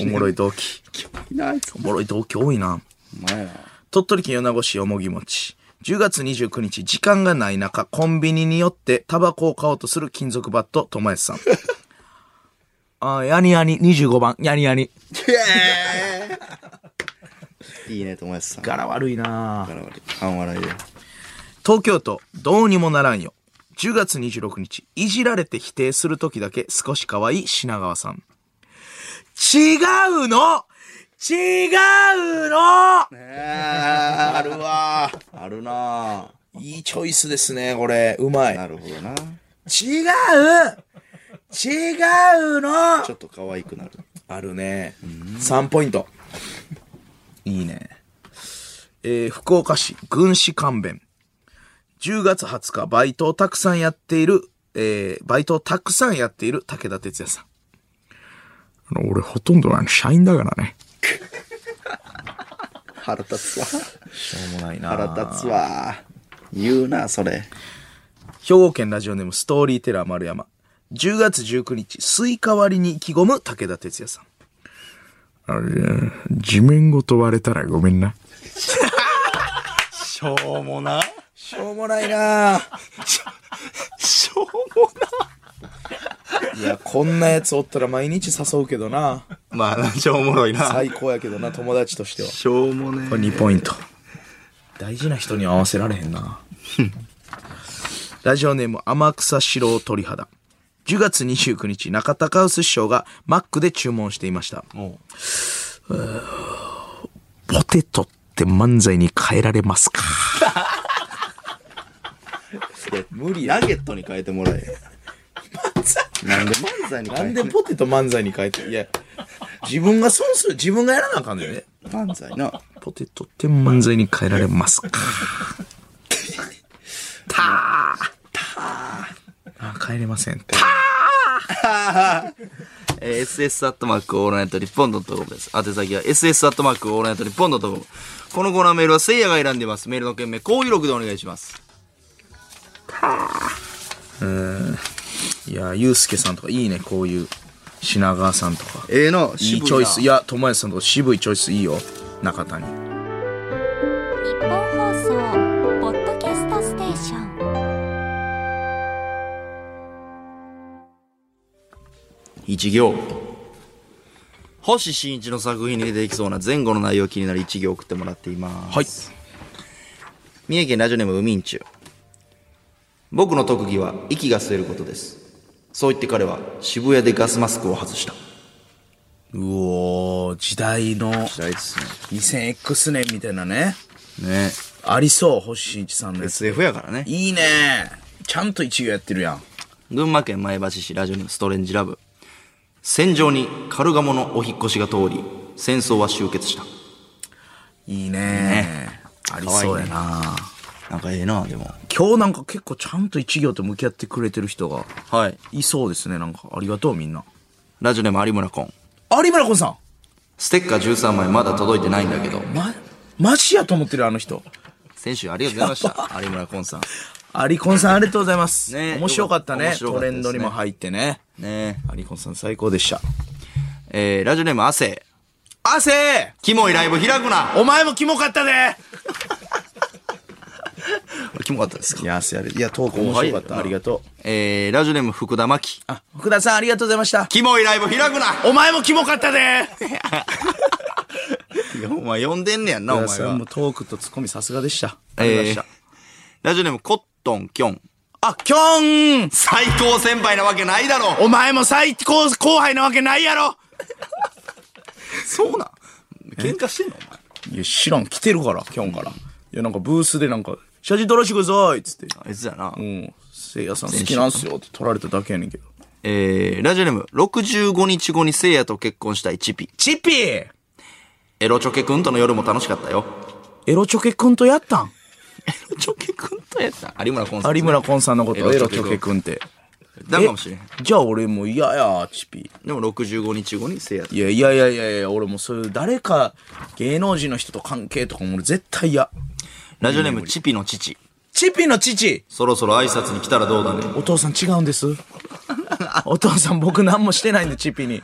Speaker 2: おもろい動機。
Speaker 1: いな、あいつ。
Speaker 2: おもろい動機多いな。
Speaker 1: お前や。
Speaker 2: 鳥取県米子市よもぎ餅。10月29日、時間がない中、コンビニによってタバコを買おうとする金属バット、友安さん。
Speaker 4: あ、やにやに、25番、やにやに。
Speaker 1: いいね、友達さん。
Speaker 2: 柄悪いな
Speaker 1: から割り。半笑いで。
Speaker 2: 東京都、どうにもならんよ。10月26日、いじられて否定するときだけ少し可愛い品川さん。違うの違うの
Speaker 1: ああるわー。あるない
Speaker 2: いチョイスですね、これ。うま。
Speaker 1: ーないるほどな。
Speaker 2: 違う違うの
Speaker 1: ちょっと可愛くなる。
Speaker 2: あるね。3ポイント。いいね。えー福岡市軍師勘弁。10月20日、バイトをたくさんやっている、えーバイトをたくさんやっている武田鉄矢さん。
Speaker 4: あの俺ほとんどあの社員だからね。
Speaker 1: 腹立つわ。
Speaker 2: しょうもないな
Speaker 1: 腹立つわ。言うな、それ。
Speaker 2: 兵庫県ラジオネームストーリーテラー丸山。10月19日、スイカ割りに意気込む武田鉄矢さん。
Speaker 4: あれ地面ごと割れたらごめんな。
Speaker 1: しょうもな。
Speaker 2: しょうもないな
Speaker 1: しょうも
Speaker 2: いや、こんなやつおったら毎日誘うけどな。
Speaker 1: な。まあ、しょうもろいな。
Speaker 2: 最高やけどな、友達としては。
Speaker 1: しょうもね。
Speaker 2: 2ポイント。大事な人に合わせられへんな。ラジオネーム天草四郎鳥肌。10月29日、中田カウス師匠がマックで注文していました。ポテトって漫才に変えられますか
Speaker 1: 無理や。ナゲットに変えてもらえ。なんで漫才に
Speaker 2: な
Speaker 1: 変
Speaker 2: ん
Speaker 1: え
Speaker 2: で
Speaker 1: て
Speaker 2: ポテト漫才に変えていや、自分が損する、自分がやらなあかんのよね。
Speaker 1: 漫才な。
Speaker 2: ポテトって漫才に変えられます かたーあ、帰れませんって。
Speaker 1: えー、ss アットマークオールナイトリッポンドットコムです。宛先は ss アットマークオールナイトリッポンドットコム。このコーナーメールはせいやが選んでいます。メールの件名、高記録でお願いします。
Speaker 2: いや、ゆうすけさんとかいいね、こういう。品川さんとか。
Speaker 1: ええの
Speaker 2: いいチョイス。いや、友達さんとか渋いチョイスいいよ。中谷。
Speaker 3: 日本放送ポッドキャストステーション
Speaker 1: 一行。星新一の作品に出てきそうな前後の内容気になり一行送ってもらっています。
Speaker 2: はい。
Speaker 1: 三重県ラジオネームウミンチュ僕の特技は息が吸えることですそう言って彼は渋谷でガスマスクを外した
Speaker 2: うおー、時代の
Speaker 1: 大です
Speaker 2: 2000X 年みたいなね。
Speaker 1: ねね
Speaker 2: ありそう、星新一さんのやつ。
Speaker 1: SF やからね
Speaker 2: いいねちゃんと一行やってるやん。
Speaker 1: 群馬県前橋市ラジオネームストレンジラブ戦場にカルガモのお引っ越しが通り戦争は終結した
Speaker 2: いいねありそうやな
Speaker 1: なんかええなでも
Speaker 2: 今日なんか結構ちゃんと一行と向き合ってくれてる人が
Speaker 1: はい
Speaker 2: いそうですね。なんかありがとうみんな。
Speaker 1: ラジオネーム有村コン
Speaker 2: 有村コンさ
Speaker 1: ステッカー13枚まだ届いてないんだけど
Speaker 2: んま、マジやと思ってるあの人。
Speaker 1: 先週ありがとうございま した有村コンさん
Speaker 2: 有コンさんありがとうございます。
Speaker 1: ね
Speaker 2: 面白かったね
Speaker 1: 面白か
Speaker 2: ト
Speaker 1: ったです
Speaker 2: レ
Speaker 1: ね
Speaker 2: ンドにも入ってね。
Speaker 1: ね
Speaker 2: 有コンさん最高でした。
Speaker 1: えー、ラジオネーム汗
Speaker 2: 汗
Speaker 1: キモいライブ開くな
Speaker 2: お前もキモかった ね
Speaker 1: キモかったですか
Speaker 2: いや、汗あれ。いや、トーク面
Speaker 1: 面
Speaker 2: 白
Speaker 1: 白
Speaker 2: か
Speaker 1: か
Speaker 2: っ。
Speaker 1: ったた
Speaker 2: ありがとう。
Speaker 1: えー、ラジオネーム福田真希。
Speaker 2: あ、福田さんありがとうございました。
Speaker 1: キモいライブ開くな
Speaker 2: お前もキモかったね
Speaker 1: いや、お前呼んでんねやんな、お
Speaker 2: 福
Speaker 1: 前
Speaker 2: 田さん
Speaker 1: は
Speaker 2: も。トークとツッコミさすがでした。ありがとうござ
Speaker 1: え
Speaker 2: いま
Speaker 1: ー
Speaker 2: した。、
Speaker 1: ラジオネームコットンキョン。
Speaker 2: あ、キョン
Speaker 1: 最高先輩なわけないだろ
Speaker 2: お前も最高後輩なわけないやろ
Speaker 1: そうなん喧嘩してんのお前。
Speaker 2: いや、知らん。来てるから、キョンから。いや、なんかブースでなんか、写真撮らせてくださいっつって。
Speaker 1: あいつだな。
Speaker 2: うん。せいやさん好きなんすよって撮られただけやねんけど。
Speaker 1: えー、ラジオネーム65日後に聖夜と結婚したいチピ。
Speaker 2: チッピー
Speaker 1: エロチョケくんとの夜も楽しかったよ。
Speaker 2: エロチョケくんとやったん
Speaker 1: エロチョケくんとやった有村コン
Speaker 2: 有村コンさんのこと、エ
Speaker 1: エ
Speaker 2: ロ
Speaker 1: ロ
Speaker 2: チ
Speaker 1: チ
Speaker 2: ョ
Speaker 1: ョ
Speaker 2: ケ
Speaker 1: ケ
Speaker 2: く
Speaker 1: く
Speaker 2: んって。
Speaker 1: だんかもしれん。
Speaker 2: えじゃあ俺も嫌や、チッピー。
Speaker 1: でも65日後に聖夜と。
Speaker 2: いやいやいやいやいや、俺もそういう誰か芸能人の人と関係とかも俺絶対嫌。
Speaker 1: ラジオネームチピの父。
Speaker 2: チッピーの父
Speaker 1: そろそろ挨拶に来たらどうだね。
Speaker 2: お父さん違うんです。お父さん僕何もしてないんで、チッピーに。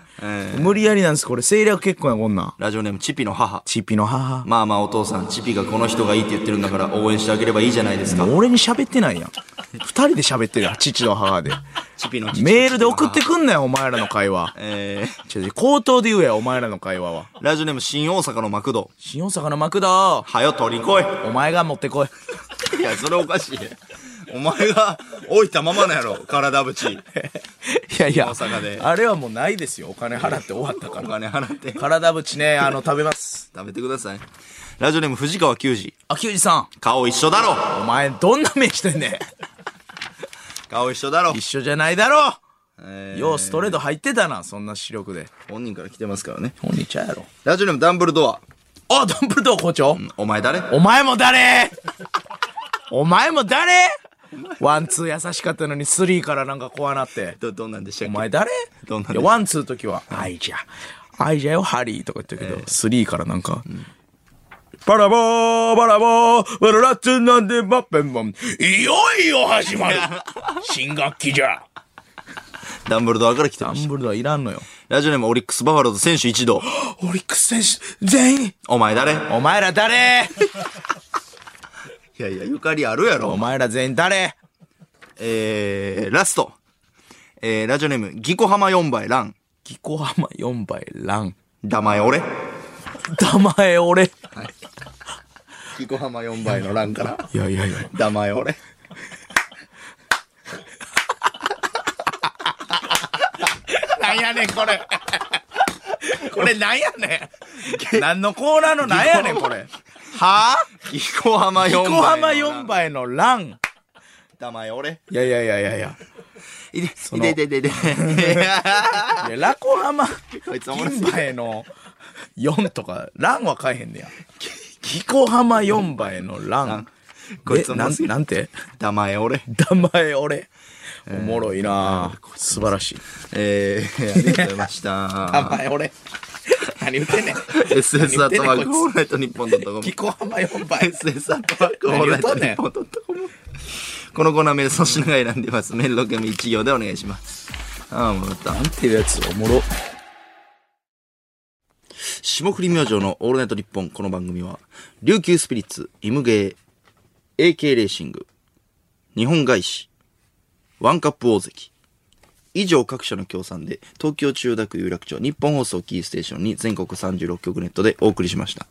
Speaker 2: 無理やりなんです、これ。政略結婚や、こんなん。
Speaker 1: ラジオネームチピの母。
Speaker 2: チッピーの母。
Speaker 1: まあまあお父さん、チピがこの人がいいって言ってるんだから応援してあげればいいじゃないですか。
Speaker 2: 俺に喋ってないやん。二人で喋ってるやん、父と母で。
Speaker 1: チピの父
Speaker 2: メールで送ってくんなよ、お前らの会話。
Speaker 1: え
Speaker 2: ちょちょ口頭で言えや、お前らの会話は。
Speaker 1: ー、ラジオネーム新大阪のマクド。
Speaker 2: 新大阪のマクド
Speaker 1: はよ取り来い。
Speaker 2: お前が持ってこい。
Speaker 1: いや、それおかしい。お前が置いたままなんやろ、体ぶち。
Speaker 2: いやいや
Speaker 1: 大阪で、
Speaker 2: あれはもうないですよ。お金払って終わったか
Speaker 1: お
Speaker 2: ら。
Speaker 1: 金払って。
Speaker 2: 体ぶちね、あの、食べます。
Speaker 1: 食べてください。ラジオネーム藤川球児。
Speaker 2: あ、キュウジさ
Speaker 1: 顔一緒だろ
Speaker 2: ん。お前、どんな目してんね
Speaker 1: 顔一緒だろ
Speaker 2: ん。一緒じゃないだろ
Speaker 1: え
Speaker 2: う。
Speaker 1: ー
Speaker 2: よう、ストレート入ってたな、そんな視力で。
Speaker 1: 本人から来てますからね。
Speaker 2: 本人ちゃうやろ。
Speaker 1: ラジオネームダンブルドア。
Speaker 2: あ、ダンブルドア校長
Speaker 1: お前誰
Speaker 2: お前も誰お前も誰ワン、ツー優しかったのに、スリーからなんか怖なって。
Speaker 1: ど、どんなんでしたっ
Speaker 2: お
Speaker 1: け
Speaker 2: 前誰
Speaker 1: どんなん
Speaker 2: い
Speaker 1: で
Speaker 2: やワン、ツーの時は、アイジャ。アイジャよ、ハリーとか言ってるけど、スリーからなんか、バラボー、バラボー、バララッツなんでバッペンボン。いよいよ始 まる新学期じゃ
Speaker 1: ダンブルドアから来て
Speaker 2: ア
Speaker 1: まし
Speaker 2: ン
Speaker 1: た。
Speaker 2: ブルドはいらんのよ。
Speaker 1: ラジオネームオリックスバファローズ選手一同。
Speaker 2: オリックス選手、全員
Speaker 1: お前誰い
Speaker 2: お前ら誰
Speaker 1: やいや、ゆかりあるや
Speaker 2: お
Speaker 1: ろ。
Speaker 2: 前ら全員誰
Speaker 1: えー、ラスト。えー、ラジオネーム、ギコハマ4倍ラン。
Speaker 2: ギコハマ4倍ラン。
Speaker 1: 黙え俺。
Speaker 2: 黙え俺。
Speaker 1: ギコハマ4倍のランから。
Speaker 2: いやいやいや。
Speaker 1: 黙え俺。
Speaker 2: なんやねん、これ。これなんやねん。何のコーナーのなんやねん、これ。はぁ
Speaker 1: ギコハマ4倍。
Speaker 2: 横浜4。倍のラン。
Speaker 1: 黙え俺。
Speaker 2: いやいやいやいやいや。
Speaker 1: いで、
Speaker 2: の
Speaker 1: いでいでいでいで。
Speaker 2: いや、ラコハマ
Speaker 1: こいつおもろすぎ
Speaker 2: 4倍の4とか、ランは変えへんねや。横浜4倍のラン。
Speaker 1: こいつ
Speaker 2: え
Speaker 1: おも
Speaker 2: な
Speaker 1: ろ
Speaker 2: ん
Speaker 1: すぎ
Speaker 2: なんて
Speaker 1: 黙え俺。
Speaker 2: 名前俺。おもろいなぁ素晴らしい。
Speaker 1: えー、ありがとうございました。
Speaker 2: 名前俺。何言ってんねん。
Speaker 1: SS アットマークオー
Speaker 2: こ
Speaker 1: ルナイトニッポンドットコム。
Speaker 2: 横浜4倍。
Speaker 1: SS アットマークオールナイトニッポンドットコム。このコーナー名、粗品が選んでます。メールロケも一行でお願いします。ああ、戻った。
Speaker 2: なんていうやつおもろ。
Speaker 1: 霜降り明星のオールナイトニッポン。この番組は、琉球スピリッツ、イムゲー、AK レーシング、日本外資、ワンカップ大関。以上各社の協賛で、東京千代田区有楽町、日本放送キーステーションに全国36局ネットでお送りしました。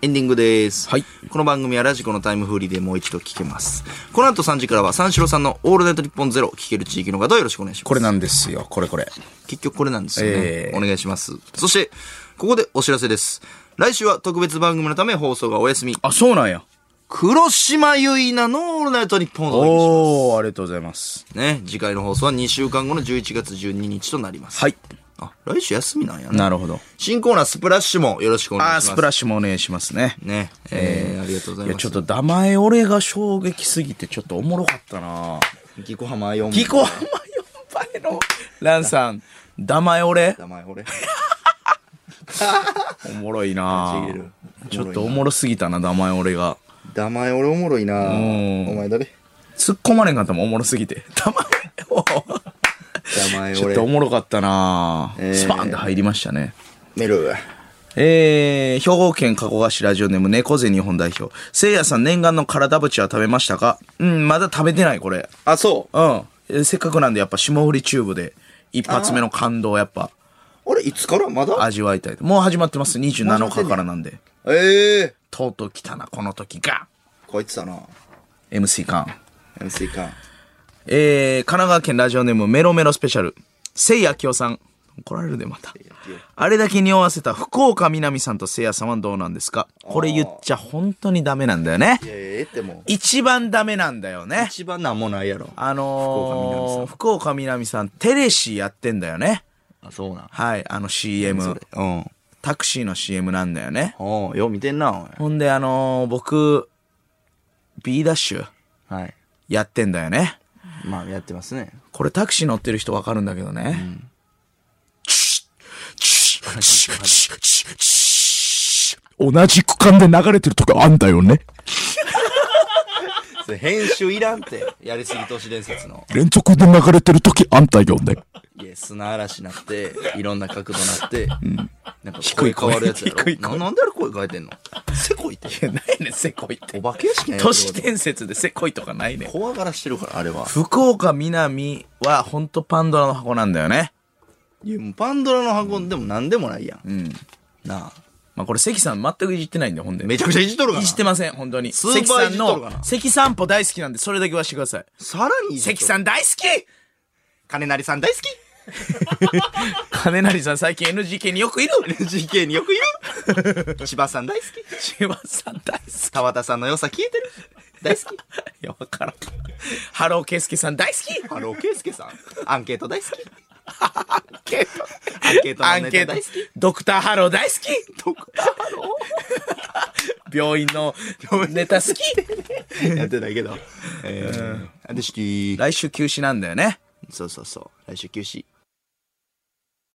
Speaker 1: エンディングです。
Speaker 2: はい
Speaker 1: この番組はラジコのタイムフリーでもう一度聞けます。この後3時からは三四郎さんのオールナイトニッポンゼロ聞ける地域の方よろしくお願いします。
Speaker 2: これなんですよ。これこれ。
Speaker 1: 結局これなんですよね。
Speaker 2: ええ
Speaker 1: お願いします。そして、ここでお知らせです。来週は特別番組のため放送がお休み。
Speaker 2: あ、そうなんや。
Speaker 1: 黒島結菜のオールナイトニッポンをお届けし
Speaker 2: おー、ありがとうございます。
Speaker 1: ますね。次回の放送は2週間後の11月12日となります。
Speaker 2: はい。
Speaker 1: あ、来週休みなんやね。
Speaker 2: なるほど。
Speaker 1: 新コーナースプラッシュもよろしくお願いし
Speaker 2: あ
Speaker 1: ま
Speaker 2: ー、
Speaker 1: す。
Speaker 2: スプラッ
Speaker 1: シ
Speaker 2: シュもお願いしますね。
Speaker 1: ュ。ね。えー、ありがとうござ
Speaker 2: い
Speaker 1: い
Speaker 2: や、
Speaker 1: ます。
Speaker 2: ちょっと、名前俺が衝撃すぎて、ちょっとおもろかったな
Speaker 1: ギコハマ4。
Speaker 2: ギコ浜4倍のランさん、名前俺
Speaker 1: 名前俺。
Speaker 2: おもろいな
Speaker 1: ちぎれる
Speaker 2: ちょっとおもろすぎたな、名前俺が。
Speaker 1: 名前俺おもろいなお
Speaker 2: ん
Speaker 1: 前誰
Speaker 2: 突っ込まれんかったもん、おもろすぎて。名
Speaker 1: 名前
Speaker 2: 前ちょっとおもろかったな
Speaker 1: えー
Speaker 2: スパンって入りましたね。
Speaker 1: メル。
Speaker 2: えー、兵庫県加古川市ラジオネーム猫背日本代表。せいやさん念願の体ぶちは食べましたかうん、まだ食べてないこれ。
Speaker 1: あ、そう。
Speaker 2: うん。えーせっかくなんでやっぱ霜降りチューブで一発目の感動をやっぱ
Speaker 1: あれ、いつからまだ
Speaker 2: 味わいたい。もう始まってます。27
Speaker 1: 始まってん
Speaker 2: 日
Speaker 1: ね
Speaker 2: からなんで。
Speaker 1: ええ
Speaker 2: とうとう来たな、この時が。
Speaker 1: こいつだな。
Speaker 2: MC 缶。
Speaker 1: MC か。
Speaker 2: えー、神奈川県ラジオネームメロメロスペシャル。せいやきおさん。怒られるで、また。あれだけ匂わせた福岡みなみさんとせいやさんはどうなんですかこれ言っちゃ本当にダメなんだよね。
Speaker 1: いやいや、ええってもう。
Speaker 2: 一番ダメなんだよね。
Speaker 1: 一番なんもないやろ。
Speaker 2: あのー、福岡みなみさん、テレシーやってんだよね。
Speaker 1: あ、そうなん。
Speaker 2: はい、あの CM。
Speaker 1: うん。
Speaker 2: タクシーの CM なんだよね。
Speaker 1: おうよう見てんな、おい。
Speaker 2: ほんで、あのー、僕、B ダッシュ
Speaker 1: はい。
Speaker 2: やってんだよね。
Speaker 1: まあ、やってますね。
Speaker 2: これタクシー乗ってる人わかるんだけどね。チュッチュッチュッチュッチュッチュッ
Speaker 4: 同じ区間で流れてる時あんだよね。
Speaker 1: それ編集いらんって。やりすぎ都市伝説の。
Speaker 4: 連続で流れてる時あんだよね。
Speaker 1: いや、砂嵐なって、いろんな角度なって、なんか声変わるやつやろ。
Speaker 2: 低い声
Speaker 1: ななんであれ声変えてんのせこいって。
Speaker 2: いや、ないねん、せこいって
Speaker 1: お。化け屋敷なんや
Speaker 2: 都市伝説でせこいとかないねん。
Speaker 1: 怖がらしてるから、あれは。
Speaker 2: 福岡みなみはほんとパンドラの箱なんだよね。
Speaker 1: いや、もうパンドラの箱でもなんでもないやん。なあ。
Speaker 2: まあこれ関さん全くいじってないんで、ほんで。
Speaker 1: めちゃくちゃいじっとるから
Speaker 2: い
Speaker 1: な。
Speaker 2: じってません、本当に。
Speaker 1: スーパーいじっとるかな
Speaker 2: 関さんの関散歩大好きなんで、それだけはしてください。
Speaker 1: さらにいじっとる
Speaker 2: 関さん大好き
Speaker 1: 金成さん大好き
Speaker 2: 金成さん最近 NGK によくいる
Speaker 1: NGK によ くいる千葉さん大好き
Speaker 2: 千葉さん大好き。
Speaker 1: 川田さんの良さ消えてる大好き
Speaker 2: いや、わからん。ハローケイスケさん大好き
Speaker 1: ハローケイスケさんアンケート大好き
Speaker 2: アンケー
Speaker 1: アンケート
Speaker 2: ト。ア
Speaker 1: の
Speaker 2: ン
Speaker 1: ネ
Speaker 2: ケ
Speaker 1: タ
Speaker 2: ート
Speaker 1: 大好き。
Speaker 2: ドクターハロー大好きドクターハロー 病院のネタ好き
Speaker 1: やってないけどえー、アンデシティ。
Speaker 2: 来週休止なんだよね。
Speaker 1: そうそうそう。来週休止。